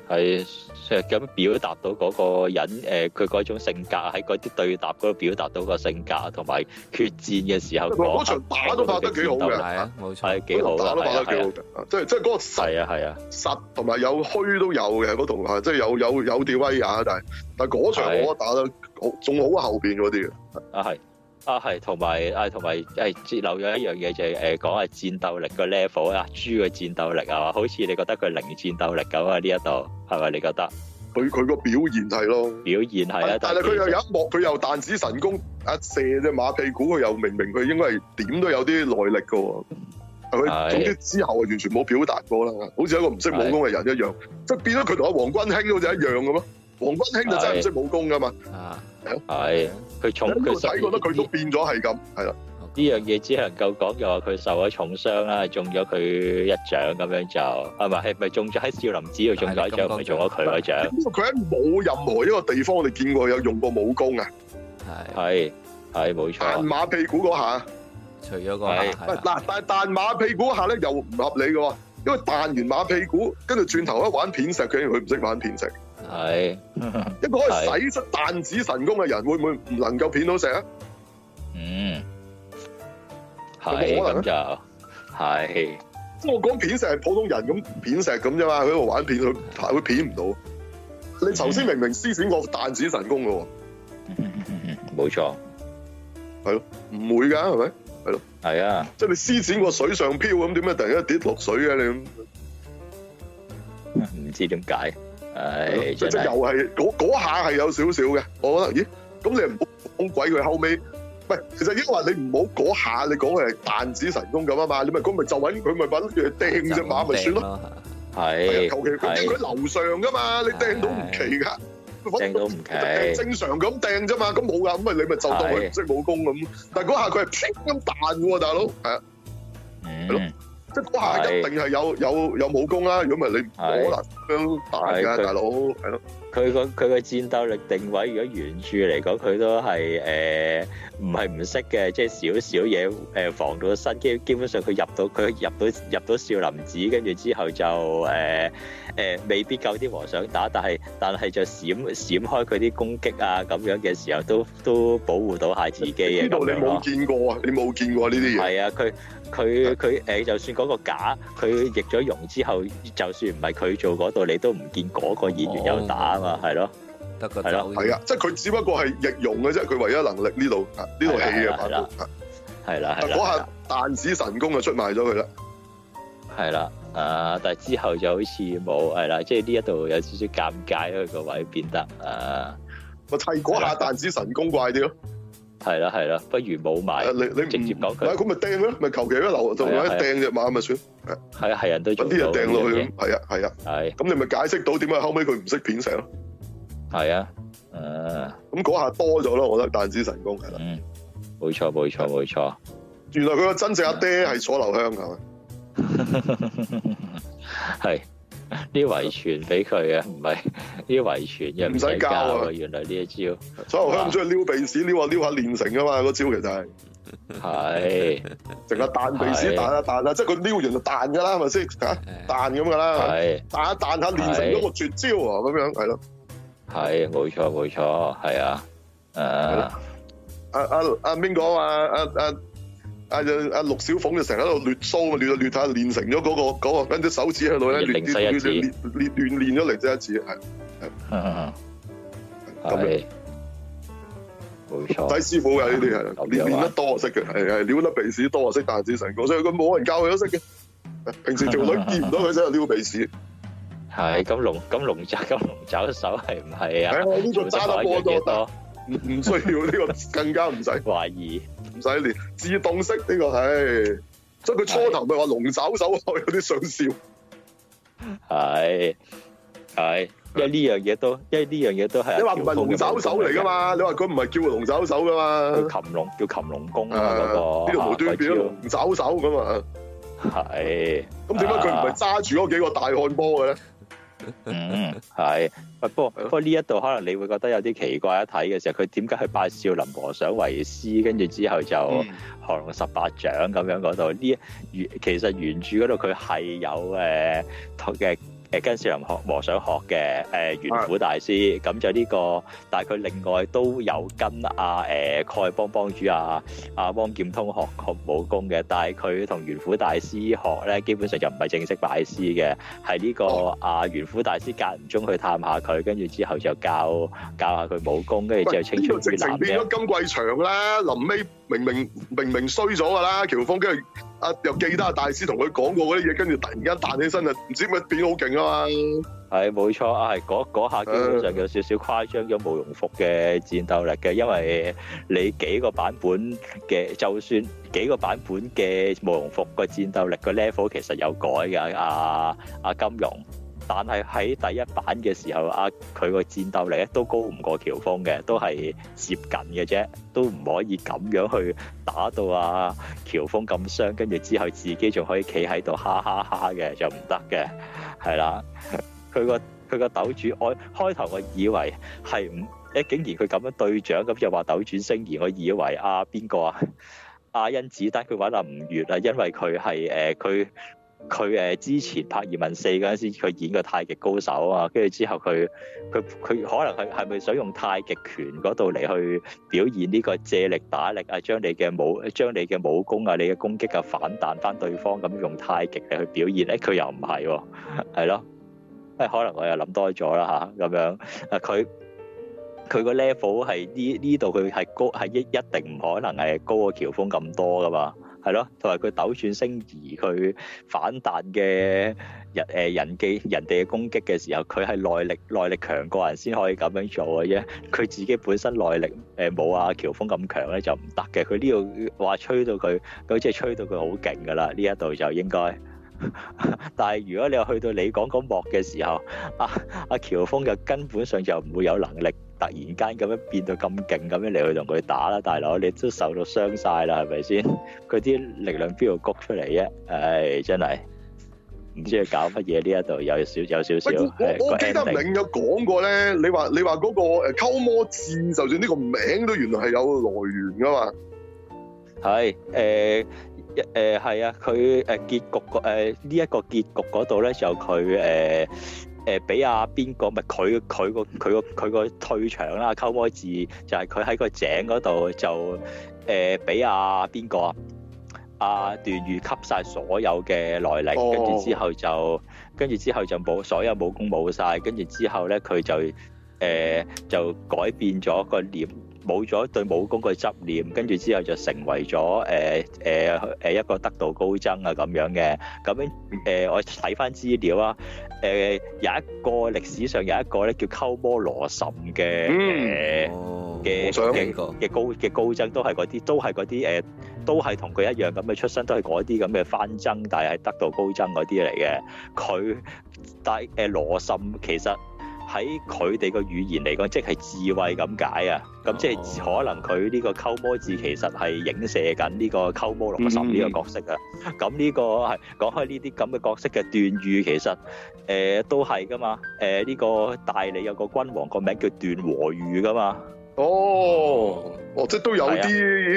B: 係即係咁表達到嗰個人誒，佢、嗰種性格喺嗰啲對答嗰度表達到個性格，同埋決戰嘅時候
A: 嗰場打都拍得幾好嘅
D: 係啊，冇錯，
B: 係幾好
A: 打
B: 啊，
A: 都拍得
B: 係啊
A: 幾好嘅，即係即係嗰個實
B: 係啊係啊，
A: 實同埋有虛都有嘅嗰度啊，即係有有有吊威亞，但係但係嗰場我
B: 係
A: 覺得打得好仲好過後邊嗰啲嘅。
B: 啊係。啊，係，同埋啊，同埋誒，節漏咗一樣嘢就係誒講下戰鬥力個 level 啊，豬嘅戰鬥力啊，好似你覺得佢零戰鬥力咁啊？呢一度係咪你覺得
A: 佢佢個表現係咯，
B: 表現係啦？
A: 啊但係
B: 係
A: 佢又有一幕，佢又彈指神功，啊射只馬屁股，佢又明明佢應該係點都有啲內力嘅喎。係咪？
B: 係
A: 總之之後啊，完全冇表達過啦，好似一個唔識武功嘅人一樣，即係變咗佢同阿黃君興好似一樣咁咯。黃君興就真係唔識武功噶嘛，
D: 啊，
B: 係佢重
A: 喺呢
B: 佢
A: 度睇覺得佢都變咗係咁，係啦，
B: 呢樣嘢只能夠講就話佢受咗重傷啦，中咗佢一掌咁樣就係咪係咪中咗喺少林寺度中咗一掌，唔係中啊咗佢嗰掌？
A: 因為佢喺冇任何一個地方我哋見過有用過武功啊，
D: 係
B: 係係啊冇
A: 彈
B: 錯，
A: 馬屁股嗰下，
D: 除咗個
B: 係
D: 係
A: 喂
D: 啦
A: 嗱，但係彈馬屁股嗰下咧又唔合理嘅喎，因為彈完馬屁股，跟住轉頭一玩片石，佢佢唔識玩片石。
B: 係
A: 一個可以使出彈指神功嘅人，會唔會唔能夠片到石啊？
B: 嗯係
A: 有冇可能呢
B: 咁就係
A: 即係我講片石係普通人咁片石咁啫嘛，佢喺度玩片，佢佢片唔到。你頭先明明施展過彈指神功嘅喎，
B: 冇錯，
A: 唔會㗎係咪？
B: 係啊
A: 即係你施展過水上漂咁，點解突然間跌落水嘅你咁？
B: 唔知點解
A: 係
B: 唉
A: 即
B: 真
A: 即係又
B: 係
A: 係嗰嗰下係有少少嘅，我覺得咦，咁你唔好講鬼佢後尾。喂，其實因為你唔好嗰下，你講佢係彈指神功咁啊嘛，你咪咁咪就揾佢咪揾佢掟只馬咪算咯。
D: 咯，
A: 係
B: 哎係
A: 啊求其佢
B: 係
A: 佢樓上噶嘛，你掟到唔奇噶，
B: 掟到唔
A: 掟
B: 奇，
A: 正常咁掟啫嘛，咁冇噶，咁咪你咪就當佢唔識武功咁。但係嗰下佢係砰咁彈喎，大佬，係啊，
B: 嗯
A: 即係嗰下一定係有有有武功啦，如果唔係你唔可能咁樣彈
B: 係
A: 㗎，
B: 佢
A: 大佬，係咯，
B: 佢個佢個戰鬥力定位，如果原著嚟講，佢都係誒唔係唔識嘅，即係少少嘢誒防到身。基基本上佢入到佢入到入到少林寺，跟住之後就誒誒、未必夠啲和尚打，但係但係就閃閃開佢啲攻擊啊咁樣嘅時候，都都保護到下自己嘅
A: 呢度
B: 咁
A: 你
B: 樣
A: 冇
B: 咯。
A: 見過啊，你冇見過呢啲嘢，
B: 係啊，佢佢佢誒，就算嗰個假佢易咗容之後，就算唔係佢做嗰度，你都唔見嗰個演員有打啊
A: 哦
B: 嘛，係咯。
D: 得個
B: 係
D: 走
B: 咯
D: 字
A: 係啊，即係佢只不過係易容嘅啫，佢唯一能力呢度啊呢度戲
B: 係
A: 嘅
B: 啦
A: 拍到
B: 係啦係
A: 但
B: 啦，係啦，
A: 啊嗰下彈指神功就出賣咗佢啦，
B: 係啦，啊！但係之後就好似冇係啦，即係呢一度有少少尷尬咯，佢個位變得啊，
A: 我砌嗰下彈指神功怪啲咯。
B: 係啦係啦，不如冇埋
A: 係啊，你你唔
B: 直接講佢
A: 係咁咪掟咯，咪求其一流就
B: 係啊
A: 咪
B: 係啊
A: 掟只馬咪算，
B: 係啊係人都
A: 揾
B: 做
A: 啲
B: 到
A: 就掟落去
B: 呢樣嘢
A: 咁，係啊係啊，
B: 係
A: 咁你咪解釋到點解後尾佢唔識片石咯，
B: 係啊，啊
A: 咁嗰下多咗咯，我覺得彈指神功係啦，
B: 嗯，冇錯冇錯冇錯，
A: 原來佢個真正阿爹係楚留香係咪？
B: 係
A: [laughs]
B: 啲遺傳俾佢嘅，唔係啲遺傳嘅
A: 唔使
B: 使
A: 教啊
B: 啊，原來呢一招
A: 楚留香中意撩鼻屎，撩下撩下練成噶嘛，嗰招其實係
B: 係
A: 成日彈鼻屎
B: 係
A: 彈下彈下，即係佢撩完就彈噶啦，係咪先嚇彈咁噶啦，
B: 係
A: 彈下彈下練成咗個絕招啊，咁樣係咯。
B: [laughs] 係冇錯冇錯，係啊， [laughs] 啊
A: 阿阿阿邊個啊？阿阿阿阿陸小鳳就成日喺度亂鬚嘛，亂下亂下練成咗嗰個嗰個，跟隻手指喺度咧亂亂亂亂亂練咗零舍一指，係咁樣。
B: 係冇錯。
A: 睇師傅嘅呢啲係練練得多識嘅，係係撩得鼻屎多識彈指神功，所以佢冇人教佢都識嘅。 [laughs] 平時條女見唔到佢真係撩鼻 [laughs] 屎，
B: 係咁龍咁龍爪 [laughs] 咁龍爪手係唔係
A: 係
B: 啊？
A: 啊呢個
B: 做得
A: 揸
B: 可
A: 得
B: 以
A: 波
B: 幾
A: 多，
B: 多？
A: 唔唔需要呢個更加唔使
B: 懷疑
A: 唔使練，自動識呢個係。所以佢初頭咪話龍爪手，我有啲想笑。
B: 係係，因為呢樣嘢都因為呢樣嘢都係
A: 你話唔係龍爪手嚟噶嘛？你話佢唔係叫龍爪手噶嘛？
B: 叫擒龍叫擒龍功
A: 誒
B: 啊嗰個
A: 呢度無端端變咗龍爪手咁啊！
B: 係
A: 咁點解佢唔係揸住嗰幾個大漢波嘅咧？
B: 嗯，係。不過不過呢一度可能你會覺得有啲奇怪一睇嘅時候，佢點解去拜少林和尚為師，跟住之後就降龍十八掌咁樣嗰度？呢原其實原著嗰度佢係有誒同嘅。誒跟少林學和尚學嘅誒
A: 啊
B: 玄苦大師，咁就呢、個，但係佢另外都有跟阿誒丐幫幫主啊阿汪劍通學學武功嘅，但係佢同玄苦大師學咧，基本上就唔係正式拜師嘅，係呢、個
A: 哦
B: 阿玄苦大師間唔中去探下佢，跟住之後就教教下佢武功，跟住之後青
A: 呢個
B: 出
A: 直
B: 於
A: 情
B: 藍
A: 變
B: 嘅。
A: 咗金貴祥啦，臨尾明明明明衰咗㗎啦，喬峰跟住啊又記得阿大師同佢講過嗰啲嘢，跟住突然間彈起身啊，唔知點解變咗好勁啊嘛！
B: 係冇錯啊，係嗰嗰下基本上有少少誇張咗慕容復嘅戰鬥力嘅，因為你幾個版本嘅，就算幾個版本嘅慕容復個戰鬥力個 level 其實有改嘅，阿阿金庸。但係喺第一版嘅時候，阿佢個戰鬥力咧都高唔過喬峰嘅，都係接近嘅啫，都唔可以咁樣去打到阿、喬峰咁傷，跟住之後自己仲可以企喺度哈哈哈嘅，就唔得嘅，係啦。佢個佢個斗主，我開頭我以為係唔誒，竟然佢咁樣對獎，咁就話斗轉星移，我以為啊 [laughs] 邊個啊？阿甄子丹佢揾阿吳越啊，因為佢係誒佢佢誒之前拍《葉問四》嗰陣時，佢演個太極高手啊，跟住之後佢佢佢可能係係咪想用太極拳嗰度嚟去表現呢個借力打力啊，將你嘅武將你嘅武功啊，你嘅攻擊啊反彈翻對方咁用太極嚟去表現咧？佢又唔係喎，係咯。誒可能我又諗多咗啦吓，咁樣誒佢佢個 level 係呢呢度佢係高係一一定唔可能係高過喬峰咁多噶嘛，係咯，同埋佢斗轉星移佢反彈嘅人誒人嘅人哋嘅攻擊嘅時候，佢係內力內力強過人先可以咁樣做嘅啫，佢自己本身內力誒冇阿喬峰咁強咧就唔得嘅，佢呢度話吹到佢，佢即係吹到佢好勁噶啦，呢一度就應該。 [laughs] 但係如果你話去到你講嗰幕嘅時候，阿、阿、喬峰就根本上就唔會有能力突然間咁樣變到咁勁咁樣嚟去同佢打啦，大佬你都受到傷晒啦，係咪先？ [laughs] 佢啲力量邊度谷出嚟啫？唉、真係唔知佢搞乜嘢呢一度有少有少少
A: 喂，
B: 係
A: 我我
B: 個
A: 我記得
B: ending
A: 明有講過咧，你話你話嗰個誒鳩摩智，就算呢個名都原來係有來源㗎嘛。
B: 係誒一誒係啊，佢誒結局個誒呢一個結局嗰度咧，就佢誒誒俾阿邊個咪佢佢個佢個佢個退場啦，溝摩字就係佢喺個井嗰度就誒俾阿邊個啊？阿段譽吸晒所有嘅內力，
A: 哦
B: 跟住之後就跟住之後就冇所有武功冇晒，跟住之後咧佢就誒、呃就改變咗個念，冇咗對武功個執念，跟住之後就成為咗誒誒誒一個得道高僧啊咁樣嘅。咁樣誒，我睇翻資料啊，誒、有一個歷史上有一個咧叫鳩摩羅什嘅誒。呃
A: 嗯
D: 哦，
B: 嘅
A: 我想
B: 嘅
D: 過
B: 嘅高嘅高僧都係嗰啲，都係嗰啲誒，呃都係同佢一樣咁嘅出身，都係嗰啲咁嘅翻僧，但係係得道高僧嗰啲嚟嘅。佢但係誒羅什其實喺佢哋個語言嚟講，即係智慧咁解啊。咁即係
D: 哦
B: 可能佢呢個鳩摩字其實係影射緊呢個鳩摩羅什呢個角色啊。咁呢、個係講開呢啲咁嘅角色嘅段譽，其實誒、呃都係噶嘛。誒、呢、個大理有個君王個名叫段和譽噶嘛。
A: 哦，哦，即係都有
B: 係啊啊
A: 啲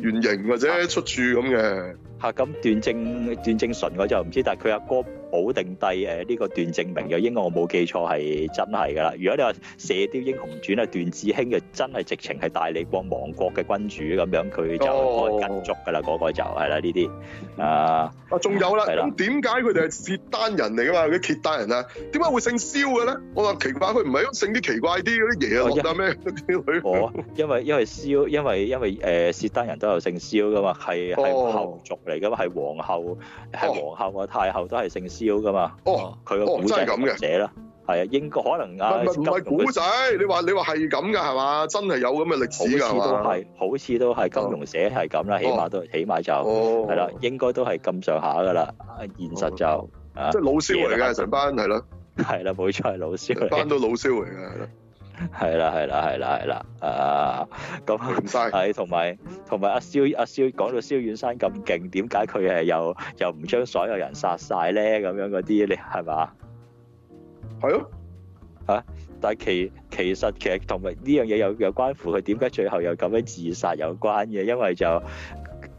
A: 原型或者出處咁嘅。
B: 嚇咁段正段正淳我就唔知，但係佢阿哥保定帝誒呢個段正明又應該我冇記錯係真係㗎啦。如果你話《射雕英雄傳》啊，段志興就真係直情係大理國亡國嘅君主咁樣，佢就
A: 哦
B: 嗰個跟足㗎啦，嗰個就係啦呢啲
A: [laughs]
B: 啊
A: 啊，仲有啦，
B: 係啦
A: 咁點解佢哋係契丹人嚟㗎嘛？嗰啲契丹人啊，點解會姓蕭嘅咧？我話奇怪，佢唔係姓啲奇怪啲嗰啲耶
B: 哦
A: 律啊咩嗰啲女？
B: 我因為因為蕭因為因為誒契丹人都有姓蕭㗎嘛，係係
A: 哦
B: 後族嚟㗎嘛，係皇后係皇后啊太后都係姓蕭㗎嘛，
A: 哦，
B: 佢個
A: 哦
B: 古
A: 真
B: 仔
A: 係咁嘅
B: 寫啦，係啊應該可能
A: 唔
B: 啊
A: 係唔係
B: 金庸嘅
A: 古仔，你話你話係咁㗎係嘛？真係有咁嘅歷
B: 好
A: 史
B: 似
A: 㗎
B: 都哦
A: 係嘛？
B: 係，好似都係金融社係咁啦，起碼都起碼就
A: 哦，
B: 係啦，應該都係咁上下噶啦。現實就
A: 即係老蕭嚟
B: 啊
A: 嘅，成班係
B: [laughs]
A: 咯，
B: 係啦，冇錯係老少
A: 成班
B: 嚟，
A: 都老蕭嚟嘅，係咯
B: 係啦係啦係啦係啦，啊咁
A: 明晒。
B: 係同埋同埋阿蕭阿蕭講到蕭遠山咁勁，點解佢係又又唔將所有人殺晒咧？咁樣嗰啲你係嘛？
A: 係咯，
B: 但係其其實其實同埋呢樣嘢有有關乎佢點解最後又咁樣自殺有關嘅，因為就誒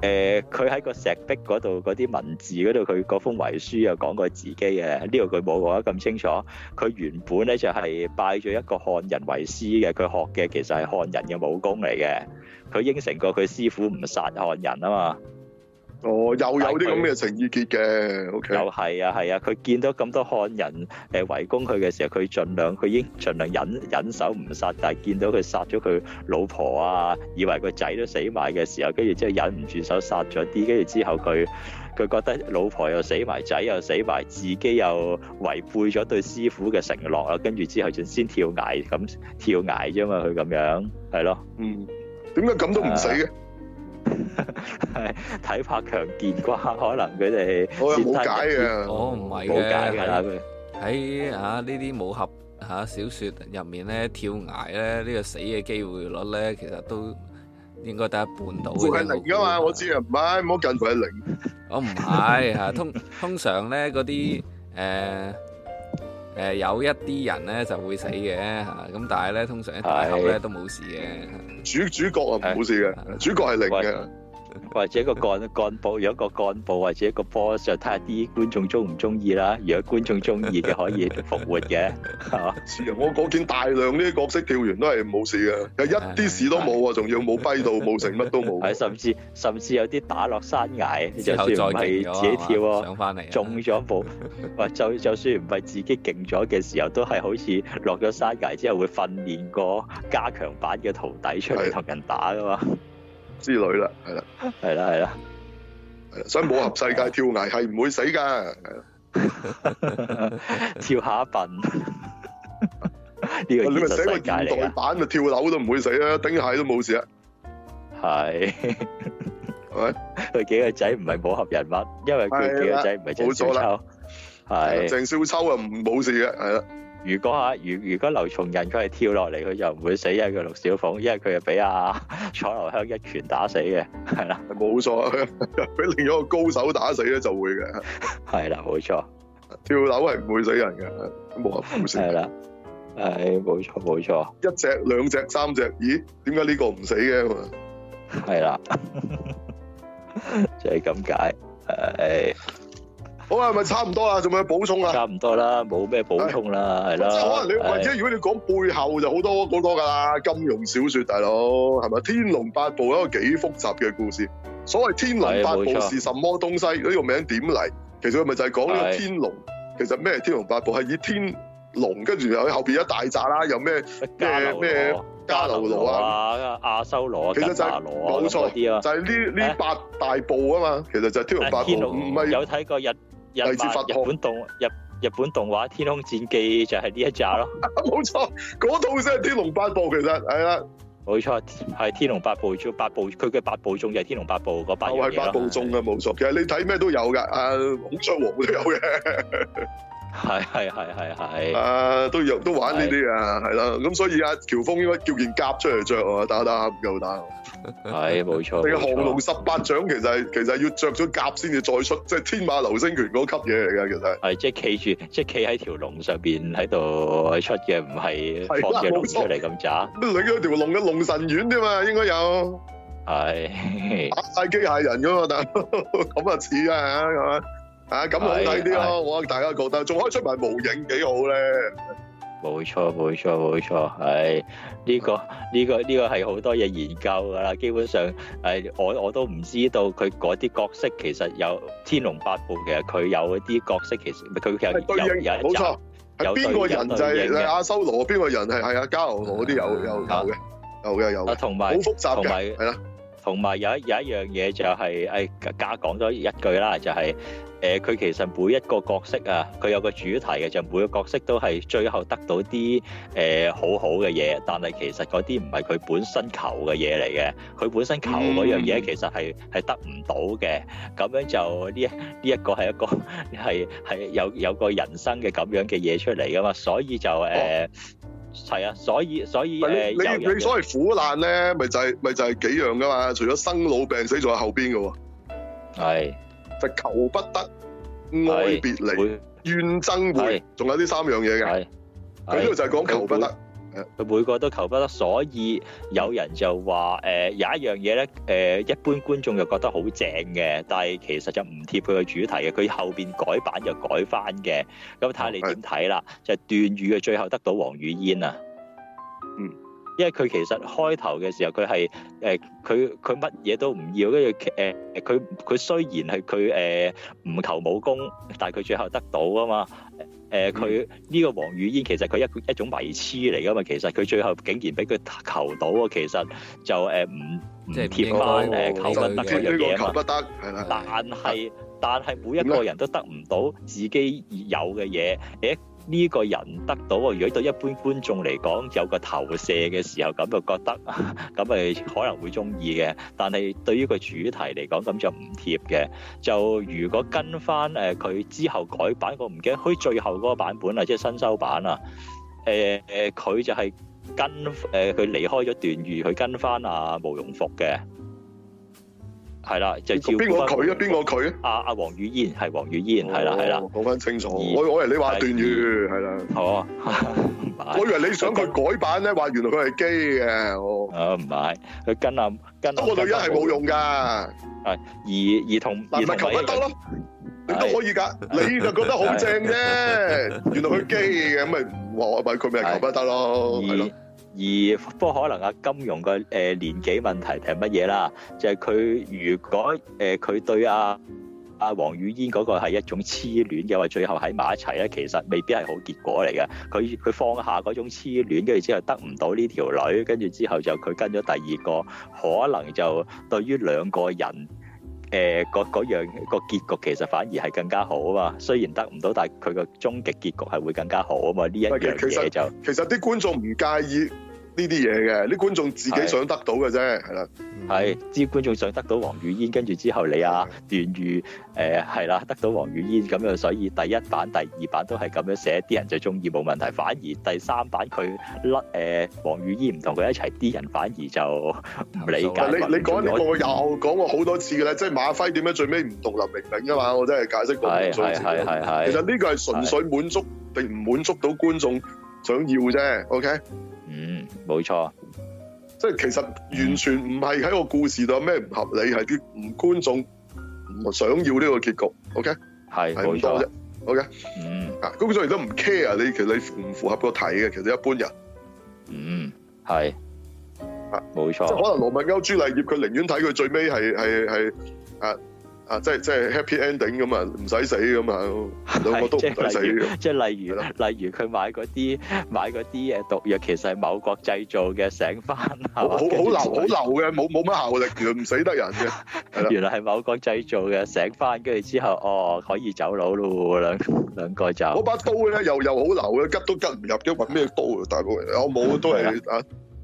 B: 佢喺個石壁嗰度嗰啲文字嗰度，佢嗰封遺書又講過自己嘅，呢度佢冇講得咁清楚。佢原本咧就係、拜咗一個漢人為師嘅，佢學嘅其實係漢人嘅武功嚟嘅。佢應承過佢師傅唔殺漢人啊嘛。
A: 哦，又有啲
B: 但係
A: 咁
B: 佢
A: 嘅情意結嘅，OK，
B: 又係啊，係啊，佢見到咁多漢人誒圍攻佢嘅時候，佢盡量佢已經盡量忍忍手唔殺，但係見到佢殺咗佢老婆啊，以為個仔都死埋嘅時候，跟住之後忍唔住手殺咗啲，跟住之後佢佢覺得老婆又死埋，仔又死埋，自己又違背咗對師傅嘅承諾啊，跟住之後就先跳崖咁跳崖啫嘛，佢咁樣係咯。
A: 嗯，點解咁都唔死嘅？
B: 啊體魄強健啩，可能佢哋
A: 我又
B: 先
A: 冇
B: 得
A: 解啊嘅，
D: 哦，唔係嘅，
B: 冇解㗎啦，佢
D: 喺啊呢啲武俠嚇、啊小説入面咧，跳崖咧呢、個死嘅機會率咧，其實都應該得一半到嘅啫。
A: 會係零噶嘛？我知啊，唔係，唔好近乎係零。
D: 我唔係嚇，通通常咧嗰啲誒誒有一啲人咧就會死嘅嚇，咁但係咧通常喺大學咧
B: 係
D: 都冇事嘅。
A: 主主角啊冇事嘅，主角係零嘅，
B: 或者一個幹幹部有一個幹部或者一個 boss 就睇下啲觀眾中唔中意啦。如果觀眾中意嘅可以復活
A: [laughs]
B: 嘅，係嘛？
A: 似啊！我嗰見大量呢啲角色跳完都係冇事嘅，有一啲事都冇啊，仲要冇跛到冇成乜都冇。
B: 係甚至甚至有啲打落山崖，
D: 之
B: 就
D: 後
B: 算
D: 再
B: 唔
D: 勁
B: 係
D: 咗
B: 自己跳
D: 係嘛
B: 喎，
D: 上翻嚟啊
B: 中
A: [laughs]
B: 咗部，或就就算唔係自己勁咗嘅時候，都係好似落咗山崖之後會訓練個加強版嘅徒弟出嚟
A: 係
B: 同人打噶嘛。
A: [laughs] 之類啦，係啦，
B: 係啦係
A: [laughs]
B: 啦，
A: 係啦，所以武俠世界跳崖係唔會死㗎，係啦
B: 跳下笨。
A: [laughs]
B: 呢個
A: 你
B: 現
A: 咪
B: 實
A: 寫個現
B: 世界嚟
A: 代
B: 㗎，
A: 版就跳樓都唔會死啦，丁蟹都冇事啊，
B: 係。 [laughs]
A: 係咪？
B: 佢幾個仔唔係武俠人物，因為佢幾個仔唔係鄭
A: 冇錯
B: 少秋。係，
A: 鄭少秋啊唔冇事嘅，係啦，
B: 如果啊，如如果劉松仁佢係跳落嚟，佢就唔會死，因為佢陸小鳳，因為佢係俾 [laughs] 阿楚留香一拳打死嘅，係啦，
A: 係冇錯 [laughs] 啊，俾另一個高手打死咧就會嘅，
B: 係啦，冇錯，
A: 跳樓係唔會死人嘅，係武俠故事
B: 係啦，係冇錯冇錯，
A: 一隻兩隻三隻，咦？點解呢個唔死嘅咁啊？
B: 係啦，就係咁解，誒，
A: 好啊，咪差唔多啦，仲有冇補充啊？
B: 差唔多啦，冇咩補充啦，係
A: 即係可能你或
B: 啦，
A: 者如果你講背後就好多好多㗎啦，金庸小説大佬係咪？《天龍八部》一個幾複雜嘅故事。所謂《天龍八部
B: 係冇》錯
A: 是什麼東西？呢個名點嚟？其實佢咪就係講呢個
B: 係
A: 天龍。其實咩《天龍八部》係以天龍跟住又後邊一大扎啦，有咩
B: 加流
A: 咩
B: 羅、
A: 加流羅啊？
B: 啊、亞修羅、
A: 其實
B: 吉
A: 就係
B: 拿羅啊
A: 冇
B: 咁嗰啲啊
A: 錯，。就係呢呢八大部啊嘛。其實就係《天龍八部
B: 天》，
A: 唔
B: 龍
A: 係
B: 有睇過日日
A: 嚟自
B: 漫
A: 佛
B: 日
A: 學
B: 本動日日本動畫《天空戰記》就係呢一扎咯，
A: 啊冇錯，嗰套先係《天龍八部》，其實係啦，
B: 冇錯，係《天龍八部》中八部，佢嘅八部中就係《天龍八部》嗰
A: 就
B: 八樣
A: 係
B: 嘢
A: 八
B: 咯，
A: 部中嘅啊冇錯。其實你睇咩都有㗎，啊，孔雀王都有嘅，
B: 係係係係係，
A: 啊，都有都玩呢啲啊，係啦。咁所以阿喬峰應該叫件夾出嚟着啊，打打唔夠打。
B: 係哦
D: [laughs]
B: 冇錯，
A: 你嘅
B: 冇
A: 降龍
B: 錯
A: 十八掌其實係其實係要着咗夾先至再出，即係天馬流星拳嗰級嘢嚟㗎，其實係。
B: 係即係企住，即係企喺條龍上邊喺度出嘅，唔
A: 係
B: 係
A: 啦
B: 放隻龍
A: 冇
B: 出
A: 錯
B: 嚟咁渣，
A: 你嗰條龍嘅龍神丸啫嘛，應該有
B: 係
A: 打晒機械人㗎嘛，但係 [laughs] 咁啊似啊，係咪？啊咁好睇啲
B: 係
A: 咯，我大家覺得仲可以出埋模型幾好咧。
B: 冇錯冇錯冇錯，係呢、個呢、個呢、個係好多嘢研究㗎啦。基本上誒，我我都唔知道佢嗰啲角色其實有《天龍八部》，其實佢有一啲角色其實佢其實
A: 係對
B: 有有
A: 應，
B: 一
A: 冇
B: 集
A: 錯。係
B: 有
A: 邊個人就
B: 對
A: 係
B: 應嘅
A: 阿修羅，邊個人係係啊加羅羅嗰啲有有
D: 嗯
A: 有
D: 啊
A: 嘅，有嘅有
B: 啊，
A: 嘅，
B: 同
A: 好
B: 埋
A: 複雜
B: 同埋
A: 嘅，係啦，
B: 同埋有一有一樣嘢就係、誒家講咗一句啦，就係、誒佢其實每一個角色啊，佢有個主題嘅，就每個角色都係最後得到啲誒、好好嘅嘢，但係其實嗰啲唔係佢本身求嘅嘢嚟嘅，佢本身求嗰樣嘢
A: 嗯
B: 其實係係得唔到嘅，咁樣就呢一呢一個係一 [laughs] 個係係有有個人生嘅咁樣嘅嘢出嚟噶嘛，所以就誒係、啊，所以所以
A: 唔係
B: 誒
A: 你你你所謂苦難咧，咪就係咪就係幾樣噶嘛？除咗生老病死，仲有後邊嘅喎，
B: 係。
A: 就求不得，愛別離，
B: 會
A: 怨憎會
B: 係，
A: 仲有呢三樣嘢嘅。
B: 係
A: 佢呢度就係講求不得，
B: 佢每個都求不得，所以有人就話誒、呃有一樣嘢咧誒，一般觀眾就覺得好正嘅，但係其實就唔貼佢嘅主題嘅，佢後邊改版就改翻嘅，咁睇下你點睇啦。就係段譽嘅最後得到黃雨嫣啊，
A: 嗯，
B: 因為佢其實開頭嘅時候佢係誒佢佢乜嘢都唔要，跟住誒佢佢雖然係佢誒唔求武功，但係佢最後得到啊嘛。誒佢呢個黃雨嫣其實佢一一種迷痴嚟噶嘛，其實佢最後竟然俾佢求到啊，其實就誒唔唔
D: 即係唔
B: 貼
D: 應
B: 翻
D: 該
B: 誒
D: 喎
B: 求不得
A: 即
B: 嗰
A: 係
B: 樣
A: 呢
B: 嘢啊
A: 個求
B: 嘛，
A: 不得，係啦。
B: 但係但係每一個人都得唔到自己有嘅嘢，誒呢個人得到啊，如果對一般觀眾嚟講有個投射嘅時候，咁就覺得 [laughs] 咁咪可能會中意嘅，但係對於個主題嚟講，咁就唔貼嘅。就如果跟翻誒佢之後改版，我唔記得佢最後嗰個版本啦，即係新修版啊。誒、誒，佢、就係跟誒佢、離開咗段譽，佢跟翻阿慕容復嘅，係啦，就照
A: 邊個
B: 顧返
A: 佢啊？邊個佢啊？
B: 阿阿黃雨嫣係黃雨嫣係啦係啦
A: 哦，，講翻清楚。
B: 二
A: 我我以為你話
B: 係
A: 段譽係啦，
B: 哦， [laughs] 唔係
A: 我以為你想佢改版咧，話原來佢係基嘅。哦，
B: 啊唔係，佢跟阿跟
A: 得個女人係冇，用㗎。
B: 而而
A: 嗱，
B: 同而
A: 唔係
B: 同
A: 求
B: 埋一
A: 不得
B: 樣
A: 咯，你都可以㗎，你就覺得好正啫。原來佢基嘅，咁咪話咪佢咪係求不得咯，係
B: 而
A: 咯。
B: 而不過可能阿金融嘅誒呃年紀問題定係乜嘢啦？就係、佢如果誒佢、對阿阿黃雨嫣嗰個係一種痴戀嘅話，最後喺埋一齊咧，其實未必係好結果嚟嘅。佢佢放下嗰種痴戀，跟住之後得唔到呢條女，跟住之後就佢跟咗第二個，可能就對於兩個人。誒嗰嗰樣個結局其實反而係更加好啊嘛，雖然得唔到，但係佢個終極結局係會更加好啊嘛，呢一
A: 唔係其
B: 樣
A: 其實
B: 嘢就。
A: 其實啲觀眾唔介意呢啲嘢嘅，啲觀眾自己想得到嘅啫，係啦。
B: 係，知觀眾想得到黃雨嫣，跟住之後你啊段譽誒係啦，得到黃雨嫣咁樣，所以第一版、第二版都係咁樣寫，啲人就中意冇問題。反而第三版佢甩誒黃雨嫣唔同佢一齊，啲人反而就唔理
D: 但
B: 解。
A: 你你講呢個我又講過好多次嘅啦，即係馬輝點解最尾唔同林明明啊嘛，我真係解釋過無
B: 係
A: 數
B: 係
A: 次。
B: 係係
A: 其實
B: 係，
A: 呢個係純粹滿足定唔滿足到觀眾想要啫，OK？
B: 嗯，冇錯，
A: 即係其實完全唔係喺個故事度有咩唔合理，係啲唔觀眾唔想要呢個結局，OK？
B: 係嗯
A: 係
B: 冇
A: 咁多
B: 錯
A: 啫，，OK？
B: 嗯
A: 啊，觀眾亦都唔 care 你，其實你符唔符合個題嘅，其實一般人，
B: 嗯係
A: 啊，
B: 冇
A: 即係
B: 錯，
A: 可能羅密歐朱麗葉，佢寧願睇佢最尾係係係啊啊，即係即係 happy ending 咁啊，唔使死咁啊，
B: [laughs]
A: 兩個都唔
B: 係即係
A: 使死
B: 例
A: 咁。啊
B: 即啊係例如
A: 係
B: 例如佢買嗰啲買嗰啲誒毒藥，其實係某國製造嘅醒啊翻，
A: 好好
B: 好
A: 好流好流嘅，冇冇乜效力，原來唔死得人嘅。係啦
B: 原來係某個製造嘅，醒翻跟住之後，哦，可以走佬咯，兩兩個就
A: 嗰把刀咧又又好流嘅，吉都吉唔入嘅，揾咩刀啊？大佬，我冇都係啊，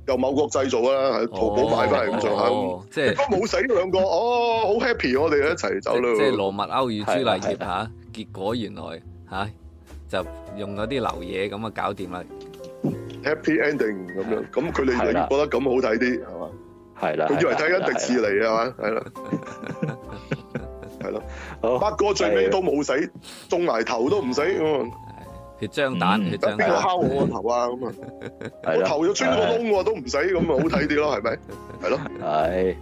A: 由某國製造啦，喺淘寶買翻嚟咁上下。
D: 哦即係
A: 都冇死兩個，哦，好 happy，我哋一齊走咯。
D: 即係羅密歐與朱麗葉
B: 係啦係
D: 嚇，結果原來嚇就用嗰啲流嘢咁啊搞掂啦，
A: happy ending 咁樣，咁佢哋
B: 係啦
A: 就覺得咁好睇啲，係嘛？
B: 係啦。
A: 佢以為睇
B: 係啦
A: 緊迪士尼啊係嘛？係啦，係咯，
B: 好
A: 八哥最尾都冇死，中埋頭都唔死，咁啊
D: 血漿蛋
B: 嗯
D: 血
A: 邊
D: 漿
A: 個
D: 蛋，
A: 敲我個頭啊？咁啊，我
B: 係啦
A: 頭又穿咗個窿喎，都唔死，咁啊好睇啲咯，係咪？係咯，
B: 係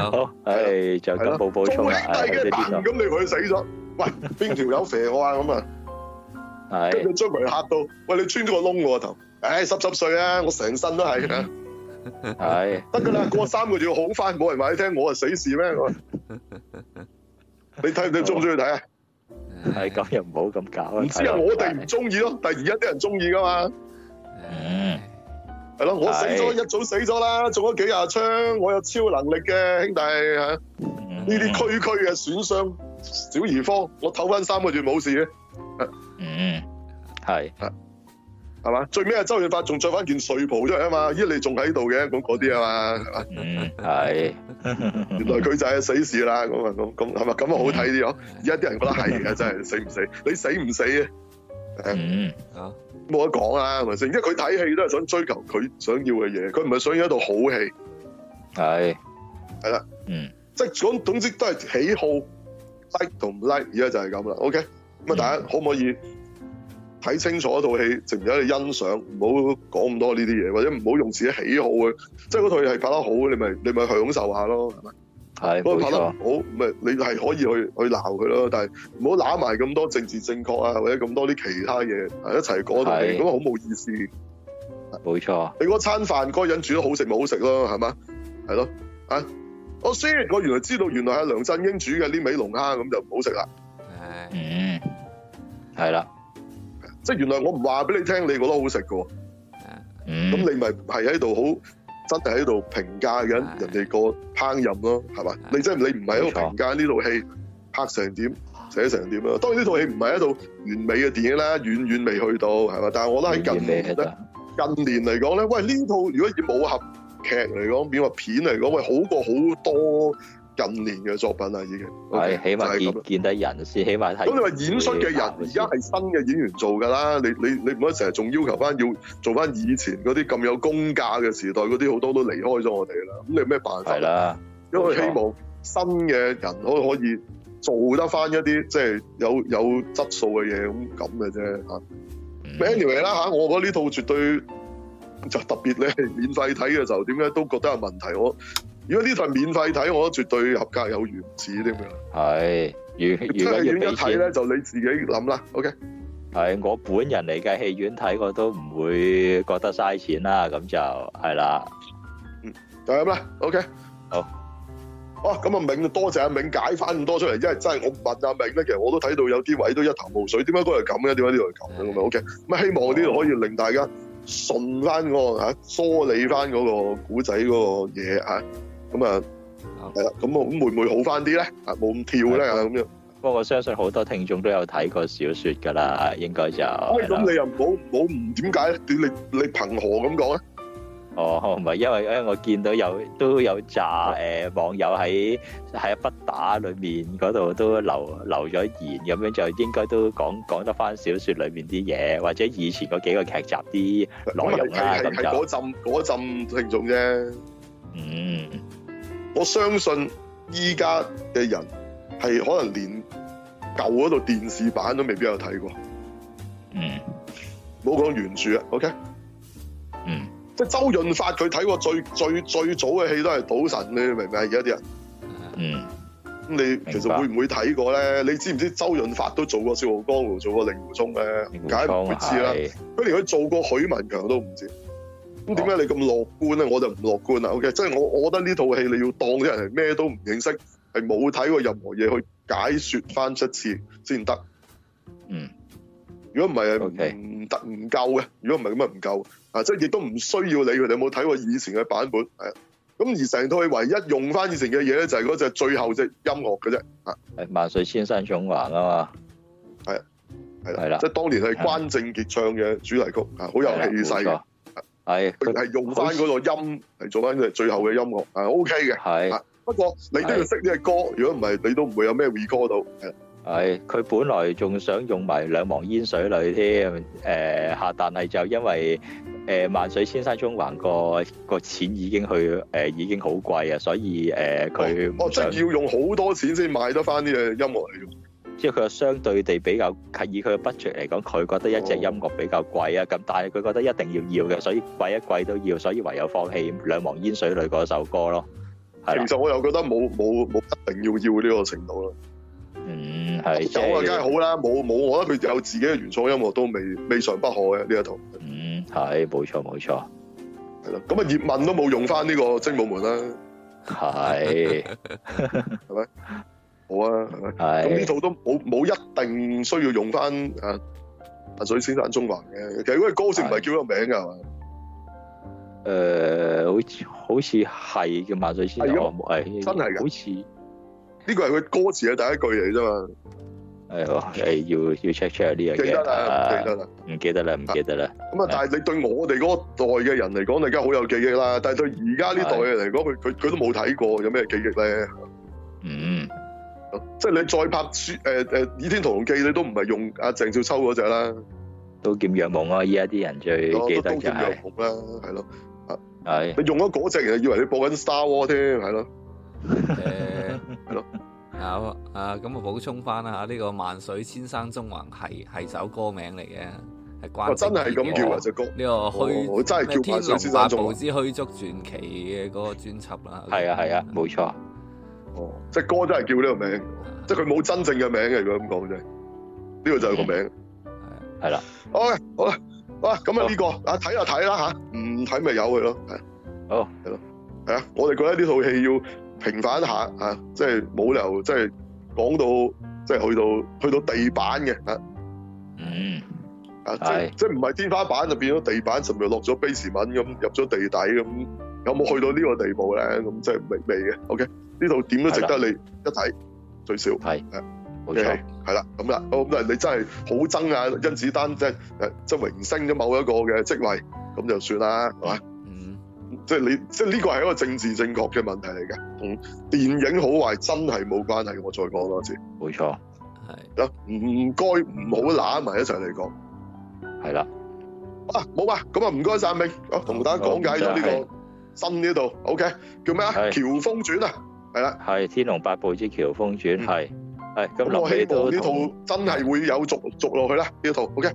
D: 好
B: 好，誒就
A: 係
B: 咁
A: 咯
B: 冇補充
A: 仲
B: 啦，
A: 兄弟
B: 係
A: 嘅
B: 呢邊
A: 蛋，咁
B: 咯
A: 你佢死咗，喂，邊條友肥我啊？咁啊，跟 [laughs]
B: 係
A: 住將佢嚇到，喂，你穿咗個窿我個頭，唉，濕濕碎啊，我成身都係啊。
B: 係
A: 得噶啦，過三個月好翻，冇人話你聽，我係死士咩？我 [laughs] 你睇你中唔中意睇啊？
D: À,
B: 係咁又唔好咁搞啦。
A: 唔知
B: 睇
A: 啊，
B: 落
A: [laughs] 我哋唔中意咯，但係而家啲人中意噶嘛，
D: 唉
A: 係咯，我死咗
B: 係
A: 一早死咗啦，中咗幾廿槍，我有超能力嘅兄弟嚇，呢
B: 嗯
A: 啲區區嘅損傷小兒科，我唞翻三個月冇事嘅，
B: 嗯係
A: 係嘛？最尾啊，周潤發仲着翻件睡袍出嚟啊嘛，咦你仲喺度嘅咁嗰啲啊嘛，係嘛
B: 嗯係
A: 原來佢就係死士啦，咁啊咁咁係嘛？咁啊好睇啲咯，而家啲人覺得係嘅，真係死唔死？你死唔死啊？
B: 嗯
D: 好
A: 冇得講啦，係咪先？因為佢睇戲都係想追求佢想要嘅嘢，佢唔係想要一套好戲，
B: 係
A: 係啦
B: 嗯
A: 即係講總之都係喜好 like 同唔 like，而家就係咁啦。OK，咁啊，大家可唔可以睇清楚一套戲，值唔值得你欣賞？唔好講咁多呢啲嘢，或者唔好用自己喜好去，即係嗰套戲係拍得好，你咪你咪享受下咯，係咪？嗰
B: 係冇
A: 個拍得
B: 錯，
A: 唔好，咪你係可以去去鬧佢咯，但係唔好揦埋咁多政治正確啊，或者咁多啲其他嘢一齊講套戲，
B: 係
A: 咁啊好冇意思。
B: 冇錯，
A: 你嗰餐飯嗰個人煮得好食咪好食咯，係嘛？係咯，啊！我先，我原來知道原來係梁振英煮嘅呢味龍蝦，咁就唔好食啦。
D: 唉，
B: 嗯，係啦，
A: 即係原來我唔話俾你聽，你覺得好食嘅喎，
B: 嗯
A: 咁，你咪係喺度好真係喺度評價緊
D: 係
A: 人哋個烹飪咯，係嘛？你即係你唔係喺度評價呢套戲拍成點、寫成點啦。當然呢套戲唔係一套完美嘅電影啦，遠遠未去到係嘛？但係我覺得喺近年
B: 咩
A: 咧。近年嚟講咧，喂呢套如果以武俠劇嚟講，變話片嚟講，喂好過好多近年嘅作品啊啦，已經
B: 係
A: OK，
B: 起
A: 就
B: 碼
A: 係咁
B: 見
A: 啦。
B: 見得人先，起碼睇。
A: 咁你話演出嘅人而家係新嘅演員做㗎啦，你你你唔可以成日仲要求翻要做翻以前嗰啲咁有功架嘅時代嗰啲好多都離開咗我哋啦，咁你有咩辦法
B: 係？啦，
A: 因為
B: 冇
A: 希
B: 錯
A: 望新嘅人可可以做得翻一啲即係有有質素嘅嘢咁咁嘅啫嚇。
B: 嗯
A: anyway 啦嚇，我覺得呢套絕對 [laughs] 就特別咧，免費睇嘅時候點解都覺得有問題。我如果呢套係免費睇，我覺得絕對合格有原子添嘅。
B: 係，如
A: 出
B: 如果
A: 去
B: 要
A: 院一
B: 俾
A: 睇
B: 錢。
A: 咧，就你自己諗啦。OK，
B: 係我本人嚟嘅戲院睇，我都唔會覺得嘥錢啦。咁就係啦，
A: 就係咁啦。OK，
B: 好。
A: 哇，咁啊，明多謝阿明解翻咁多出嚟，因為真係我問阿明咧，其實我都睇到有啲位都一頭霧水，點解嗰度係咁嘅？點解呢度係咁嘅？咁啊，OK，咁啊希望呢度可以令大家順翻嗰個啊嚇，梳理翻嗰個古仔嗰個嘢嚇，咁啊。
D: 好
A: 係啦，咁我咁會唔會好翻啲咧？啊，冇咁跳咧
B: 係
A: 咁樣。
B: 不過我相信好多聽眾都有睇過小説㗎啦，應該就
A: 喂
B: 係啦
A: 啊咁你又唔好唔好唔點解咧？你你你憑何咁講咧？
B: 哦，唔係因為因為我見到有都有扎誒、呃、網友喺喺筆打裏面嗰度都留留咗言，咁樣就應該都講講得翻小説裏面啲嘢，或者以前嗰幾個劇集啲內
A: 咁
B: 容啦，
A: 係係係
B: 啊咁就
A: 嗰陣嗰陣聽眾啫。
B: 嗯
A: 我相信依家嘅人係可能連舊嗰度電視版都未必有睇過，
B: 嗯
A: 唔好講原著啊。OK，
B: 嗯，
A: 即係周潤發佢睇過最最最早嘅戲都係賭神，你明唔明啊？而家啲人
B: 嗯
A: 咁你其
B: 明
A: 實
B: 白
A: 會唔會睇過咧？你知唔知周潤發都做過《笑傲江湖》，做過《令狐沖》咧？梗係唔會知啦。
B: 係
A: 佢連佢做過許文強都唔知。咁點解你咁樂觀咧？我就唔樂觀啦。OK，即係我我覺得呢套戲你要當啲人係咩都唔認識，係冇睇過任何嘢去解説翻一次先得。
B: 嗯。
A: 如果唔係
B: OK
A: 唔得唔夠嘅，如果唔係咁啊唔夠啊！即係亦都唔需要你佢哋有冇睇過以前嘅版本係啊。咁而成套戲唯一用翻以前嘅嘢咧，就係嗰隻最後隻音樂嘅啫。
B: 係萬水千山縱橫啊嘛。
A: 係
B: 係啦
A: 即係當年係關正傑唱嘅主題曲啊，好有氣勢嘅。
B: 係
A: 佢
B: 佢
A: 係用翻嗰個音嚟做翻佢最後嘅音樂，係 OK 嘅。
B: 係
A: 不過你都要識呢隻歌，如果唔係你都唔會有咩 recall 到。哦係啦
B: 係佢本來仲想用埋兩忘煙水裏添，誒嚇，但係就因為誒萬水千山縱橫個個錢已經去誒已經好貴啊，所以誒佢
A: 哦，
B: 唔
A: 即係
B: 想，
A: 要用好多錢先買得翻呢隻音樂嚟用。
B: 即係佢相對地比較以佢嘅 budget 嚟講，佢覺得一隻音樂比較貴啊，咁但係佢覺得一定要要嘅，所以貴一貴都要，所以唯有放棄兩忘煙水裏嗰首歌咯，係啦
A: 其，實我又覺得冇冇冇一定要要呢個程度啦。
B: Ừ, 嗯係，即
A: 有啊，梗係
B: 係
A: 好啦，冇冇，我覺得佢有自己嘅原創音樂都未未嘗不可嘅呢一套。
B: 嗯係冇錯冇錯。
A: 係啦，咁啊葉問都冇用翻呢個精武門啦，
B: 係
A: 好啊，係咪？咁呢
B: 係
A: 套都冇冇一定需要用翻啊《水先生中環》嘅，其實嗰個歌好似唔係叫呢個名㗎係嘛？
B: 誒，呃好似好似係嘅萬水千山
A: 係
B: 項目係
A: 真係㗎
B: 哎好似
A: 呢個係佢歌詞嘅第一句嚟啫嘛，
B: 誒誒哎要要 check check 呢樣
A: 記得啦，記
B: 嘢啊
A: 得啦。
B: 誒，唔記得啦，唔記得啦，
A: 咁啊，但係你對我哋嗰代嘅人嚟講，你梗係好有記憶啦。但係對而家呢代嘅人嚟講，佢佢佢都冇睇過，有咩記憶咧？
B: 嗯
A: 即係你再拍書誒誒《倚天屠龍記》，你都唔係用阿鄭少秋嗰只啦，
B: 刀劍若夢啊！依家啲人最
A: 都
B: 記
A: 都
B: 得
A: 都
B: 就
A: 劍
B: 係哎
A: 又紅啦，係咯。
B: 係
A: 你用咗
D: [laughs]
A: 嗰只，人以為你播緊 Star War 添，係咯。
D: 誒，
A: 係咯
D: 有啊啊，咁我補充翻啦嚇，啊呢、個萬水千山中橫係係首歌名嚟嘅，係關
A: 我真係
D: 正
A: 咁
D: 傑嘅
A: 叫啊只歌，
D: 呢個虛
A: 我真係
D: 咩
A: 叫
D: 天
A: 萬水
D: 龍
A: 先
D: 八
A: 生
D: 部
A: 做，
D: 之虛竹傳奇嘅嗰個專輯啦，
B: 係啊係啊，冇錯。
A: 只歌真係叫呢個名，哦
D: 啊
A: 即係佢冇真正嘅名嘅。如果咁講真係，呢個就係個名。
D: 啊
B: 係啦，
A: 好嘅，好啦，哇，咁啊呢個啊睇就睇啦吓，唔睇咪由佢咯，係
B: 好
A: 係咯，係啊，我哋覺得呢套戲要平反一下啊，即係冇理由即係講到即係去到去到地板嘅啊
B: 嗯，
A: 啊，即
B: 係
A: 係即係唔係天花板就變咗地板，甚至落咗 base 文咁入咗地底咁，有冇去到呢個地步咧？咁即係未未嘅，OK，呢套點都值得你一睇，最少。
B: 冇錯。
A: 係啦，咁啦，咁啊但係你真係好憎啊！甄子丹即係誒即係榮升咗某一個嘅職位，咁就算啦，係嘛？
D: 嗯，
A: 即係你即係呢個係一個政治正確嘅問題嚟嘅，
B: 嗯
A: 同電影好壞真係冇關係。我再講多次，
B: 冇錯，
D: 係
A: 啦，唔該唔好揦埋一齊嚟講。
B: 係啦，
A: 啊，冇啊，咁啊唔該晒明，啊同大家講解咗呢個新呢度，OK，叫咩啊？
B: 係
A: 喬峰傳啊，係啦。
B: 係《天龍八部之喬峰傳》係係
A: 嗯
B: 咁
A: 咁我
B: 臨
A: 希
B: 尾
A: 望
B: 都
A: 呢
B: 同
A: 套真係會有續續落去啦，呢套 OK。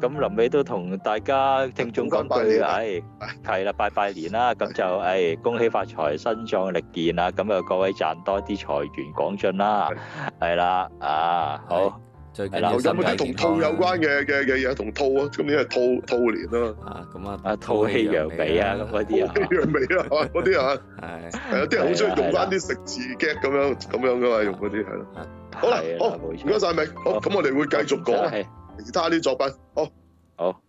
B: 咁臨尾都同大家聽眾講句，唉，係啦，拜拜年啦，咁就唉，恭喜發財，身壯力健啦，咁啊各位賺多啲財源廣進啦，係啦，啊，好，
D: 最緊
B: 係啦
D: 要
A: 啊有
B: 有
D: 身
A: 冇啲
D: 體
A: 同
D: 健
A: 兔
D: 康啊啦
A: 有關嘅嘅嘅嘢？同兔啊，今年係兔兔年啊嘛，
D: 啊，咁啊，
B: 啊，吐氣揚眉啊，咁嗰啲啊
A: 一，樣味啊，嗰啲啊，
D: 係
A: 係啊，啲人好中意用翻啲食字 get 咁樣咁樣噶嘛，用嗰啲係咯。好啦
B: 係，
A: 好，
B: 冇
A: 唔該
B: 錯，
A: 晒明，好，咁我哋會繼續講啊
B: 係
A: 其他啲作品，好。